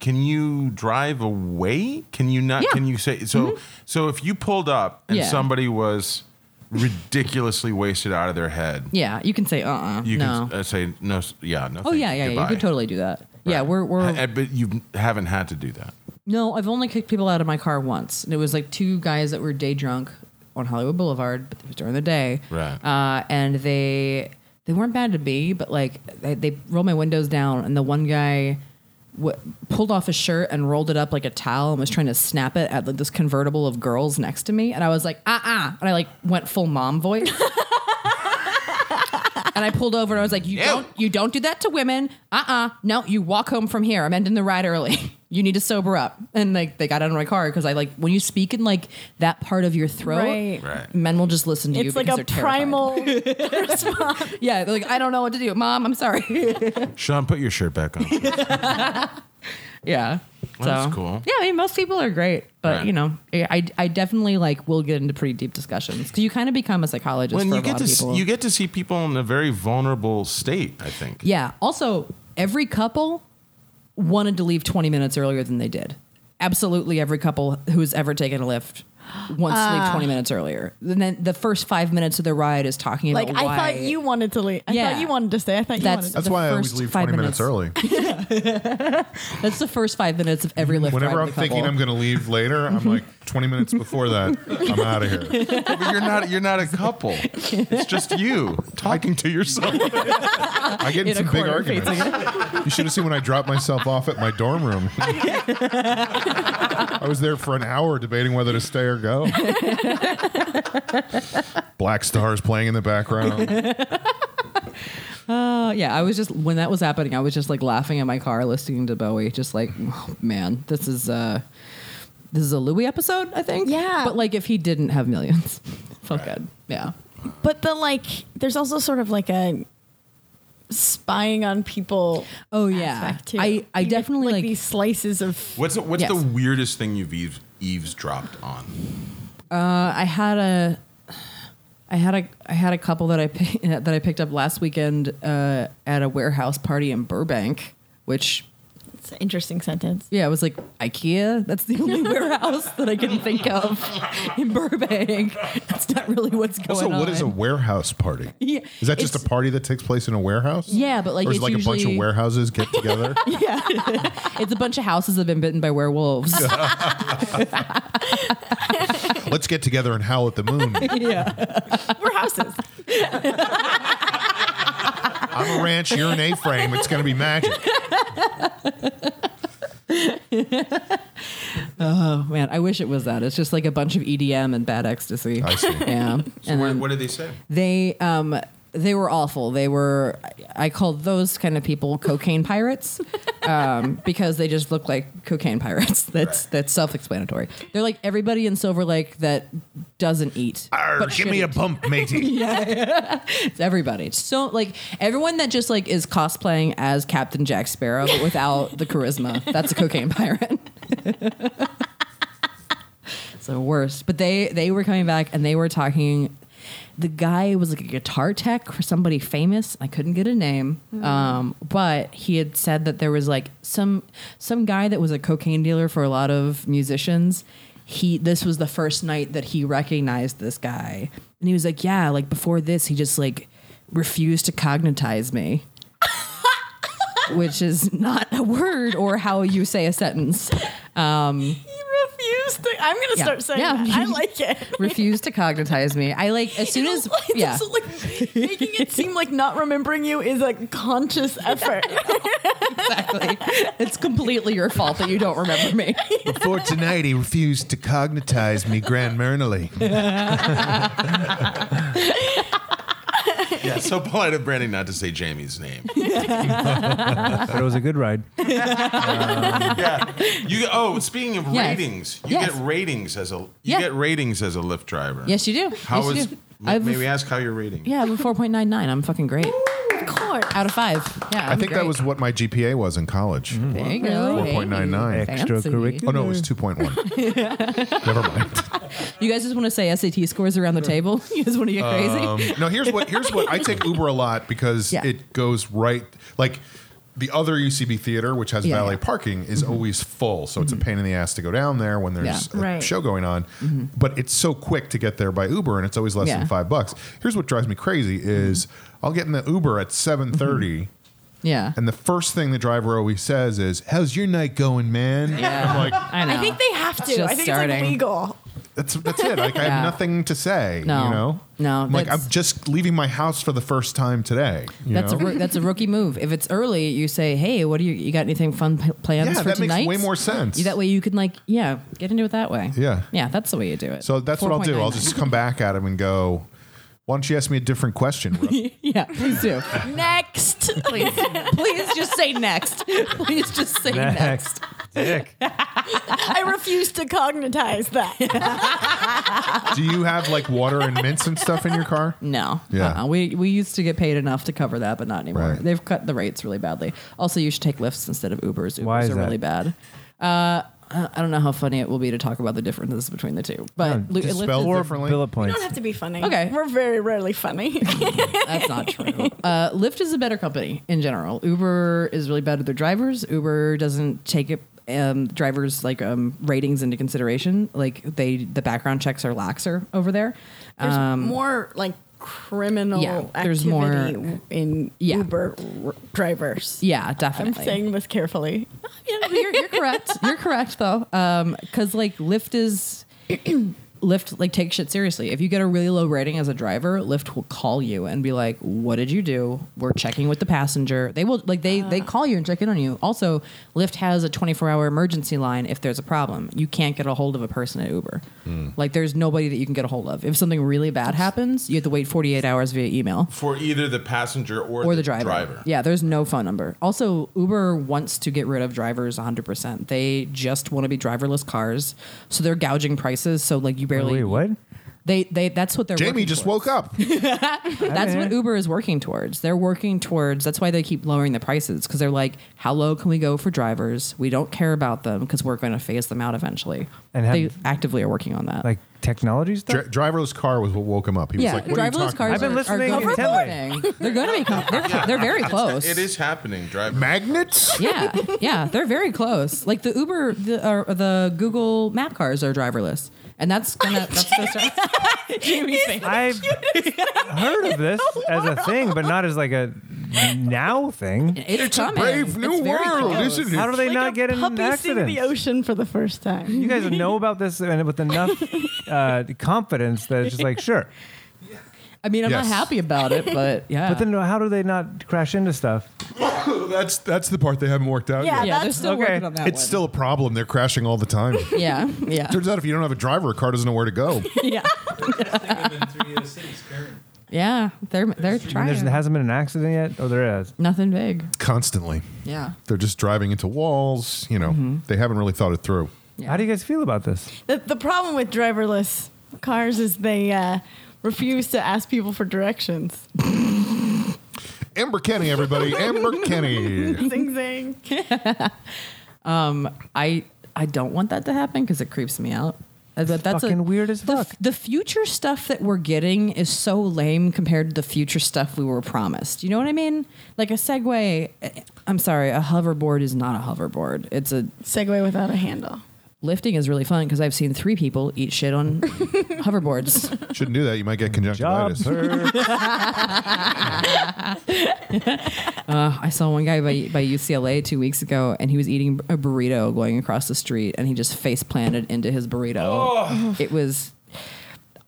D: can you drive away? Can you not?
F: Yeah. Mm-hmm.
D: Can you say so? So if you pulled up and
F: Yeah.
D: somebody was ridiculously wasted out of their head,
F: yeah, you can say uh uh
D: you
F: no.
D: can uh, say no. s- Yeah, no.
F: oh
D: thanks,
F: yeah, yeah, yeah. You
D: goodbye.
F: could totally do that. Yeah, we're we're
D: Uh, But you haven't had to do that.
F: No, I've only kicked people out of my car once, and it was like two guys that were day drunk on Hollywood Boulevard, but it was during the day.
D: Right.
F: Uh, and they they weren't bad to be, but like they, they rolled my windows down, and the one guy w- pulled off his shirt and rolled it up like a towel and was trying to snap it at like this convertible of girls next "Uh-uh." to me, *laughs* and I was like, ah ah, and I like went full mom voice. and and I pulled over and I was like, "You don't, you don't do that to women. Uh, uh no, you walk home from here. I'm ending the ride early. *laughs* you need to sober up." And like they got out of my car because I like when you speak in like that part of your throat,
B: Right.
D: Right.
F: men will just listen to you.
B: It's like
F: because
B: a
F: they're terrified. *laughs*
B: primal response.
F: Yeah, they're like I don't know what to do, mom. I'm sorry.
G: Sean, put your shirt
F: *laughs*
G: back on.
F: yeah.
D: That's
F: so,
D: cool.
F: Yeah, I mean, most people are great, but
D: Right.
F: you know, I, I definitely like will get into pretty deep discussions because you kind of become a psychologist.
D: When
F: for
D: you
F: a
D: get
F: lot
D: to
F: of
D: s
F: people.
D: you get to see people in a very vulnerable state, I think.
F: Yeah. Also, every couple wanted to leave 20 minutes earlier than they did. Absolutely every couple who's ever taken a lift wants to
B: Ah.
F: leave 20 minutes earlier. And then the first five minutes of their ride is talking
B: Like
F: about
B: I
F: why.
B: thought you wanted to leave. I
F: Yeah.
B: thought you wanted to stay. I thought you wanted
F: That's-
A: That's
F: the
A: why I always
F: first
A: leave
F: *laughs* five
A: 20 minutes, early.
F: minutes. That's the first five minutes of
D: Mm-hmm.
F: every lift.
A: Whenever
F: ride
A: I'm
F: with a
A: thinking
F: couple.
A: I'm going to leave later, I'm like 20 minutes before that, I'm out of
F: *laughs*
A: here.
D: But you're not you're not a couple. It's just you talking to yourself.
A: I get in
F: In a
A: some big
F: corner
A: arguments. you should have seen when I dropped myself off at my dorm room. I was there for an hour debating whether to stay or go. Black stars playing in the background.
F: Uh, yeah, I was just when that was happening, I was just like laughing at my car, listening to Bowie, just like, oh, man, this is uh, this is a Louis episode, I think.
B: Yeah.
F: but like if he didn't have millions, *laughs* felt good. Yeah,
B: But the like, there's also sort of like a spying on people.
F: Oh, yeah.
B: aspect, too.
F: I- I
B: You get,
F: definitely, like-
B: these slices of.
D: What's the- what's the
F: Yes.
D: weirdest thing you've eaves, eavesdropped on?
F: Uh, I had a I had a I had a couple that I pick, *laughs* that I picked up last weekend uh, at a warehouse party in Burbank, which
B: It's an interesting sentence.
F: yeah, it was like IKEA. That's the only warehouse that I can think of in Burbank. That's not really what's going
A: Also,
F: on.
A: what is a warehouse party?
F: Yeah,
A: Is that just a
F: it's-
A: party that takes place in a warehouse?
F: Yeah, but, like,
A: or is it
F: it's
A: like a bunch of
F: usually-
A: warehouses get
F: *laughs*
A: together.
F: It's a bunch of houses that have been bitten by werewolves.
A: Let's get together and howl at the moon.
F: yeah.
B: We're houses.
A: I'm a ranch, you're an A-frame. It's going to be
F: *laughs*
A: magic.
F: Oh man, I wish it was that. It's just like a bunch of EDM and bad ecstasy.
A: I see.
F: *laughs* Yeah. And
D: What,
F: then-
D: what did they say?
F: they um they were awful. They were I called those kind of people cocaine pirates um, because they just look like cocaine pirates. That's that's self-explanatory. They're like everybody in Silver Lake that doesn't eat.
A: Arr, give me a bump,
F: *laughs*
A: matey.
F: It's everybody. It's so like everyone that just like is cosplaying as Captain Jack Sparrow but without the charisma. That's a cocaine pirate. it's the worst. But they they were coming back and they were talking. The guy was like a guitar tech for somebody famous. I couldn't get a name, um, but he had said that there was like some some guy that was a cocaine dealer for a lot of musicians. He this was the first night that he recognized this guy, and he was like, "Yeah, like before this, he just like refused to cognitize me." Which is not a word or how you say a sentence. Um,
B: You refuse to. I'm gonna
F: Yeah.
B: start saying.
F: Yeah.
B: That.
F: *laughs*
B: I like it.
F: refuse to cognitize me. I
B: *laughs*
F: like as soon as
B: It's
F: yeah.
B: also, like making it seem like not remembering you is a conscious effort.
F: It's completely your fault that you don't
B: *laughs*
F: remember me.
A: Before tonight, he refused to cognitize me grand
F: *laughs*
A: murnally.
D: *laughs* Yeah, so polite of Brandy not to say Jamie's
F: *laughs*
D: name.
C: But it was a good ride.
D: yeah. You oh, speaking of
F: Yes.
D: ratings, you
F: Yes.
D: get ratings as a you
F: Yeah.
D: get ratings as a Lyft driver.
F: Yes, you do.
D: How
F: yes,
D: is
F: you do. I
D: may,
F: have
D: may we
F: a,
D: ask how you're rating?
F: yeah, I have a four point nine nine. I'm fucking great.
B: of course.
F: Out of five. Yeah,
A: I think that was what my GPA was in college.
F: there you go.
A: 4.99.
F: Fancy.
A: Oh
C: Extracurricular.
A: no, it was
F: *laughs*
A: 2.1. Never mind.
F: You guys just want to say SAT scores around the table? *laughs* You guys want to get
A: Uh,
F: crazy?
A: Um, No, here's what here's what I take Uber a lot because
F: Yeah.
A: it goes right like the other UCB theater, which has
F: Yeah,
A: valet
F: yeah. Mm-hmm.
A: parking, is always full, so it's a pain in the ass to go down there when there's
F: Yeah. Mm-hmm.
A: a
B: Right.
A: show going on. But it's so quick to get there by Uber, and it's always less
F: Yeah. Mm-hmm.
A: than five bucks. Here's what drives me crazy: is I'll get in the Uber at seven
F: yeah.
A: and the first thing the driver always says is, "How's your night going, man?"
F: Yeah.
A: I'm like,
F: I know.
B: I think they have to.
F: Just
B: I think it's
F: starting.
B: like legal.
A: That's that's it. Like I
F: *laughs* Yeah.
A: have nothing to say.
F: No.
A: you know.
F: No,
A: I'm like I'm
F: that's-
A: just leaving my house for the first time today. you
F: that's a
A: know?
F: roo- that's a rookie move. If it's early, you say, "Hey, what do you you got anything fun p- plans
A: yeah.
F: for
A: That makes
F: tonight?"
A: way more sense.
F: You- That way you can like yeah get into it that way.
A: Yeah.
F: Yeah, that's the way you do it.
A: so that's what I'll do. I'll just come back at him and go. Why don't you ask me a different question? Rob?
F: *laughs* Yeah,
A: *laughs*
F: please do.
B: Next.
F: please, please just say next. *laughs* Please just say next.
C: Next. Dick.
B: *laughs* I refuse to cognitize that.
A: Do you have like water and mints and stuff in your
F: *laughs*
A: car?
F: No.
A: Yeah.
F: Uh-uh. We we used to get paid enough to cover that, but not anymore.
A: Right.
F: They've cut the rates really badly. Also, you should take lifts instead of Ubers. Ubers
C: Why is
F: are
C: that?
F: really bad. Uh, I I don't know how funny it will be to talk about the differences between the two, but Lu- Lyft
A: spell
F: is-
A: word.
C: Four
A: Differently.
C: bullet
B: You
C: points.
B: don't have to be funny.
F: Okay.
B: We're very rarely funny. *laughs*
F: that's not true. Uh, Lyft is a better company in general. Uber is really bad with their drivers. Uber doesn't take it. Um, drivers like um, ratings into consideration. Like they, the background checks are laxer over there.
B: There's more like criminal
F: Um, Yeah, there's
B: activity
F: more-
B: in
F: Yeah.
B: Uber r- drivers.
F: Yeah,
B: I'm
F: definitely.
B: saying this carefully.
F: *laughs* Yeah, you're, you're correct. You're correct though, because like Lyft is *clears throat* Lyft like take shit seriously. If you get a really low rating as a driver, Lyft will call you and be like, "What did you do? We're checking with the passenger." They will like they they call you and check in on you. Also, Lyft has a 24 hour emergency line if there's a problem. You can't get a hold of a person at Uber. Like there's nobody that you can get a hold of. If something really bad happens, you have to wait 48 hours via email
G: For either the passenger or,
F: or the driver. Yeah, there's no phone number. Also, Uber wants to get rid of drivers 100%. They just want to be driverless cars. So they're gouging prices. So like you barely
C: Wait, what?
F: They they that's what they're
A: Jamie
F: working
A: just
F: towards.
A: woke
F: *laughs*
A: up.
F: That's what Uber is working towards. They're working towards. That's why they keep lowering the prices because they're like, how low can we go for drivers? We don't care about them because we're going to phase them out eventually.
C: And
F: And
C: have-
F: they actively are working on that.
C: Like technology stuff?
A: Dri- driverless car was what woke him up. He was
F: yeah,
A: like, what are you
F: driverless
A: talking
F: cars
C: I've been
F: are, are
C: listening
F: going to
C: intently.
F: thing. They're going to become.
A: *laughs*
F: They're, they're very close.
G: It is happening, driver.
D: *laughs*
A: about? Magnets?
F: yeah, yeah, they're very close. Like the Uber, the or the Google Map cars are driverless, and that's gonna that's gonna start. Jamie's face.
C: *laughs* I've *laughs* heard of this as a thing, but not as like a now thing.
F: It's,
A: It's a
F: coming.
A: brave new
F: It's very
A: world,
F: close.
A: isn't
C: How do
A: it?
C: they not get in
B: Puppy seeing
C: accidents?
B: the ocean for the first time.
C: You guys
F: *laughs*
C: know about this and with enough uh, confidence that it's just like, sure.
F: I mean, I'm
A: Yes.
F: not happy about
A: *laughs*
F: it, but yeah.
C: But then how do they not crash into stuff?
A: *laughs* that's that's the part they haven't worked out yet.
B: Yeah,
F: yeah, they're
B: that's-
F: still
C: Okay.
F: working on that.
A: It's
F: one.
A: still a problem. They're crashing all the time.
F: *laughs* yeah, yeah,
A: Turns out if you don't have a driver, a car doesn't know where to
F: *laughs*
A: go.
F: yeah, yeah. They're they're
C: And there
F: trying.
C: hasn't been an accident yet? Oh, there is.
F: Nothing big.
A: Constantly.
F: Yeah.
A: They're just driving into walls. You know,
B: Mm-hmm.
A: they haven't really thought it through.
C: How do you guys feel about this?
B: The, the problem with driverless cars is they uh, refuse to ask people for
C: *laughs*
B: directions.
A: Amber Kenny,
B: *laughs*
A: everybody. Amber Kenny.
B: Zing zing.
F: I I don't want that to happen because it creeps me out. Uh, But that's
C: fucking
F: a,
C: weird as
F: the,
C: fuck.
F: The future stuff that we're getting is so lame compared to the future stuff we were promised. You know what I mean? Like a Segway. eh, I'm sorry, a hoverboard is not a hoverboard. It's a
B: Segway without a handle.
F: lifting is really fun because I've seen three people eat shit on *laughs* hoverboards.
A: Shouldn't do that. You might get
C: Job *laughs*
A: conjunctivitis.
C: search.
F: I saw one guy by by UCLA two weeks ago, and he was eating a burrito going across the street, and he just face planted into his burrito. It was.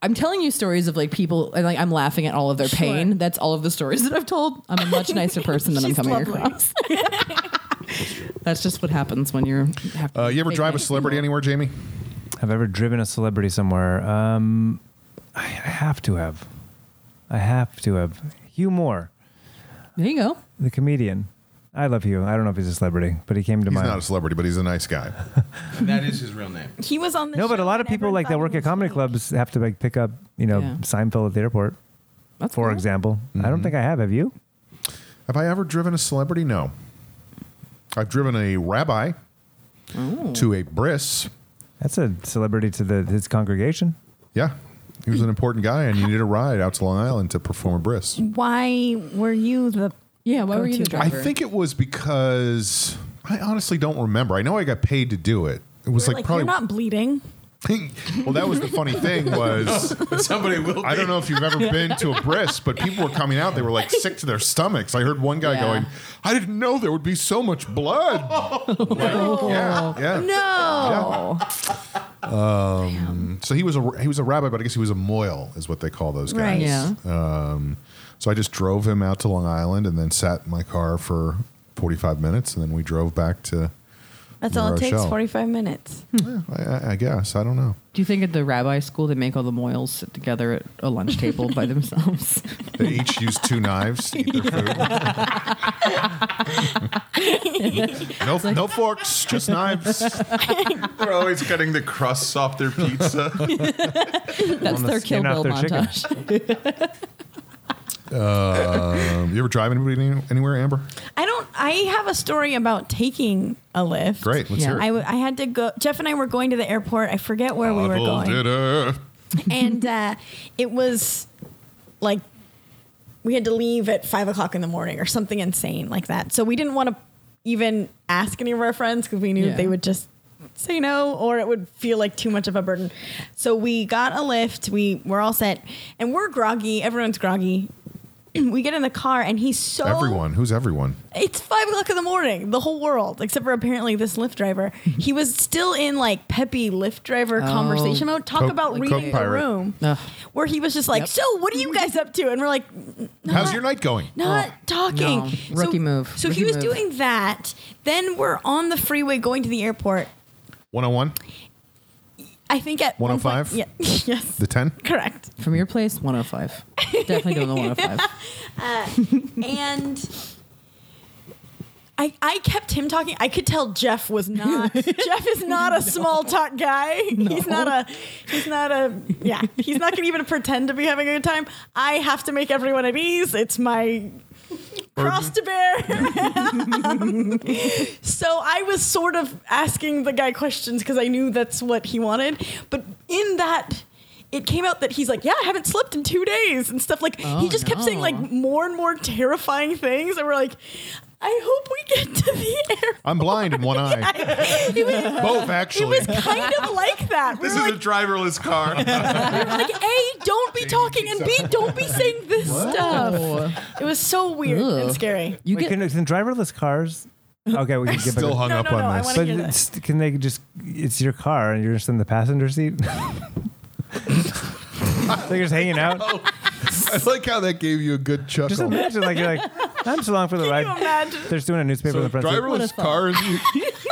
F: I'm telling you stories of like people, and like I'm laughing at all of their pain.
B: Sure.
F: That's all of the stories that I've told. I'm a much
B: *laughs*
F: nicer person than I'm
B: She's
F: coming
B: lovely.
F: across. That's just what happens when you're. Have to
A: Uh, you ever
F: make
A: drive a
F: nice
A: celebrity
F: people.
A: anywhere, Jamie?
C: Have I ever driven a celebrity somewhere? Um, I I have to have. I have to have. Hugh Moore,
F: There you go.
C: the comedian. I love Hugh. I don't know if he's a celebrity, but he came to
A: He's
C: mind.
A: not a celebrity, but he's a nice guy.
G: And that is his real
D: *laughs*
G: name.
B: He was on the
C: no, but a
B: show
C: lot of
B: and
C: people
B: everyone
C: like
B: thought
C: that
B: he
C: work at
B: was
C: comedy
B: fake.
C: clubs have to like pick up, you know,
F: Yeah.
C: Seinfeld at the airport,
F: That's
C: for
F: cool.
C: example. I
A: Mm-hmm.
C: don't think I have. Have you?
A: Have I ever driven a celebrity? No. I've driven a rabbi to a bris.
C: That's a celebrity to the his congregation.
A: Yeah. He was an important guy, and you needed a ride out to Long Island to perform a bris.
B: Why were you the?
F: Yeah. Why were you the
B: Go-to.
A: I
F: driver?
A: think it was because I honestly don't remember. I know I got paid to do it. It was
B: Like,
A: like, probably.
B: you're not bleeding.
A: *laughs* well, that was the funny thing was
G: Somebody will.
A: I don't know if you've ever been to a bris, but people were coming out. They were like sick to their stomachs. I heard one guy
F: Yeah.
A: going, "I didn't know there would be so much blood." Like, yeah, yeah.
B: No.
A: Mm, So he was a he was a rabbi, but I guess he was a moil, is what they call those guys.
B: Right.
F: Yeah.
A: uh, So I just drove him out to Long Island and then sat in my car for 45 minutes, and then we drove back to
B: That's all it takes.
A: Rochelle.
B: Forty-five minutes.
A: I, I- I guess I don't know.
F: Do you think at the rabbi school they make all the moils sit together at a lunch table
B: *laughs*
F: by themselves?
A: They each use two knives. To eat their
B: *laughs*
A: food. no, no forks, just knives.
D: *laughs*
G: They're always cutting the crusts off their pizza.
F: That's
C: the
F: their Kill
C: skin off
F: Bill
C: their chicken.
F: montage.
B: *laughs*
A: Um, you ever drive anybody any- anywhere, Amber?
B: I don't. I have a story about taking a lift.
A: Great, let's
F: Yeah.
A: hear it.
B: I, w- I had to go. Jeff and I were going to the airport. I forget where we were
A: Double
B: going.
A: dinner.
B: and uh, it was like we had to leave at five o'clock in the morning or something insane like that. So we didn't want to even ask any of our friends because we knew
F: Yeah.
B: they would just say no or it would feel like too much of a burden. So we got a lift. We were all set, and we're groggy. Everyone's groggy. *clears throat* we get in the car, and he's so
A: Everyone, who's everyone?
B: it's five o'clock in the morning. The whole world, except for apparently this Lyft driver, he was still in like peppy Lyft driver conversation mode. Talk
A: Coke-
B: about
A: Coke
B: reading the
A: pirate.
B: room,
F: Ugh.
B: where he was just like,
F: Yep. Mm-hmm.
B: "So, what are you guys up to?" And we're like, "N- not,
A: How's your night going?
B: Not
F: Oh,
B: talking.
F: no. Rookie move.
B: So he
F: Rookie
B: was
F: move.
B: doing that. Then we're on the freeway going to the airport.
A: One on one,
B: I think at one point-
A: 105?
B: Yeah, *laughs* yes,
A: the ten.
B: correct.
F: From your place, 105. Definitely going to 105.
B: and I, I kept him talking. I could tell Jeff was
F: *laughs*
B: not. Jeff is not a small talk guy. He's not a. He's not a. Yeah, he's not going to even pretend to be having a good time. I have to make everyone at ease. It's my cross to bear. *laughs* so I was sort of asking the guy questions because I knew that's what he wanted. But in that, it came out that he's like, "Yeah, I haven't slept in two days" and stuff. Like he
F: Oh,
B: just kept saying like
F: no.
B: more and more terrifying things, and we're like. I hope we get to the *laughs* airport.
A: I'm blind in
B: *laughs*
A: one eye.
B: It was,
A: Both
B: it
A: actually.
B: was kind of like that. We
G: this
B: were
G: is
B: like,
G: a driverless
D: *laughs*
G: car.
B: we were like, A, don't be talking, and B, don't be saying this stuff.
F: Oh.
B: It was so weird and
F: Ugh.
B: scary.
F: You
C: Wait,
F: get
C: can, can driverless cars? Okay, we can get
A: Still hung
B: No,
A: up
B: no, no,
A: on
B: I
A: this.
B: wanna-
C: But
B: hear that.
C: it's- can they just? It's your car, and you're just in the passenger seat. *laughs* They're just hanging out.
A: *laughs* I like how that gave you a good
C: Just
A: chuckle.
C: imagine, like you're like, I'm just along for the
B: Can you
C: ride.
B: imagine?
C: They're just doing a newspaper in the front. seat.
A: Driverless cars. You,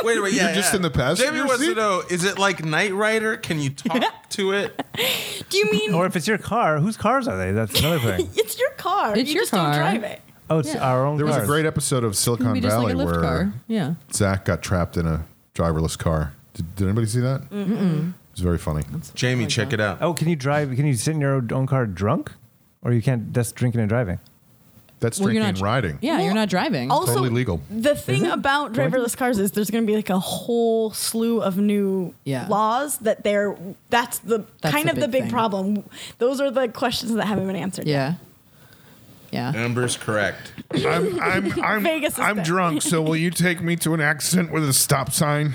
G: wait, wait, yeah,
A: You're just
G: yeah.
A: in the passenger
G: Jamie wants
A: seat?
G: to know: Is it like Knight Rider? Can you talk to it?
B: Do you mean
C: Or if it's your car, whose cars are they? That's another thing.
B: *laughs* It's your car.
F: It's
B: you
F: your
B: just
F: car.
B: don't drive it.
C: Oh, it's
F: Yeah.
C: our
A: *laughs*
C: own.
A: there was a
C: cars.
A: great episode of Silicon
F: be just like
A: Valley
F: a lift
A: where
F: car. Yeah.
A: Zach got trapped in a driverless car. Did, did anybody see that? Mm-mm. It was very funny.
G: Jamie, check it out.
C: Oh, can you drive? Can you sit in your own car drunk, or you can't? That's drinking and driving.
A: That's
F: Well,
A: drinking
F: you're
A: and
F: not-
A: riding.
F: Yeah, you're not driving.
B: Also,
A: Totally legal.
B: The thing about driverless cars is there's going to be like a whole slew of new
F: Yeah.
B: laws that they're that's the
F: That's
B: kind
F: the
B: of the
F: big
B: big
F: thing.
B: problem. Those are the questions that haven't been answered. yet.
F: yeah. Yeah.
G: Amber's correct.
A: I'm
F: *laughs*
A: I'm I'm,
B: Vegas is bad.
A: drunk, so will you take me to an accident with a stop *laughs* sign?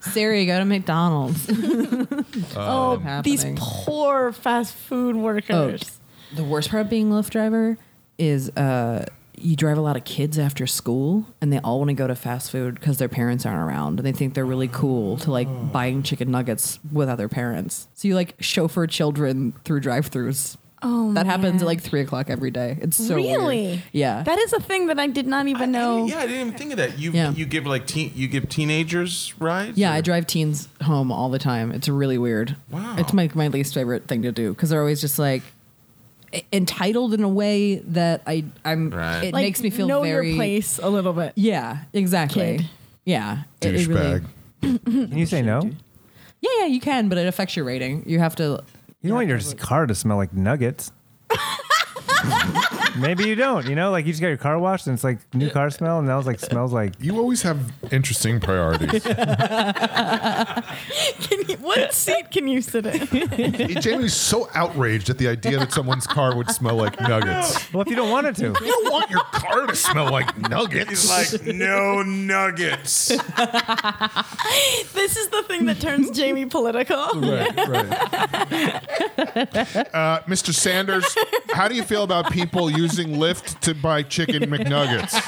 F: Siri, go to
A: *laughs*
F: McDonald's.
B: Oh, these
F: happening.
B: poor fast food
F: Oh,
B: workers.
F: The worst part of being Lyft driver is uh, you drive a lot of kids after school, and they all want to go to fast food because their parents aren't around, and they think they're really cool to like
G: Oh.
F: buying chicken nuggets without their parents. So you like chauffeur children through drive-throughs. Oh, that happens at like three o'clock every day. It's so weird.
B: really?
F: Yeah.
B: That is a thing that I did not
G: I- I
B: even
G: didn't-
B: know.
G: yeah, I didn't even think of that. You
F: Yeah.
G: you give like teen, you give teenagers rides.
F: yeah,
G: Or-
F: I drive teens home all the time. It's really weird.
G: Wow.
F: It's my, my least favorite thing to do because they're always just like e- entitled in a way that I I'm
G: Right.
F: it
B: Like,
F: makes me feel
B: know
F: very
B: your place a little
F: *laughs*
B: bit.
F: Yeah, exactly.
B: Kid.
F: Yeah. It- it really-
A: Douchebag.
C: Can you say no? You
F: yeah, yeah, you can, but it affects your rating. You have to.
C: don't want your car to smell like
F: *laughs*
C: nuggets. Maybe you don't. You know, like you just got your car washed, and it's like new car smell, and now it's like smells like
A: You always have interesting
F: *laughs*
A: priorities.
B: Can you, what seat can you sit in?
A: Jamie's so outraged at the idea that someone's car would smell like nuggets.
C: Well, if you don't want it
A: *laughs*
C: to,
A: You don't want your car to smell like nuggets.
G: He's like no
F: *laughs*
G: nuggets.
B: this is the thing that turns Jamie political.
A: right, right. Uh, Mr. Sanders, how do you feel about people using Lyft to buy chicken McNuggets?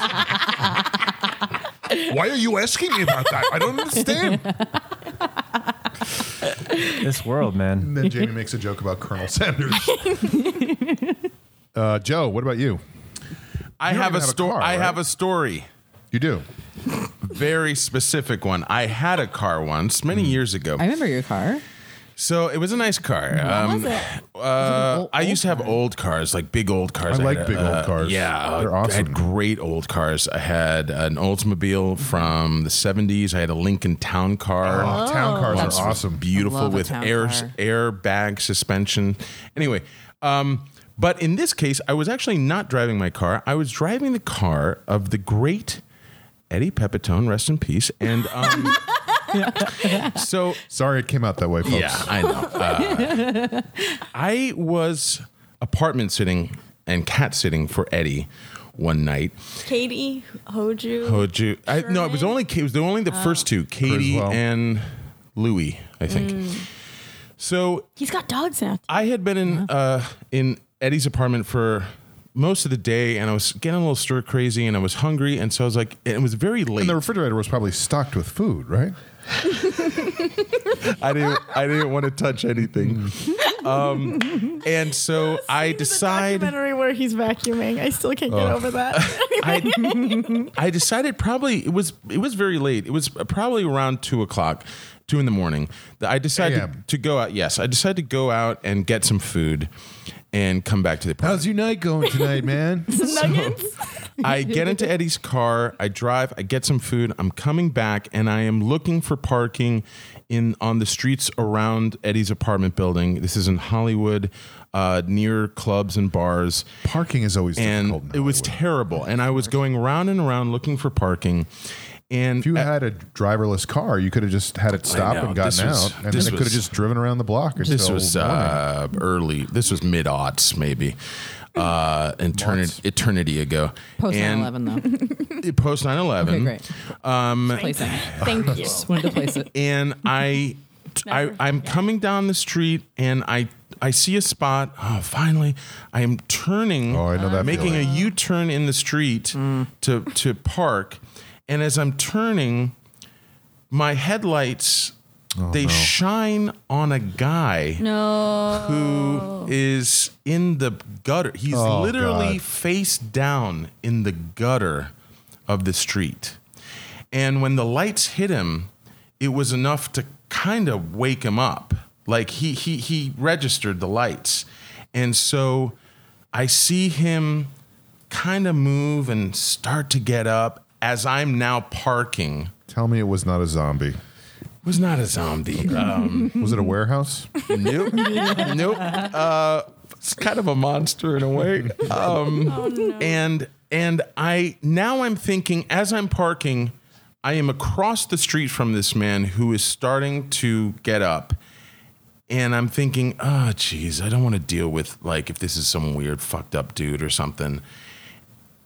A: Why are you asking me about that? I don't understand.
C: this world, man.
A: *laughs* And then Jamie makes a joke about Colonel Sanders. Uh, Joe, what about you?
G: I have
A: You don't even
G: a
A: have a
G: story.
A: car,
G: I
A: right?
G: have a story.
A: You do.
D: very specific one. I had a car once many
A: Hmm.
D: years ago.
F: I remember your car.
D: So it was a nice car. Um,
B: was it?
D: uh,
F: old-
D: I used to have old cars, like big old cars.
A: I like
D: had uh,
A: big old cars.
D: Yeah,
A: They're
D: I
A: awesome.
D: had great old cars. I had an
F: Mm-hmm.
D: Oldsmobile from the '70s. I had a Lincoln Town Car.
A: Oh, town cars
D: That's
A: are awesome.
F: I
D: Beautiful
F: love a
D: with
F: town
D: air
F: car.
D: airbag suspension. Anyway, um, but in this case, I was actually not driving my car. I was driving the car of the great Eddie Pepitone, rest in peace. And um,
F: *laughs*
D: *laughs* so
A: Sorry it came out that way, folks.
D: yeah, I know. Uh, I was apartment sitting and cat sitting for Eddie one night.
B: Katie Hoju.
D: Hoju, I, no, it was
B: Sherman?
D: only Ka- it was the only the first two, Katie
A: Criswell.
D: and Louie, I think. So
B: He's got dogs now.
D: I had been in uh, in Eddie's apartment for most of the day, and I was getting a little stir crazy, and I was hungry, and so I was like, it was very late.
A: And the refrigerator was probably stocked with food, right?
D: I didn't I didn't want to touch anything, um, and so I decide.
B: documentary where he's vacuuming. I still can't get over that. *laughs*
A: *laughs*
D: I, I decided probably it was it was very late. It was probably around two o'clock, two in the morning. that I
A: AM.
D: decided to go out. Yes, I decided to go out and get some food, and come back to the apartment.
A: How's your night going tonight, man?
B: Nuggets.
D: I get into Eddie's car. I drive. I get some food. I'm coming back, and I am looking for parking in on the streets around Eddie's apartment building. This is in Hollywood, uh, near clubs and bars
A: *laughs* Parking is always
D: and
A: difficult. in
D: it was
A: Hollywood.
D: terrible. And I was going around and around looking for parking. And
A: if you
D: I-
A: had a driverless car, you could have just had it stop
D: Uh, know.
A: and gotten
D: This was-
A: out, and then
D: this
A: it could have
D: was-
A: just driven around the block. Or
D: this
A: till
D: was
F: oh,
A: morning.
D: uh, early. This was mid aughts, maybe, uh, eternity, eternity ago.
F: Hmm. Post
D: And- *laughs* Mm-hmm.
F: 9/11 though.
D: Post 9/11.
F: Okay, great. Um, placing.
B: Thank you.
F: Just wanted to place it. *laughs*
D: and I, I I'm coming down the street and I I see a spot. Oh, finally, I am turning.
A: Oh, I know that
D: Making
A: feeling.
D: a U-turn in the street
F: Hmm.
D: to to park, and as I'm turning, my headlights
A: Oh,
D: they shine on a guy
B: No.
D: who is in the gutter. He's
A: Oh,
D: literally
A: God.
D: face down in the gutter of the street. And when the lights hit him, it was enough to kind of wake him up. Like he he he registered the lights. And so I see him kind of move and start to get up as I'm now parking.
A: Tell me it was not a zombie.
D: Was not a zombie. Um,
A: Was it a warehouse?
D: Nope. nope. Uh, it's kind of a monster in a way. Um, And and I now I'm thinking as I'm parking, I am across the street from this man who is starting to get up. And I'm thinking, oh, geez, I don't want to deal with like if this is some weird fucked up dude or something.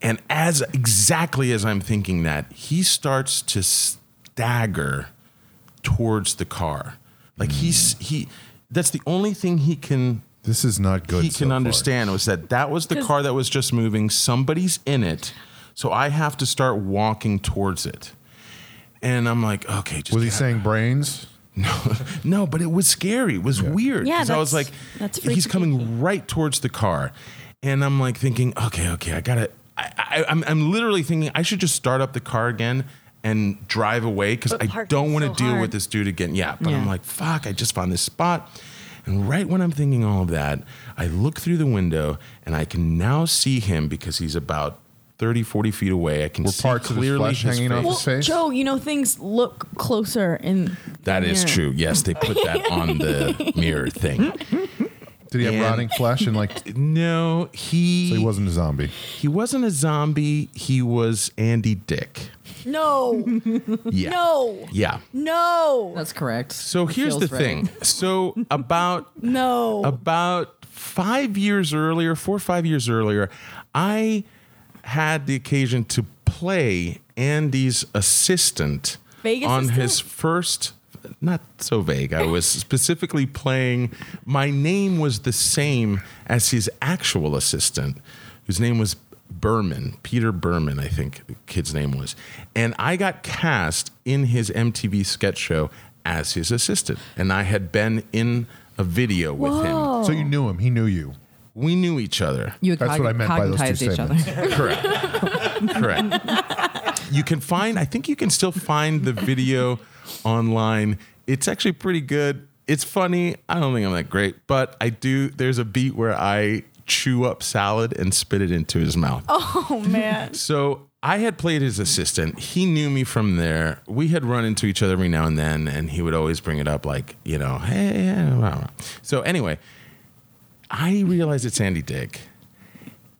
D: And as exactly as I'm thinking that, he starts to stagger towards the car. Like he's he that's the only thing he can
A: This is not good.
D: he
A: so
D: can
A: far.
D: understand was that that was the car that was just moving. Somebody's in it, so I have to start walking towards it. And I'm like, okay, just
A: Was he
D: get-
A: saying brains?
D: no, *laughs* but it was scary. It was weird.
B: Yeah,
D: 'cause I was like,
B: that's- that's
D: he's
B: freaky
D: coming right towards the car, and I'm like thinking, okay, okay, I gotta. I, I, I'm, I'm literally thinking I should just start up the car again and drive away because
B: But
D: I
B: parking's
D: don't want to
B: so
D: deal with
B: hard.
D: this dude again. Yeah, but I'm
F: Yeah.
D: like, fuck, I just found this spot. And right when I'm thinking all of that, I look through the window and I can now see him because he's about 30, 40 feet away. I can
A: Were
D: see
A: parts of his
D: clearly
A: flesh hanging
D: face.
A: off
B: Well,
A: his face?
B: Joe, you know things look closer in.
D: That is
B: Yeah.
D: true. Yes, they put that on
B: *laughs*
D: the mirror thing.
A: Did he have
D: And-
A: rotting flesh and
D: *laughs*
A: like?
D: No, he
A: So he wasn't a zombie.
D: he wasn't a zombie. He was Andy Dick.
B: *laughs* No, *laughs*
D: Yeah.
B: no,
D: Yeah.
B: no,
F: That's correct.
D: So
F: It
D: here's
F: feels
D: the
F: right.
D: thing. *laughs* So about
B: no.
D: about five years earlier, four or five years earlier, I had the occasion to play Andy's assistant
B: Vegas
D: on
B: assistant?
D: his first. Not so vague. I was specifically playing. My name was the same as his actual assistant, whose name was Berman, Peter Berman, I think the kid's name was. And I got cast in his MTV sketch show as his assistant. And I had been in a video with him.
A: So you knew him. He knew you.
D: We knew each other.
F: You
A: That's what I meant by those two
F: cognitized each other.
A: statements.
D: Correct. Correct. you can find. I think you can still find the video online. It's actually pretty good. It's funny. I don't think I'm that great, but I do. There's a beat where I chew up salad and spit it into his mouth.
B: Oh *laughs* man.
D: So I had played his assistant. He knew me from there. We had run into each other every now and then, and he would always bring it up, like, you know, hey, yeah, blah, blah. so anyway, I realized it's Andy Dick,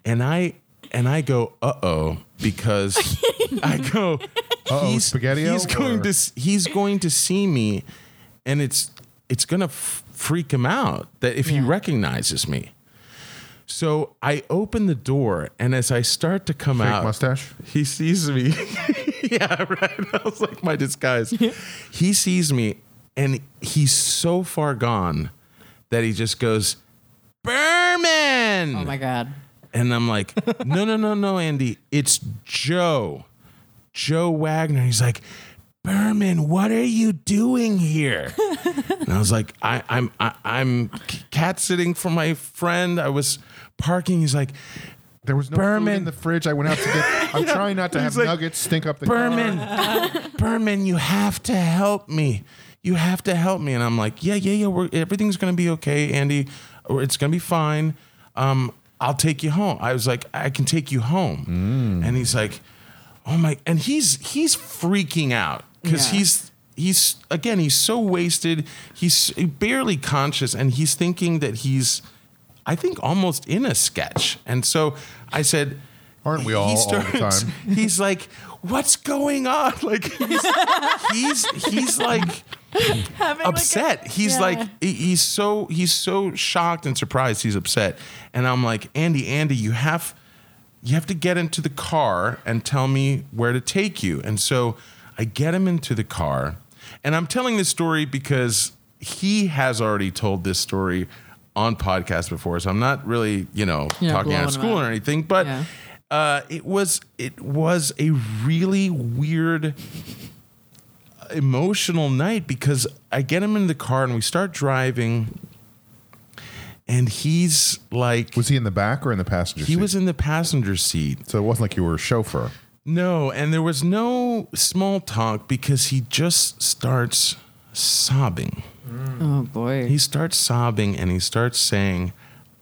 D: and I and I go, uh oh, because I go,
A: *laughs* Uh-oh,
D: he's
A: Spaghetti-O,
D: He's going
A: or-
D: to s- he's going to see me, and it's it's gonna f- freak him out that if he recognizes me. So I open the door, and as I start to come
A: Fake
D: out,
A: mustache?
D: he sees me. *laughs* yeah, right. I was like my disguise. he sees me, and he's so far gone that he just goes, "Berman!"
F: *laughs* Oh my god.
D: And I'm like, no, no, no, no, Andy. It's Joe. Joe Wagner. He's like, Berman, what are you doing here? and I was like, I, I'm I, I'm cat sitting for my friend. I was parking. He's like,
A: There was no food
D: Berman.
A: in the fridge. I went out to
D: *laughs*
A: get. I'm trying not to
D: He's
A: have
D: like,
A: nuggets stink up the.
D: Berman, Berman, you have to help me. You have to help me. And I'm like, yeah, yeah, yeah. We're, everything's going to be okay, Andy. Or It's going to be fine. Um, I'll take you home. I was like, I can take you home. And he's like, oh my. And he's he's freaking out because
F: Yeah.
D: he's he's again he's so wasted. He's barely conscious, and he's thinking that he's. I think almost in a sketch. And so I said,
A: Aren't we all all the time?
D: *laughs* He's like, "What's going on?" *laughs* Like he's he's, he's like
B: Having like a-
D: upset. he's
B: Yeah.
D: like he- he's so he's so shocked and surprised. He's upset, and I'm like, Andy, Andy, you have you have to get into the car and tell me where to take you. And so I get him into the car, and I'm telling this story because he has already told this story on podcast before, so I'm not really you know
F: Yeah,
D: talking out
F: blowing him
D: of school
F: out.
D: or anything, but.
F: Yeah.
D: Uh, it was it was a really weird emotional night because I get him in the car and we start driving, and he's like,
A: Was he in the back or in the passenger
D: he
A: seat?
D: was in the passenger seat.
A: So it wasn't like you were a chauffeur.
D: No, and there was no small talk because he just starts sobbing.
F: Oh boy.
D: Mm. He starts sobbing and he starts saying,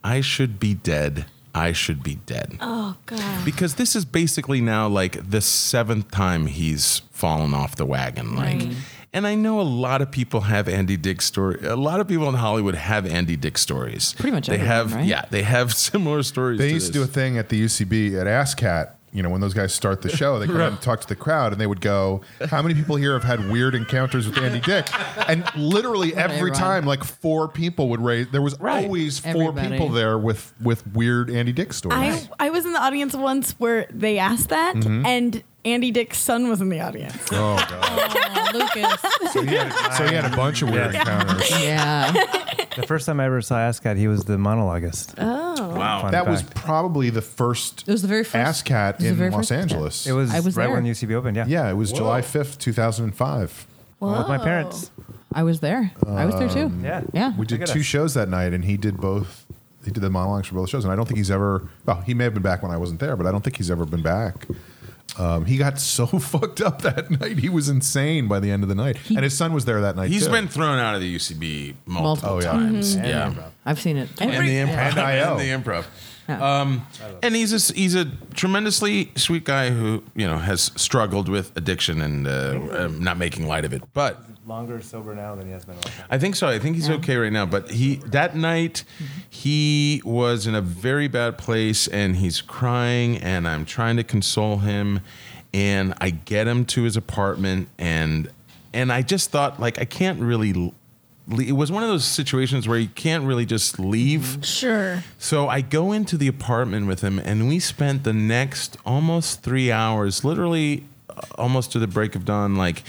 D: I should be dead. I should be dead.
B: Oh god.
D: because this is basically now like the seventh time he's fallen off the wagon like and i know a lot of people have andy dick story a lot of people in hollywood have andy dick stories
F: Pretty much
D: they
F: everyone,
D: have
F: right?
D: yeah they have *laughs* similar stories
A: They
D: to
A: used to do
D: this.
A: a thing at the UCB at ASCAT. You know, when those guys start the show, they come out and talk to the crowd, and they would go, "How many people here have had weird encounters with Andy Dick?" And literally every
F: run.
A: time, like four people would raise. There was
D: Right.
A: always four
F: Everybody.
A: people there with with weird Andy Dick stories.
B: I I was in the audience once where they asked that, and Andy Dick's son was in the audience.
A: oh god!
F: Oh,
D: *laughs*
F: Lucas.
A: So he, had, so he had a bunch of weird
C: Yes.
A: encounters.
F: yeah.
C: The first time I ever saw Ascot, he was the monologuist.
F: Oh,
D: wow
C: Fun
A: That was
C: fact.
A: probably the first
F: It was the very first.
A: ASCAT
F: was the
A: in
F: very
A: Los
F: first-
A: Angeles.
C: It was,
F: I was
C: right
F: there.
C: when UCB opened. Yeah.
A: yeah, it was July fifth, two thousand and five.
C: With my parents.
F: I was there. I was there too.
D: Um,
C: Yeah.
F: Yeah.
A: We did
C: Look at
A: two
C: us.
A: shows that night, and he did both. He did the monologues for both shows, and I don't think he's ever. Well, he may have been back when I wasn't there, but I don't think he's ever been back. Um, he got so *laughs* fucked up that night; he was insane by the end of the night, and his son was there that night.
D: He's
A: He's
D: been *laughs* thrown out of the ucb multiple,
F: Multiple Oh, yeah.
D: times yeah
F: I've seen it.
D: and the improv.
A: And IO.
D: And the improv. Um, and he's a, he's a tremendously sweet guy who you know has struggled with addiction and uh, um, not making light of it. But
C: Longer sober now than he has been. a long time.
D: I think so. I think he's okay right now. But he that night he was in a very bad place and he's crying and I'm trying to console him and I get him to his apartment and and I just thought like I can't really l- le- it was one of those situations where you can't really just leave.
B: *laughs* *laughs* Sure.
D: So I go into the apartment with him, and we spent the next almost three hours, literally uh, almost to the break of dawn, like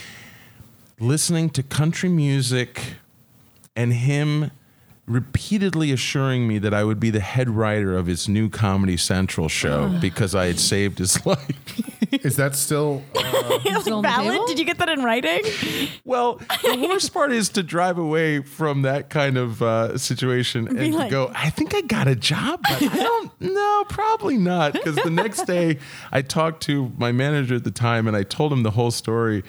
D: listening to country music and him repeatedly assuring me that I would be the head writer of his new Comedy Central show because I had saved his *laughs* life.
A: Is that still?
B: Like,
F: on the
B: valid?
F: table?
B: Did you get that in *laughs* writing?
D: Well, the worst part is to drive away from that kind of uh, situation and
B: Be
D: to
B: like-
D: go, I think I got a job, but I don't no, probably not. Because the next day I talked to my manager at the time and I told him the whole story.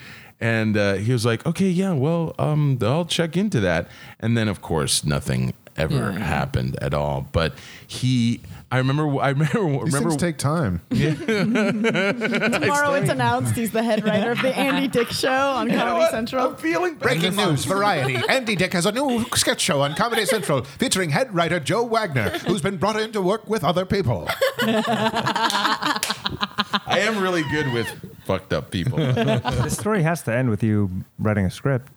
D: And uh, he was like, okay, yeah, well, um, I'll check into that. And then, of course, nothing ever
F: Yeah, yeah.
D: happened at all. But he, I remember, I remember,
A: These
D: remember
A: things take time.
B: Tomorrow it's announced he's the head writer *laughs* of the Andy Dick Show on
D: You know
B: Comedy
D: what?
B: Central.
D: I'm feeling
A: Breaking
D: *laughs*
A: news, variety. Andy Dick has a new sketch show on Comedy Central featuring head writer Joe Wagner, who's been brought in to work with other people.
D: I am really good with fucked up
A: *laughs*
D: people.
C: this story has to end with you writing a script.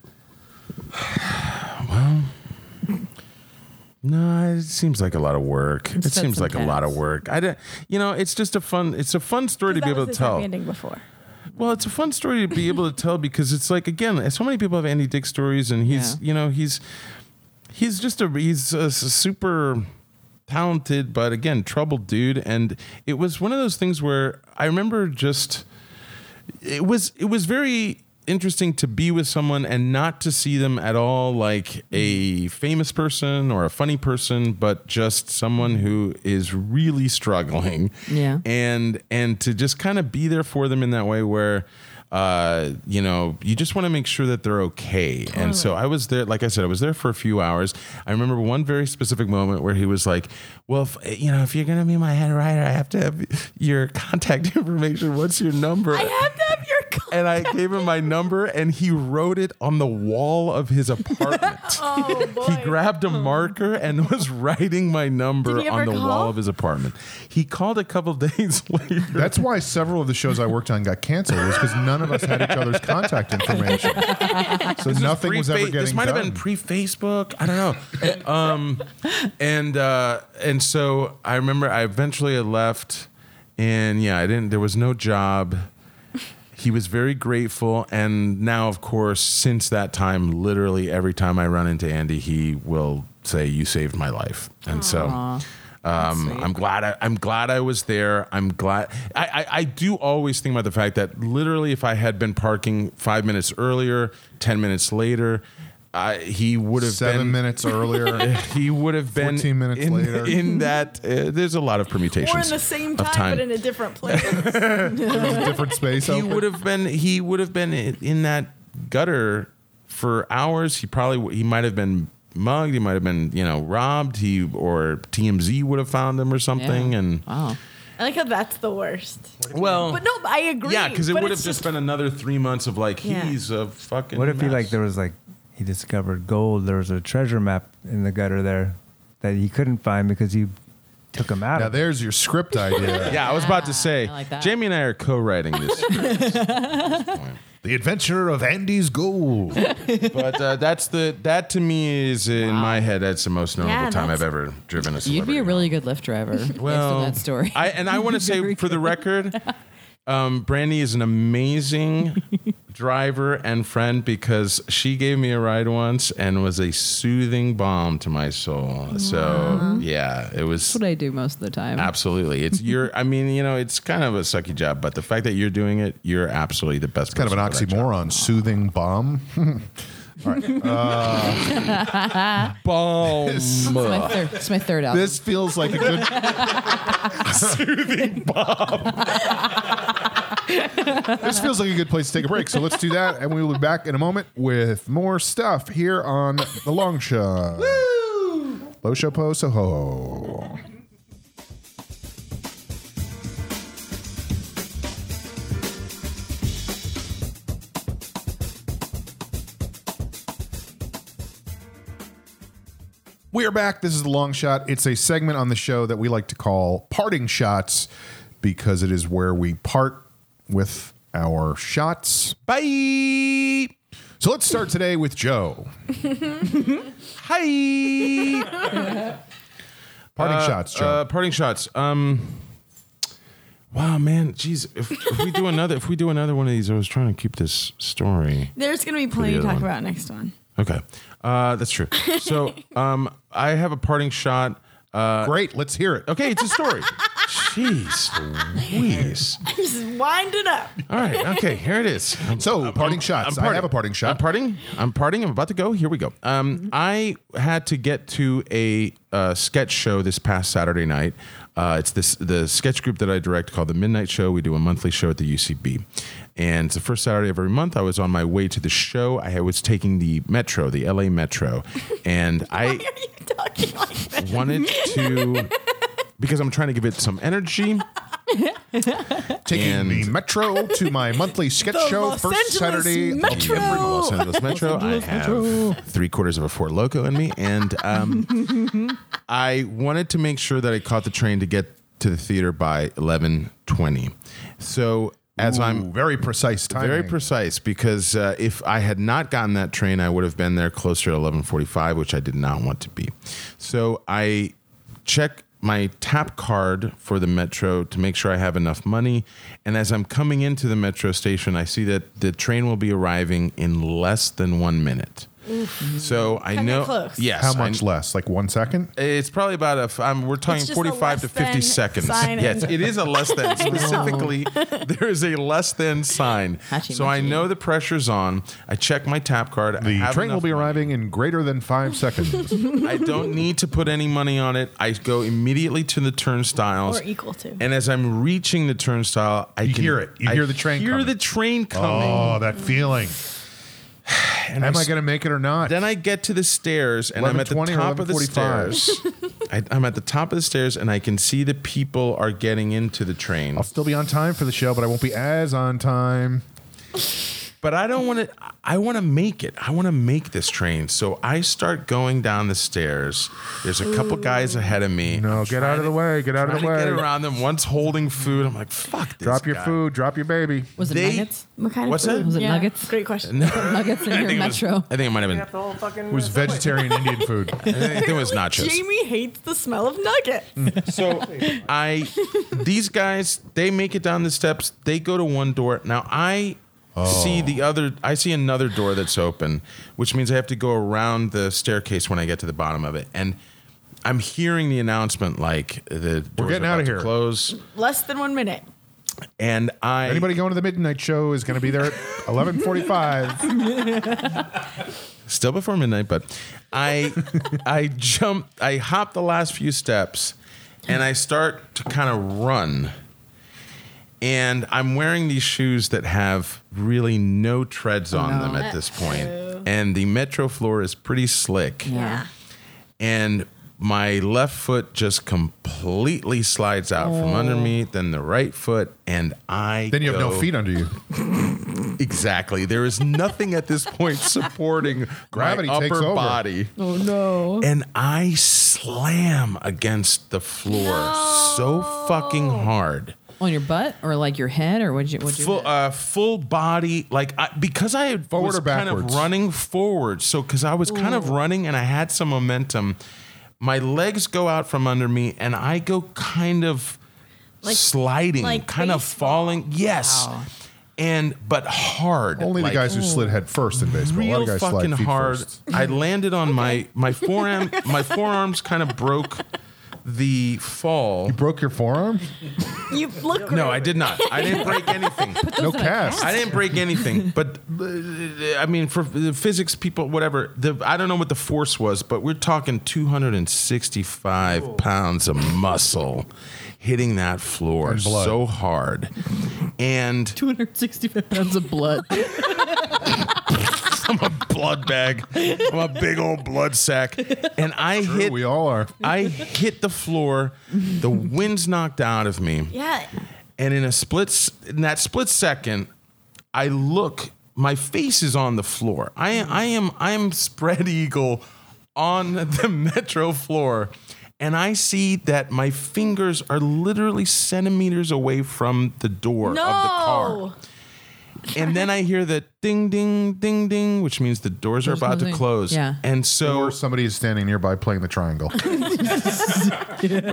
D: No, it seems like a lot of work.
F: It's
D: it seems like a lot of
F: sometimes.
D: work. I don't, you know, it's just a fun. It's a fun story to be able to tell.
B: Ending before.
D: Well, it's a fun story to be able to tell because it's like again, so many people have Andy Dick stories, and he's
F: Yeah.
D: you know he's he's just a he's a, s- super talented, but again troubled dude. And it was one of those things where I remember just it was it was very interesting to be with someone and not to see them at all like a famous person or a funny person but just someone who is really struggling
F: Yeah.
D: and and to just kind of be there for them in that way where uh, you know, you just want to make sure that they're okay. And so I was there, like I said, I was there for a few hours. I remember one very specific moment where he was like, Well, if, you know, if you're going to be my head writer, I have to have your contact *laughs* information. What's your number?
B: I have to have your con-
D: and I gave him my number, and he wrote it on the wall of
B: *laughs*
D: his apartment.
B: Oh boy.
D: He grabbed a marker and was *laughs* writing my number
B: Did he
D: on
B: ever
D: the
B: call?
D: wall of his apartment. He called a couple *laughs* days later.
A: That's why several of the shows I worked on got canceled, was because none of us had each other's contact information. So nothing was ever getting
D: Pre-fa- this might
A: done.
D: have been pre-Facebook. I don't know. *laughs* um, and uh, and so I remember I eventually I left, and yeah, I didn't. There was no job. He was very grateful, and now, of course, since that time, literally every time I run into Andy, he will say, "You saved my life," and so. Um, I'm glad. I, I'm glad I was there. I'm glad. I, I, I do always think about the fact that literally, if I had been parking five minutes earlier, ten minutes later, I, he would have
A: seven
D: been
A: minutes
D: *laughs*
A: earlier.
D: he would have been
A: 14 minutes
D: in,
A: later.
D: *laughs* in that. Uh, there's a lot of permutations.
B: Or in the same
D: of
B: time, but in a different place.
D: *laughs*
A: different space.
D: he would have been. He would have been in, in that gutter for hours. He probably. w- He might have been mugged. He might have been you know robbed. He or TMZ would have found him or something.
F: Yeah.
D: And
F: Wow.
B: I like how that's the worst.
D: well,
B: But no, I agree.
D: yeah, because it
B: but
D: would have
B: it's
D: just, been another three months of like
B: Yeah.
D: he's a fucking.
C: What if he
D: mess.
C: like there was like he discovered gold? There was a treasure map in the gutter there that he couldn't find because you took him out.
A: Now
C: of there,
A: there's your script idea.
D: Yeah, I was about to say,
F: I like that.
D: Jamie and I are co-writing this.
F: *laughs*
A: The Adventure of Andy's Gold.
D: But uh, that's the that to me is in my head. That's the most memorable
B: Yeah,
D: time I've
B: that's-
D: ever driven a.
F: You'd be
D: celebrity.
F: a really good Lyft
D: *laughs*
F: driver
D: well.
F: based on that story.
D: I and I
F: *laughs*
D: want to say
F: Very
D: for the
F: *laughs*
D: record, um, Brandy is an amazing driver and friend because she gave me a ride once and was a soothing balm to my soul. So yeah, it was
F: That's what I do most of the time.
D: absolutely.
A: *laughs*
D: It's your. I mean, you know, it's kind of a sucky job, but the fact that you're doing it, you're absolutely the best.
A: Kind of an
D: person for that job.
A: oxymoron. Soothing bomb.
D: Balm.
F: It's my third, it's my third album.
A: This feels like a good.
D: soothing
A: This feels like a good place to take a break. So let's do that, and we will be back in a moment with more stuff here on the Long Shot. Lo Show Po Soho. We are back. This is the long shot. It's a segment on the show that we like to call parting shots because it is where we part with our shots.
D: *laughs* Bye.
A: So let's start today with Joe.
D: Hi.
A: Parting shots, Joe.
D: Uh, parting shots. Um, wow, man, jeez. If, if we do another, if we do another one of these, I was trying to keep this story.
B: There's gonna be plenty to
D: other
B: talk
D: one.
B: about next one. *laughs*
D: Okay, uh, that's true. So um, I have a parting shot. Uh,
A: Great, let's hear it.
D: okay, it's
A: *laughs*
D: a story. Jeez, Louise.
B: Just wind it up. *laughs*
D: All right. Okay. Here it is.
A: So, parting shots. I have a parting shot.
D: I'm parting. I'm parting. I'm about to go. Here we go. Um, I had to get to a uh, sketch show this past Saturday night. Uh, it's this the sketch group that I direct called the Midnight Show. We do a monthly show at the UCB, and it's the first Saturday of every month. I was on my way to the show. I was taking the metro, the LA Metro, and
B: Why are
D: I
B: you talking like that?
D: wanted to because I'm trying to give it some energy.
A: Taking
D: And-
A: the metro to my
D: *laughs*
A: monthly sketch
B: The
A: show
B: Los
A: first
B: Angeles
A: Saturday of
B: Metro.
A: every month.
D: Los Angeles Metro. I have three quarters of a Ford Loco in me, and um, I wanted to make sure that I caught the train to get to the theater by eleven twenty. So as I'm
A: Ooh, very precise timing.
D: very precise because uh, if I had not gotten that train, I would have been there closer to eleven forty-five, which I did not want to be. So I check my tap card for the metro to make sure I have enough money. And as I'm coming into the metro station, I see that the train will be arriving in less than one minute. So I
B: Kinda
D: know.
B: close.
D: Yes,
A: How
D: I-
A: much less? Like one second?
D: it's probably about a. f- Um, we're talking
B: just a
D: 45 to
B: less than
D: 50 seconds.
B: sign in.
D: Yes, it is a less
B: *laughs*
D: than. Specifically, there is a less than sign.
F: Hachi
D: so I
F: machi.
D: know the pressure's on. I check my tap card. I
A: The
D: have
A: train will
D: enough
A: be
D: money.
A: arriving in greater than five
D: *laughs*
A: seconds.
D: I don't need to put any money on it. I go immediately to the turnstiles.
B: Or equal to.
D: And as I'm reaching the turnstile, I
A: You
D: can,
A: hear it. You
D: I
A: hear the train
D: Hear
A: coming.
D: the train coming.
A: oh, that feeling.
D: *sighs* and
A: Am
D: I
A: I going to make it or not?
D: Then I get to the stairs and I'm at the
A: 11:20 or
D: top of the
A: 11:45.
D: stairs. *laughs* I, I'm at the top of the stairs and I can see the people are getting into the train.
A: I'll still be on time for the show, but I won't be as on time.
D: But I don't want to. I want to make it. I want to make this train. So I start going down the stairs. There's a couple guys ahead of me.
A: No,
D: I'm
A: get out of the way. Get out of the
D: trying to get
A: way.
D: around them. One's holding food. I'm like, fuck this.
A: Drop your
D: guy.
A: food. Drop your baby.
F: Was it
D: They-
F: nuggets?
B: *laughs* What kind
D: What's
B: of
D: that?
B: food?
F: Was it nuggets?
B: Great question.
F: *laughs* nuggets in
D: I
F: your
D: think, it was,
F: metro.
D: I think it might have been.
A: It was vegetarian Indian
D: *laughs*
A: food.
D: I
B: *laughs*
D: think it was nachos. Mm.
B: Jamie hates the smell of nuggets.
D: So I, these guys, they make it down the steps. They go to one door. Now I
A: Oh.
D: see the other. I see another door that's open, which means I have to go around the staircase when I get to the bottom of it. And I'm hearing the announcement like the doors
A: We're getting
D: are
A: out of
D: about to
A: here.
D: Close.
B: Less than one minute.
D: And I.
A: Anybody going to the midnight show is going to be there at
D: *laughs*
A: 11:45.
D: still before midnight, but I I jump I hop the last few steps and I start to kind of run. And I'm wearing these shoes that have really no treads on them at this point. And the metro floor is pretty slick.
F: Yeah.
D: And my left foot just completely slides out from
F: Oh.
D: under me, then the right foot, and I
A: then you have no
D: go-
A: feet under you.
D: Exactly. There is nothing at this point supporting
A: Gravity
D: gravity my
A: takes
D: upper
A: over.
D: body.
F: Oh no.
D: And I slam against the floor so fucking hard.
F: On your butt or like your head or what'd you what'd you
D: Full, uh, full body, like I, because I had
A: Forward
D: was
A: or
D: kind
A: backwards?
D: of running forward. So because I was kind of running and I had some momentum, my legs go out from under me and I go kind of
B: Like-
D: sliding,
B: like
D: kind of
B: baseball.
D: falling. Yes, and but hard.
A: Only the
D: like-
A: guys who slid head first in baseball. a lot
D: real
A: of guys
D: fucking
A: slide feet
D: hard.
A: first.
D: I landed on my my forearm. My forearms kind of broke the fall.
A: Broke your forearm?
B: You look
D: No, I did not. I didn't break anything.
A: No cast.
D: I didn't break anything. But uh, I mean, for the physics people, whatever. The I don't know what the force was, but we're talking 265 pounds of muscle hitting that floor
A: blood.
D: so hard, and *laughs*
F: 265 pounds of blood.
D: I'm a blood bag. I'm a big old blood sack, and I hit.
A: we all are.
D: I hit the floor. The wind's knocked out of me.
B: Yeah.
D: And in a split, s- in that split second, I look. My face is on the floor. I, I am. I am spread *laughs* eagle on the *laughs* metro floor, and I see that my fingers are literally centimeters away from the door of the car.
B: No.
D: And then I hear the ding, ding, ding, ding, which means the doors are
F: Doors
D: about to
F: closing.
D: close.
F: Yeah.
D: And so
A: Or somebody is standing nearby playing the triangle.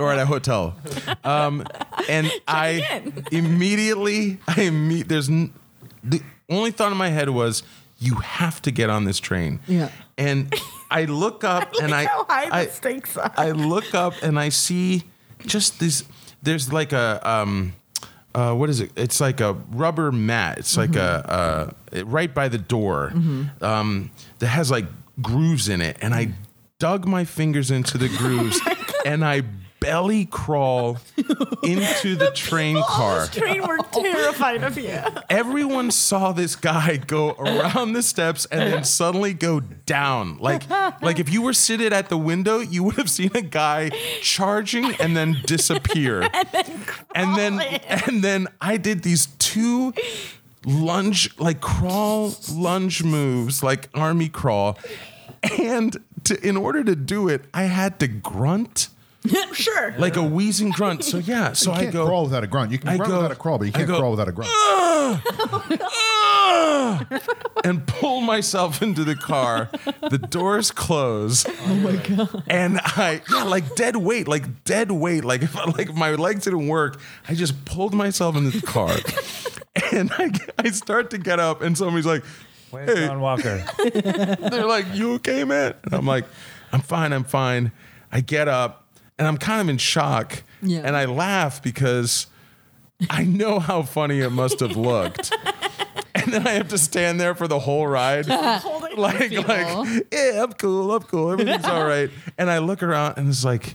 D: *laughs* or at a hotel. Um,
B: *laughs*
D: and I
B: again.
D: immediately, I imme- there's n- the only thought in my head was, you have to get on this train.
F: Yeah.
D: And I look
B: *laughs*
D: up
B: like
D: and I
B: how high the
D: I-
B: stakes
D: *laughs*
B: are.
D: I look up and I see just this. There's like a um, uh, what is it? It's like a rubber mat. It's like a uh, right by the door um, that has like grooves in it, and I dug Mm. Oh my fingers into *laughs* the grooves and I belly *laughs* crawl into the, train
B: All
D: car
B: this train were
D: *laughs* Oh.
B: terrified of you.
D: everyone saw this guy go around the steps and then suddenly go down. Like, like if you were seated at the window, you would have seen a guy charging and then disappear. *laughs* and then and then I did these two lunge like crawl lunge moves like army crawl and to, in order to do it I had to grunt
B: sure.
D: like a wheezing grunt so yeah so
A: You
D: I
A: can't
D: go
A: crawl without a grunt. You can
D: I
A: grunt
D: go-
A: without a crawl, but you
D: I
A: can't
D: go-
A: crawl without a grunt.
D: "Ah!" and pull myself into the car. The doors close. Oh my god! And I, yeah, like dead weight, like dead weight. Like *laughs* if like my leg didn't work, I just pulled myself into the car. *laughs* and I, I start to get up, and somebody's like,
C: Where's
D: "Hey,
C: John Walker?
D: they're like, "You okay, man?" And I'm like, "I'm fine. I'm fine." I get up and I'm kind of in shock,
F: Yeah.
D: and I laugh because I know how funny it must have looked. *laughs* And then I have to stand there for the whole ride, *laughs* like, like, yeah, I'm cool, I'm cool, *laughs* everything's all right. And I look around, and it's like,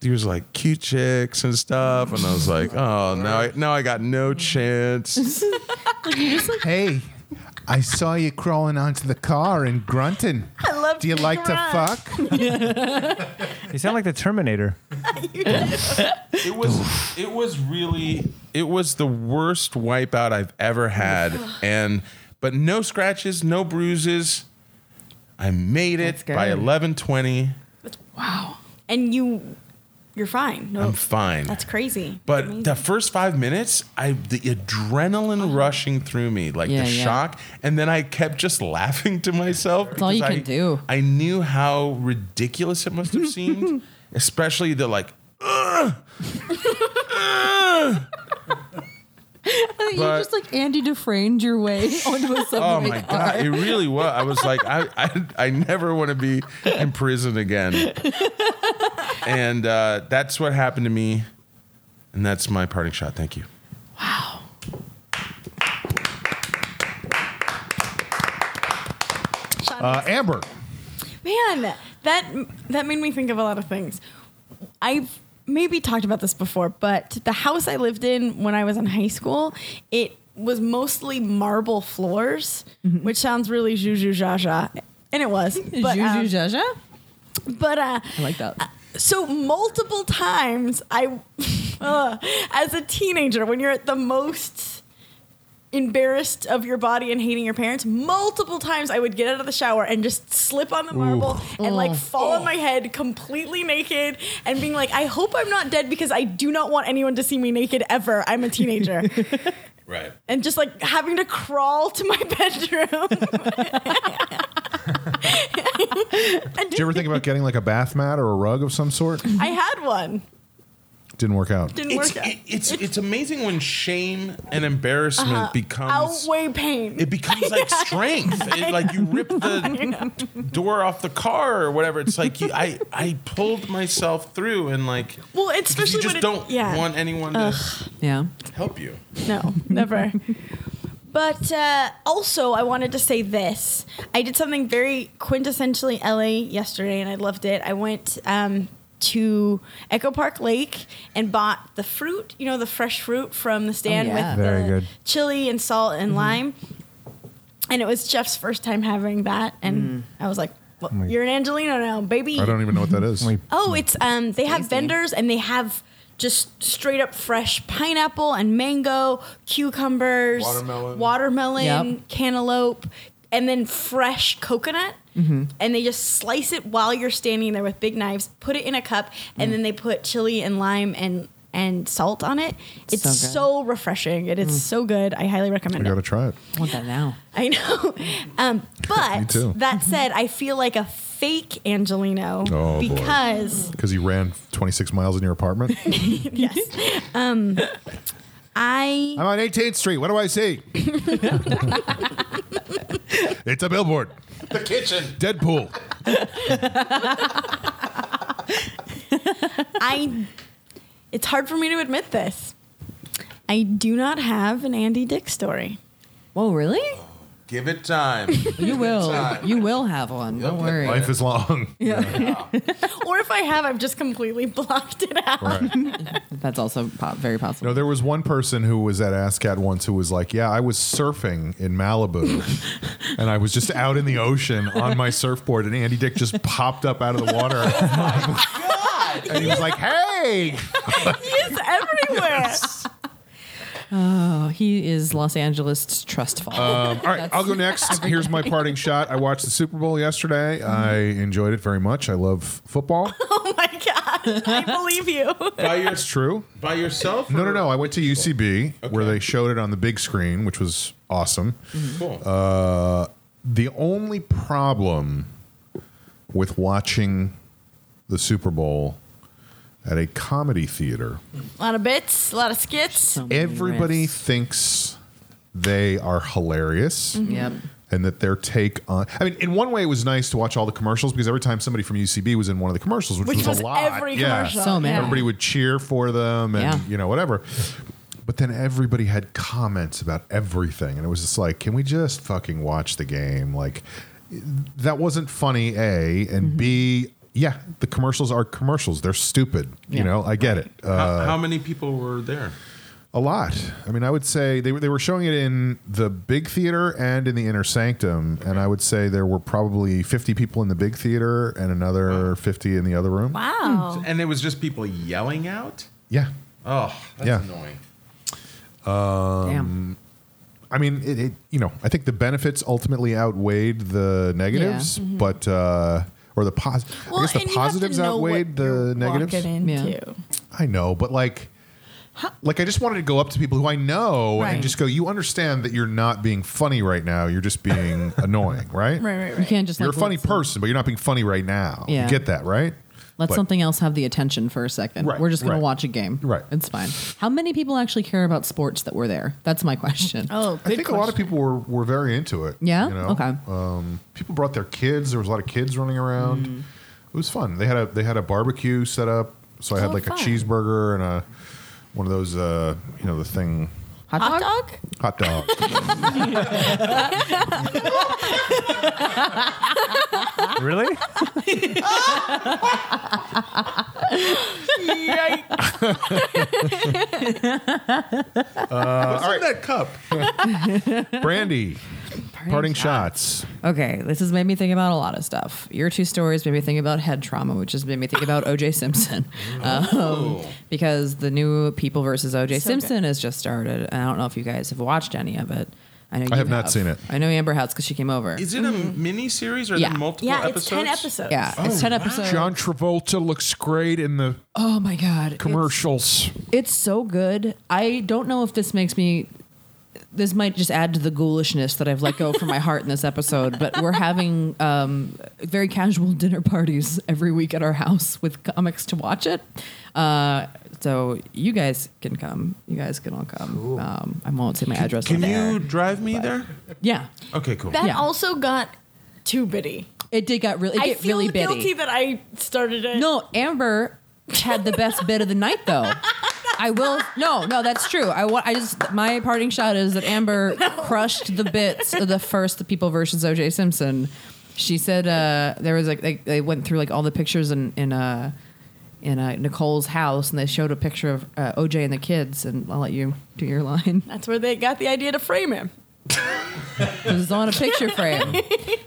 D: he was like cute chicks and stuff, and I was *laughs* like, oh, now I, now I got no chance.
A: Hey, I saw you crawling onto the car and grunting.
B: I love
A: Do you like to
B: grunt.
A: fuck?
C: You sound like the Terminator.
D: It *laughs* was it was really it was the worst wipeout I've ever *sighs* had, and but no scratches, no bruises. I made
F: That's
D: it
F: good.
D: by eleven twenty.
B: Wow. And you, you're fine. No,
D: I'm fine.
B: That's crazy.
D: But
B: Amazing.
D: the first five minutes, I the adrenaline rushing through me, like
F: Oh. Yeah,
D: the
F: yeah.
D: shock, and then I kept just *laughs* laughing to myself.
F: all you
D: because
F: can
D: I,
F: do.
D: I knew how ridiculous it must have
F: *laughs*
D: seemed, especially the like. "Ugh! Ugh!"
F: *laughs* you
D: But-
F: just like Andy Dufresne your way onto a subway
D: *laughs* Oh my
F: car.
D: god, it really was. I was like, I, I, I never want to be in prison
F: *laughs*
D: again. And uh, that's what happened to me, and that's my parting shot. Thank you.
A: Uh, Amber,
B: Man, that that made me think of a lot of things. I've maybe talked about this before, but the house I lived in when I was in high school, it was mostly marble floors, which sounds really juju jaja, and it was. But um,
F: Juju Jaja?
B: but uh,
F: I like that.
B: so multiple times I, *laughs* Ugh. as a teenager, when you're at the most embarrassed of your body and hating your parents, multiple times I would get out of the shower and just slip on the marble and like fall on my head completely naked and being like, I hope I'm not dead because I do not want anyone to see me naked ever. I'm a
D: *laughs*
B: teenager.
D: Right.
B: and just like having to crawl to my *laughs* bedroom.
A: did you ever think about getting like a bath mat or a rug of some sort?
B: I had one.
A: Didn't work out.
B: Didn't
D: It's,
B: work out.
D: it- it's it's amazing when shame and embarrassment
F: Uh-huh.
D: becomes
B: Outweigh pain.
D: it
B: *laughs*
D: becomes like strength. It, like you rip the door off the car or whatever. It's like you, I I pulled myself through and like
B: Well, it's
D: because
B: especially
D: you just
B: when it-
D: don't
B: yeah.
D: want anyone to
F: Yeah.
D: help you.
B: No, never. But uh, also, I wanted to say this. I did something very quintessentially LA yesterday, and I loved it. I went um, to Echo Park Lake and bought the fruit, you know, the fresh fruit from the stand
F: yeah.
B: with
C: Very
B: the
C: good.
B: chili and salt and lime. And it was Jeff's first time having that, and I was like, well, "You're an Angelino now, baby."
A: I don't even know what that is.
B: Oh, it's
A: Mm.
B: um they have vendors and they have just straight up fresh pineapple and mango, cucumbers,
D: Watermelon.
B: watermelon,
F: Yep.
B: cantaloupe, and then fresh coconut.
F: Mm-hmm.
B: And they just slice it while you're standing there with big knives, put it in a cup,
F: Mm.
B: and then they put chili and lime and and salt on it. It's
F: so
B: so,
F: good. Mm.
B: refreshing. It is so good. I highly
A: I
B: recommend it.
A: gotta try it.
F: I want that now.
B: I know. *laughs*
A: *laughs*
B: Um, but
A: too. *laughs*
B: that said, I feel like a fake Angelino
A: Oh, boy.
B: because
A: Because you ran 26 miles in your apartment.
B: yes. *laughs* Um, I
A: I'm on 18th Street. What do I see? It's a billboard.
G: The kitchen.
A: Deadpool.
B: I. It's hard for me to admit this. I do not have an Andy Dick story.
F: Whoa, really?
D: Oh,
G: Give it
A: *laughs*
G: time.
F: You will.
G: time.
F: You will have one. Don't worry.
A: Life is long.
B: Or if I have, I've just completely *laughs* blocked it out.
A: Right.
F: That's also po- very possible.
A: No, there was one person who was at ASCAT once who was like, Yeah, I was surfing in Malibu and I was just out in the ocean on my surfboard and Andy Dick just popped up out of the water.
G: Oh
A: *laughs* and he was like, Hey,
B: He is *laughs* everywhere.
F: Oh, he is Los Angeles
D: Uh,
F: trust fall.
A: Um, all right, I'll
G: *laughs*
A: go next. Here's my parting shot. I watched the Super Bowl yesterday.
G: Mm-hmm.
A: I enjoyed it very much. I love football.
B: Oh my god! I believe you.
D: By, your,
A: It's true.
D: by yourself?
A: No,
D: or-
A: no, no. I went to UCB where they showed it on the big screen, which was awesome.
D: Cool.
A: Uh, the only problem with watching the Super Bowl at a comedy theater,
B: A lot of bits, a lot of skits.
F: So many
A: everybody
F: rants.
A: thinks they are hilarious.
B: Mm-hmm.
F: Yep.
A: and that their take on I mean in one way it was nice to watch all the commercials because every time somebody from UCB was in one of the commercials which,
B: Which was
A: a lot
B: every
A: yeah
B: commercial.
F: So many.
A: everybody would cheer for them and
F: Yeah.
A: you know whatever but then everybody had comments about everything and it was just like can we just fucking watch the game like that wasn't funny a and b yeah the commercials are commercials they're stupid you
F: Yeah.
A: know I get it uh,
D: how, how many people were there?
A: a lot. I mean, I would say they were, they were showing it in the big theater and in the inner sanctum, and I would say there were probably 50 people in the big theater and another 50 in the other room.
B: Wow.
G: And it was just people yelling out.
A: Yeah.
G: Oh, that's
A: Yeah.
G: annoying.
D: um,
F: Damn.
A: I mean, it, it you know, I think the benefits ultimately outweighed the negatives, but uh or the pos- I guess the
B: Mm-hmm. and you have to
A: positives
B: know what
A: outweighed
B: you're
A: the negatives.
B: walking into.
A: I know, but like like I just wanted to go up to people who I know
F: Right.
A: and just go, "You understand that you're not being funny right now. You're just
B: *laughs*
A: being annoying, right?"
B: Right, right, right.
F: You can't just
A: you're
F: like,
A: a funny
F: let some-
A: person, but you're not being funny right now.
F: Yeah.
A: You get that, right?
F: Let
A: But-
F: something else have the attention for a second.
A: Right,
F: We're just going
A: right.
F: to watch a game.
A: Right.
F: It's fine. How many people actually care about sports that were there? That's my question.
B: *laughs* Oh,
A: I
B: good
A: think a lot of people were, were very into it.
F: Yeah?
A: you know?
F: Okay.
A: Um, people brought their kids. There was a lot of kids running around.
B: Mm.
A: It was fun. They had a they had a barbecue set up. So I had
B: Oh,
A: like
B: fun.
A: a cheeseburger and a one of those uh, you know the thing
F: Hot
B: Hot
F: dog?
B: dog?
A: hot
B: *laughs*
A: dog.
E: Really?
A: *laughs*
B: Yikes.
A: Uh, all right,
G: That cup.
A: Brandy, parting shots.
F: Okay, this has made me think about a lot of stuff. Your two stories made me think about head trauma, which has made me think about
A: *laughs*
F: O.J. Simpson, um,
A: Oh.
F: because the new People versus O.J.
B: So
F: Simpson has just started. And I don't know if you guys have watched any of it. I know
A: I
F: you
A: have not seen it.
F: I know Amber has because she came over.
D: Is it a
A: Mm-hmm.
D: mini series or
F: Yeah.
D: there multiple
B: Yeah,
D: episodes?
B: it's 10 episodes.
F: yeah,
A: Oh,
F: it's ten episodes.
A: John Travolta looks great in the
F: oh my god, it's-
A: commercials.
F: It's so good. I don't know if this makes me. This might just add to the ghoulishness that I've let go from my heart in this episode. But we're having um, very casual dinner parties every week at our house with comics to watch it. Uh, so you guys can come. You guys can all come. Um, I won't say my address.
D: Can
F: on
D: you
F: air.
D: drive me there?
F: Yeah,
D: Okay, cool.
B: That
F: Yeah.
B: also got too bitty.
F: it did got really. It
B: I
F: get
B: feel
F: really bitty.
B: guilty that I started it.
F: No, Amber had the best bit of the night though. I will no, no, that's true. I want I just my parting shot is
B: *laughs*
F: that Amber crushed the bits of the first the people versus OJ Simpson. She said uh there was like they, they went through like all the pictures in in uh in uh, Nicole's house and they showed a picture of uh, OJ and the kids and I'll let you do your line.
B: That's where they got the idea to frame him.
F: It was on a picture frame.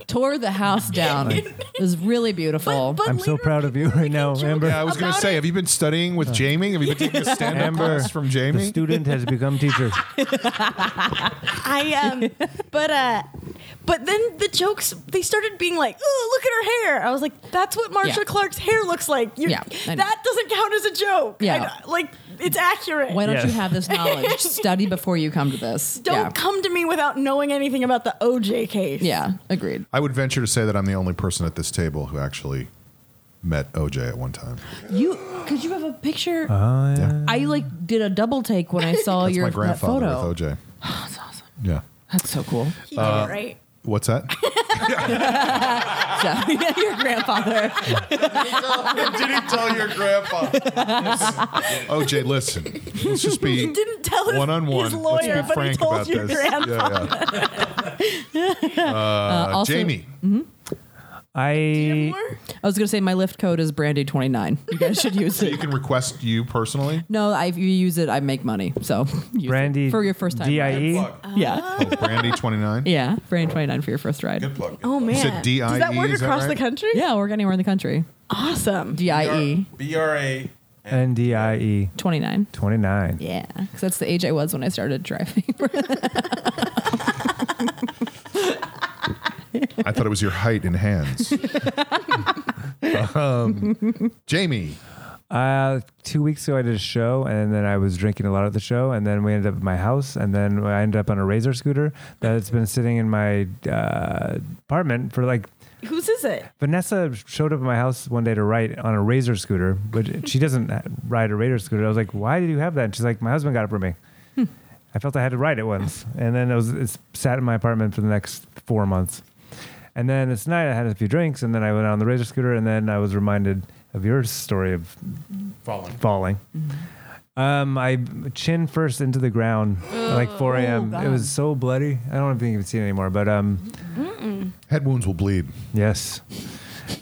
F: Tore the
B: *laughs*
F: house down. It was really beautiful.
B: But
C: I'm so
B: later
C: proud of you
B: people
C: right now,
B: making
C: Amber.
B: jokes
A: Yeah, I was going to
B: about
A: say,
B: it.
A: have you been studying with Jamie? Have you been *laughs* taking a stand-up
C: Amber
A: class from
C: The
A: Jamie?
C: student has become teacher.
B: I
F: *laughs*
B: um, but uh, but then the jokes they started being like, "Oh, look at her hair." I was like, "That's what Marsha
F: Yeah.
B: Clark's hair looks like." You,
F: Yeah, I know.
B: that doesn't count as a joke. I
F: Yeah.
B: know, like it's accurate.
F: Why don't
C: Yes.
F: you have this knowledge? Study before you come to this.
B: Don't
F: yeah.
B: come to me without knowing anything about the OJ case.
F: Yeah, agreed.
A: I would venture to say that I'm the only person at this table who actually met OJ at one time.
F: You because you have a picture.
A: yeah.
F: I like did a double take when I saw
A: Uh-huh. That's
F: your
A: my
F: that
A: grandfather
F: photo.
A: with OJ.
F: That's awesome.
A: Yeah.
F: That's so cool.
A: Uh,
B: he did it right.
A: What's that?
F: *laughs* Yeah, *laughs* your grandfather.
G: Did he *laughs* tell your grandpa?
A: *laughs* OJ, listen. Let's just be
B: He didn't tell his,
A: one on one.
B: his lawyer,
A: Let's be
B: but he
A: frank
B: told
A: about
B: your
A: this.
B: grandfather.
A: Yeah, yeah. Uh,
F: also-
A: Jamie,
C: I
B: More?
F: I was gonna say my lift code is brandy twenty nine. You guys should use
A: *laughs* you
F: it.
A: can request you personally.
F: No, I, if you use it, I make money. So use it
C: brandy
F: for your first time.
A: E.
C: Die.
G: Plug.
F: Yeah,
A: Oh, Brandy twenty nine.
F: *laughs* yeah, brandy twenty nine for your first ride.
G: Good plug.
B: Oh man,
A: it DIE,
B: does that work
A: is that
B: across
A: right?
B: the country?
F: Yeah, work anywhere in the country.
B: awesome.
F: D I E
G: B R A.
C: N D I E
F: twenty nine.
C: twenty nine.
F: Yeah, because that's the age I was when I started driving. *laughs*
A: I thought it was your height and hands. um, Jamie,
C: Uh, two weeks ago, I did a show, and then I was drinking a lot at the show, and then we ended up at my house, and then I ended up on a razor scooter that's been sitting in my uh, apartment for like.
B: Whose is it?
C: Vanessa showed up at my house one day to write on a razor scooter, but she doesn't ride a razor scooter. I was like, "Why did you have that?" And she's like, "My husband got it for me." I felt I had to ride it once, and then it was it sat in my apartment for the next four months. And then this night, I had a few drinks, and then I went on the razor scooter, and then I was reminded of your story of
G: Falling.
C: falling. Um, I chin first into the ground at like 4 a.m. it was so bloody. I don't think you can see it anymore, but um,
A: head wounds will bleed.
C: yes.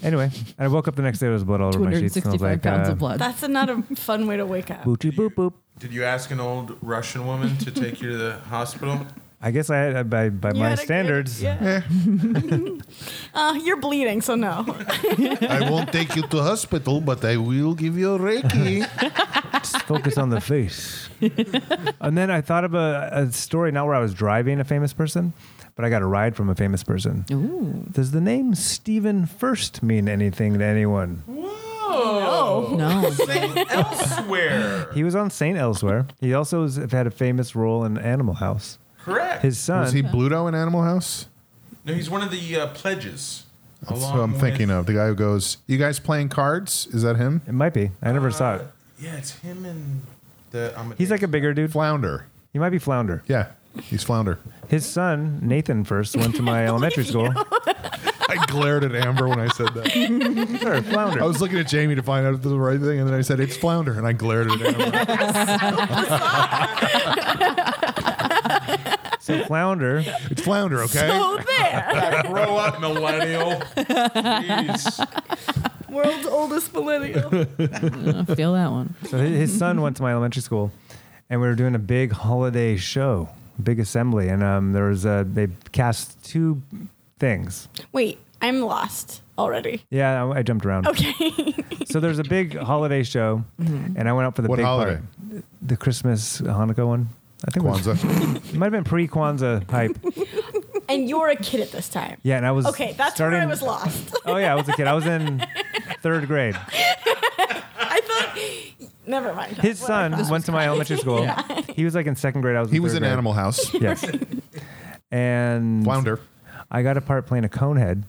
C: Anyway, I woke up the next day. There was blood all over
F: Two
C: my
F: hundred
C: sheets. and I was
F: sixty five
C: like,
F: pounds
C: uh,
F: of blood.
B: That's not a fun way to wake up.
C: Boochy boop boop.
G: Did you ask an old Russian woman to take you to the
D: *laughs*
G: hospital?
C: I guess I had uh, by by
B: You
C: my
B: had a good-
C: standards.
B: yeah.
A: Eh.
B: *laughs* uh, you're bleeding, so no.
A: I won't take you to hospital, but I will give you a Reiki.
C: Just focus on
B: *laughs*
C: the face. and then I thought of a, a story, not where I was driving a famous person, but I got a ride from a famous person. Does the name Stephen First mean anything to anyone?
G: Whoa.
F: No.
G: Elsewhere.
C: He was on Saint Elsewhere. He also has had a famous role in Animal House.
G: Correct.
C: His son.
A: Was he Bluto in Animal House?
G: no, he's one of the uh, pledges.
A: That's
G: along
A: who I'm
G: with-
A: thinking of. The guy who goes, "You guys playing cards? Is that him?"
C: It might be. I never saw it.
G: uh, Yeah, it's him and the. Amadeus.
C: He's like a bigger dude.
A: Flounder.
C: He might be Flounder.
A: Yeah, he's Flounder.
C: His son Nathan First went
B: *laughs*
C: to my elementary school.
A: *laughs* I glared at Amber when I said that.
C: Sure,
A: *laughs*
C: Flounder.
A: I was looking at Jamie to find out if it was the right thing, and then I said, "It's Flounder," and I glared at *laughs* Amber.
C: So Flounder.
A: It's Flounder, okay?
B: So there,
G: Grow up, millennial. Jeez.
B: world's
A: *laughs*
B: oldest millennial.
F: I feel that one.
C: So his, his son went to my elementary school, and we were doing a big holiday show, big assembly, and um, there was a they cast two things.
B: Wait, I'm lost already.
C: Yeah, I, I jumped around.
B: Okay. *laughs* Mm-hmm.
C: So there's a big holiday show, and I went out for the
A: What
C: big
A: holiday?
C: part, the Christmas Hanukkah one. I think it
A: *laughs*
C: was-
A: Kwanzaa.
C: It might have been pre Kwanzaa hype.
B: and you're a kid at this time.
C: Yeah, and I was
B: Okay, that's
C: starting,
B: where I was lost. *laughs*
C: Oh yeah, I was a kid. I was in third grade.
B: I thought. Never mind.
C: His son went to my elementary school. He was like in second grade. I was.
A: He
C: in
A: was
C: third
A: in
C: grade.
A: Animal House.
C: Yes. And
A: Flounder.
C: I got a part playing a conehead,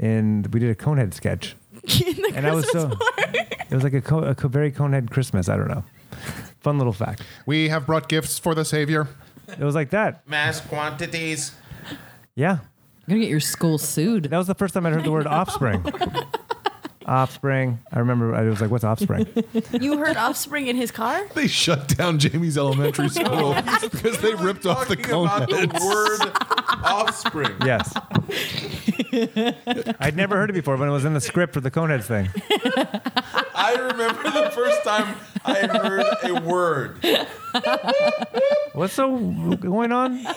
C: and we did a conehead sketch.
B: *laughs* In the
C: And I was so. It was like a, co- a co- very conehead Christmas. I don't know. Fun little fact.
A: We have brought gifts for the Savior.
C: It was like that.
G: Mass quantities.
C: Yeah.
F: You're gonna get your school sued.
C: That was the first time I'd heard the word offspring. Offspring. I remember I was like, what's offspring?
B: you heard Offspring in his car?
A: They shut down Jamie's *laughs* elementary school because Oh, they ripped off the
G: Talking about
A: cone.
G: the word offspring.
C: Yes. I'd never heard it before, but it was in the script for the coneheads thing.
G: I remember the first time I heard a word.
C: What's so going on?
B: *laughs*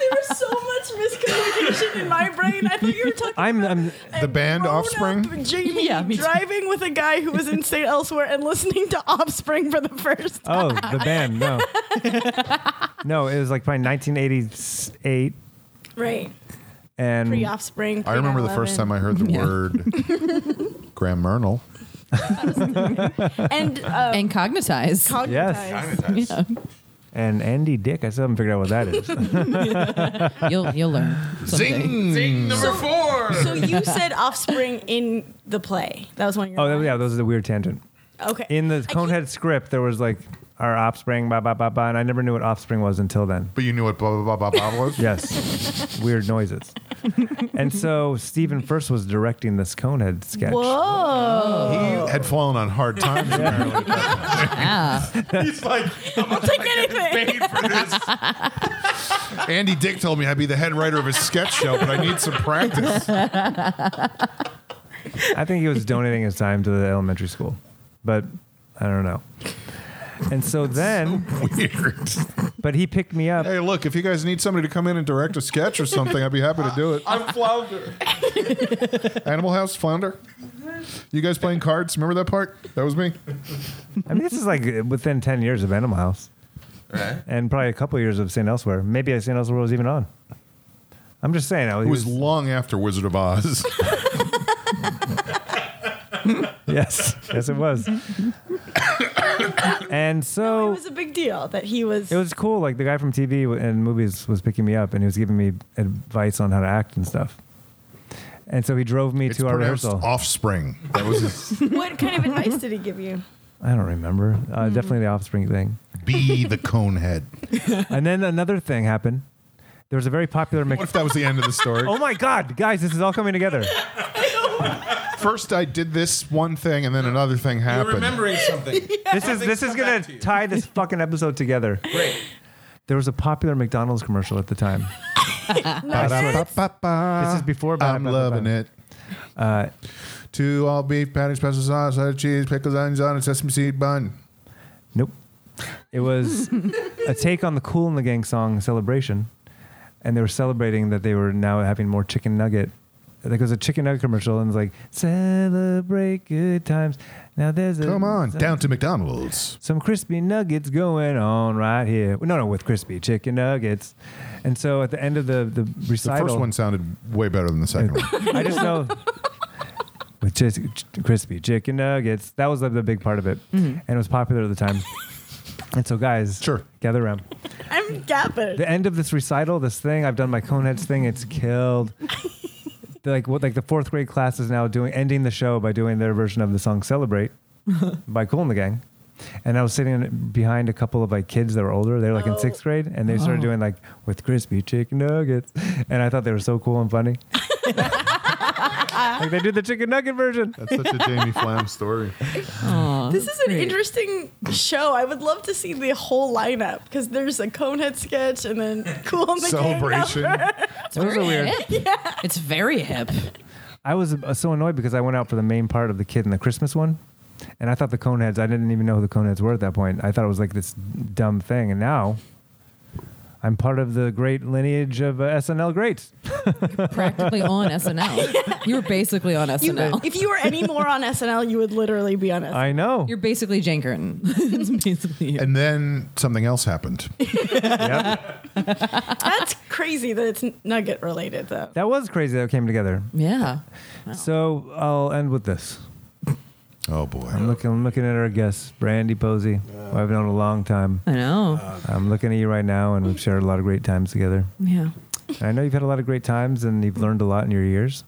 B: There was so much miscommunication in my brain. I thought you were talking
C: I'm, I'm
A: The band
B: grown-up
A: Offspring.
C: *laughs*
B: Jamie
F: Yeah, me too.
B: driving with a guy who was in state elsewhere and listening to Offspring for the
C: *laughs*
B: first time.
C: Oh, the band. No. no, it was like probably 1988.
B: Right.
C: And
B: Pre Offspring.
A: I remember the first time I heard the
F: Yeah.
A: word Graham Myrtle.
C: *laughs*
B: And, uh,
F: And cognitize. *laughs*
B: Cognitize.
C: Yes.
G: Sanitized.
C: and Andy Dick. I still haven't figured out what that is.
F: You'll you'll learn. someday.
G: Ding number four.
B: So
C: *laughs*
B: you said Offspring in the play. That was one of your.
C: oh, that- yeah, those are the weird tangent.
B: Okay.
C: In the
B: keep- *laughs*
C: Conehead script, there was like our offspring, ba ba ba ba, and I never knew what offspring was until then.
A: But you knew what blah blah blah blah blah was.
C: Yes, weird noises. Um, and so Stephen first was directing this Conehead sketch.
B: Whoa.
A: He had fallen on hard times, apparently.
G: He's like,
B: I'll take *laughs* anything.
A: Andy Dick told me I'd be the head writer of his sketch show, but I need some
C: *laughs*
A: practice.
C: I think he was donating his time to the elementary school, but I don't know. And so then,
A: Weird.
C: *laughs* but he picked me up.
A: Hey, look, if you guys need somebody to come in and direct a sketch or something, I'd be happy to do it.
G: I'm flounder.
A: Animal House, Flounder. You guys playing cards? Remember that part? That was me.
C: I mean, this is like within 10 years of Animal House and probably a couple years of St. Elsewhere. Maybe St. Elsewhere was even on. I'm just saying. I
A: It
C: was,
A: was long after Wizard of Oz.
C: yes, yes,
B: *coughs*
C: it was. and
B: It
C: so
B: was a big deal that he was.
C: it was cool. Like the guy from TV w- and movies was picking me up and he was giving me advice on how to act and stuff. And so he drove me
A: It's
C: to our
A: pronounced
C: rehearsal.
A: Offspring. That was his
B: *laughs* what kind of advice did he give you?
C: I don't remember. Uh,
B: Mm-hmm.
C: Definitely the offspring thing.
A: be the Conehead.
C: And then another thing happened. There was a very popular. Mc-
A: What if that was the end of the story?
C: oh my God, guys, this is all coming together.
A: First, I did this one thing, and then another thing
G: You're
A: happened.
G: remembering something.
C: This is this is
G: come
C: gonna
G: back to you.
C: tie this fucking episode together.
G: Great.
C: There was a popular McDonald's commercial at the time.
A: Ba-da-ba-ba-ba.
C: This is before Uh, Bad
A: I'm
C: Bad
A: loving
C: Bad.
A: it. Two all beef patty, special sauce, other cheese, pickles, onions on a sesame seed bun.
C: Nope. It was a take on the Cool in the Gang song "Celebration," and they were celebrating that they were now having more chicken nugget. Like it was a chicken nugget commercial, and it's like celebrate good times. Now there's a
A: Come on,
C: some-
A: down to McDonald's.
C: some crispy nuggets going on right here. No, no, with crispy chicken nuggets. And so at the end of the the
A: The
C: recital,
A: first one sounded way better than the second one.
C: I just know with just crispy chicken nuggets. That was the, the big part of it, and it was popular at the time. and so, guys,
A: Sure.
C: gather around.
B: I'm gapping.
C: The end of this recital, this thing I've done my Coneheads thing. It's killed. The, like what? Like the fourth grade class is now doing ending the show by doing their version of the song "Celebrate" by Cool and the Gang. And I was sitting behind a couple of like kids that were older. They were like in sixth grade, and they started doing like with crispy chicken nuggets, and I thought they were so cool and funny. like they did the chicken nugget version.
A: That's such a Jamie Flam story.
B: This is an interesting show. I would love to see the whole lineup because there's a Conehead sketch and then *laughs* Cool and
A: *laughs*
B: the
C: *laughs*
A: Celebration.
F: It's very hip. It's very hip.
C: I was uh, so annoyed because I went out for the main part of the kid and the Christmas one. And I thought the Coneheads, I didn't even know who the Coneheads were at that point. I thought it was like this dumb thing. And now I'm part of the great lineage of uh, SNL greats.
F: Practically on SNL. You were basically on
B: You,
F: SNL.
B: if you were any more on SNL, you would literally be on SNL.
C: I know.
F: *laughs* You're basically Jane
C: *laughs*
F: Curtin. it's basically you.
A: And then something else happened.
C: Yep.
B: That's crazy that it's nugget related though.
C: That was crazy that it came together.
F: Yeah.
C: So I'll end with this.
A: Oh boy.
C: I'm looking, I'm looking at our guest, Brandy Posey, who I've known a long time.
F: I know.
C: I'm looking at you right now, and we've shared a lot of great times together.
F: yeah.
C: And I know you've had a lot of great times and you've learned a lot in your years.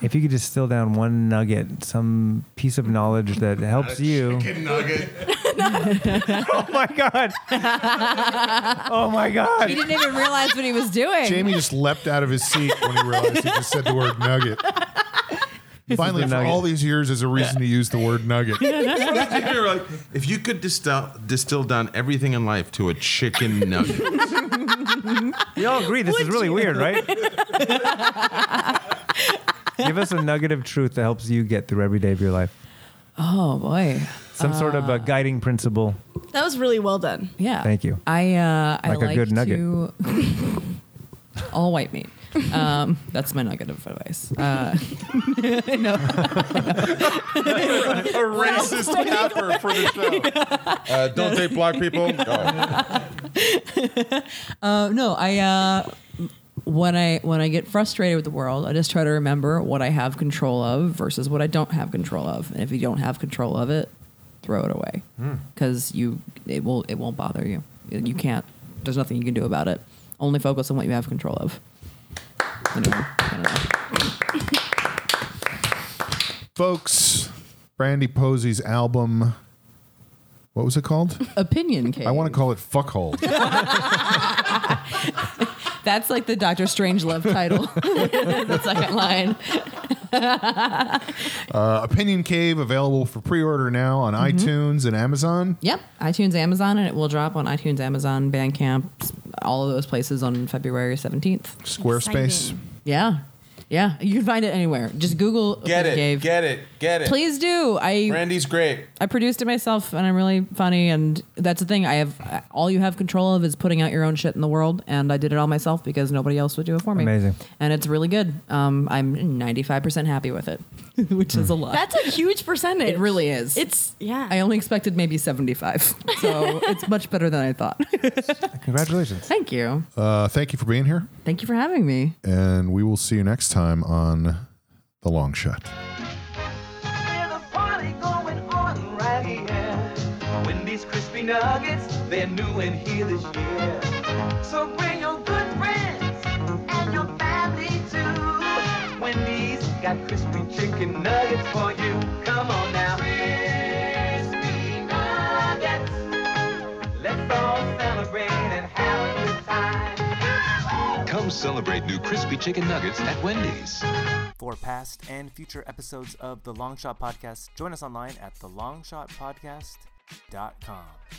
C: If you could just distill down one nugget, some piece of knowledge that helps
D: *laughs*
C: you.
G: Chicken nugget.
C: Oh my God. oh my
F: He
C: God.
F: didn't even realize what he was doing.
A: Jamie just leapt out of his seat when he realized he just said the word nugget. Finally,
C: the
A: for
C: nugget.
A: all these years, is a reason to use the word nugget.
G: You're like, if you could distill distill down everything in life to a chicken nugget,
C: We all agree this is really weird, right? Give us a nugget of truth that helps you get through every day of your life.
F: oh boy.
C: Some sort of a guiding principle.
B: That was really well done.
F: Yeah.
C: Thank you.
F: I uh, I
C: Like a
F: like
C: good nugget.
F: to- *laughs* all white meat. Um, that's my nugget of advice. Uh, no,
G: a racist capper for the show. Uh, don't date black people. No.
F: uh, no. I uh, when I when I get frustrated with the world, I just try to remember what I have control of versus what I don't have control of. And if you don't have control of it, throw it away because you it will it won't bother you. You can't. There's nothing you can do about it. Only focus on what you have control of. Anyway, I don't know.
A: Folks, Brandy Posey's album. What was it called?
F: Opinion case.
A: I want to call it Fuckhole.
F: That's like the Doctor Strange love title. *laughs* the second line.
A: Uh, Opinion Cave available for pre-order now on iTunes and Amazon.
F: Yep, iTunes, Amazon, and it will drop on iTunes, Amazon, Bandcamp, all of those places on February seventeenth.
A: Squarespace.
B: Exciting.
F: Yeah, yeah, you can find it anywhere. Just Google
G: Get
F: Open
G: it.
F: Cave.
G: Get it. Get it.
F: Please do. I
G: Randy's great.
F: I produced it myself, and I'm really funny. And that's the thing. I have uh, all you have control of is putting out your own shit in the world, and I did it all myself because nobody else would do it for me.
C: Amazing.
F: and it's really good. Um, I'm 95 percent happy with it, *laughs* which is a lot.
B: That's a huge percentage.
F: it really is.
B: It's yeah.
F: I only expected maybe 75, *laughs* so it's much better than I thought.
C: Congratulations.
F: Thank you.
A: Uh, thank you for being here,
F: Thank you for having me.
A: and we will see you next time on the Long Shot.
H: There's a party going on right here. Wendy's crispy nuggets, they're new and here this year. So bring your good friends and your family too. Wendy's got crispy chicken nuggets for you. Come on now. Crispy nuggets. Let's all celebrate and have a good time.
I: Come celebrate new crispy chicken nuggets at Wendy's.
J: For past and future episodes of the Long Shot Podcast, join us online at thelongshotpodcast.com.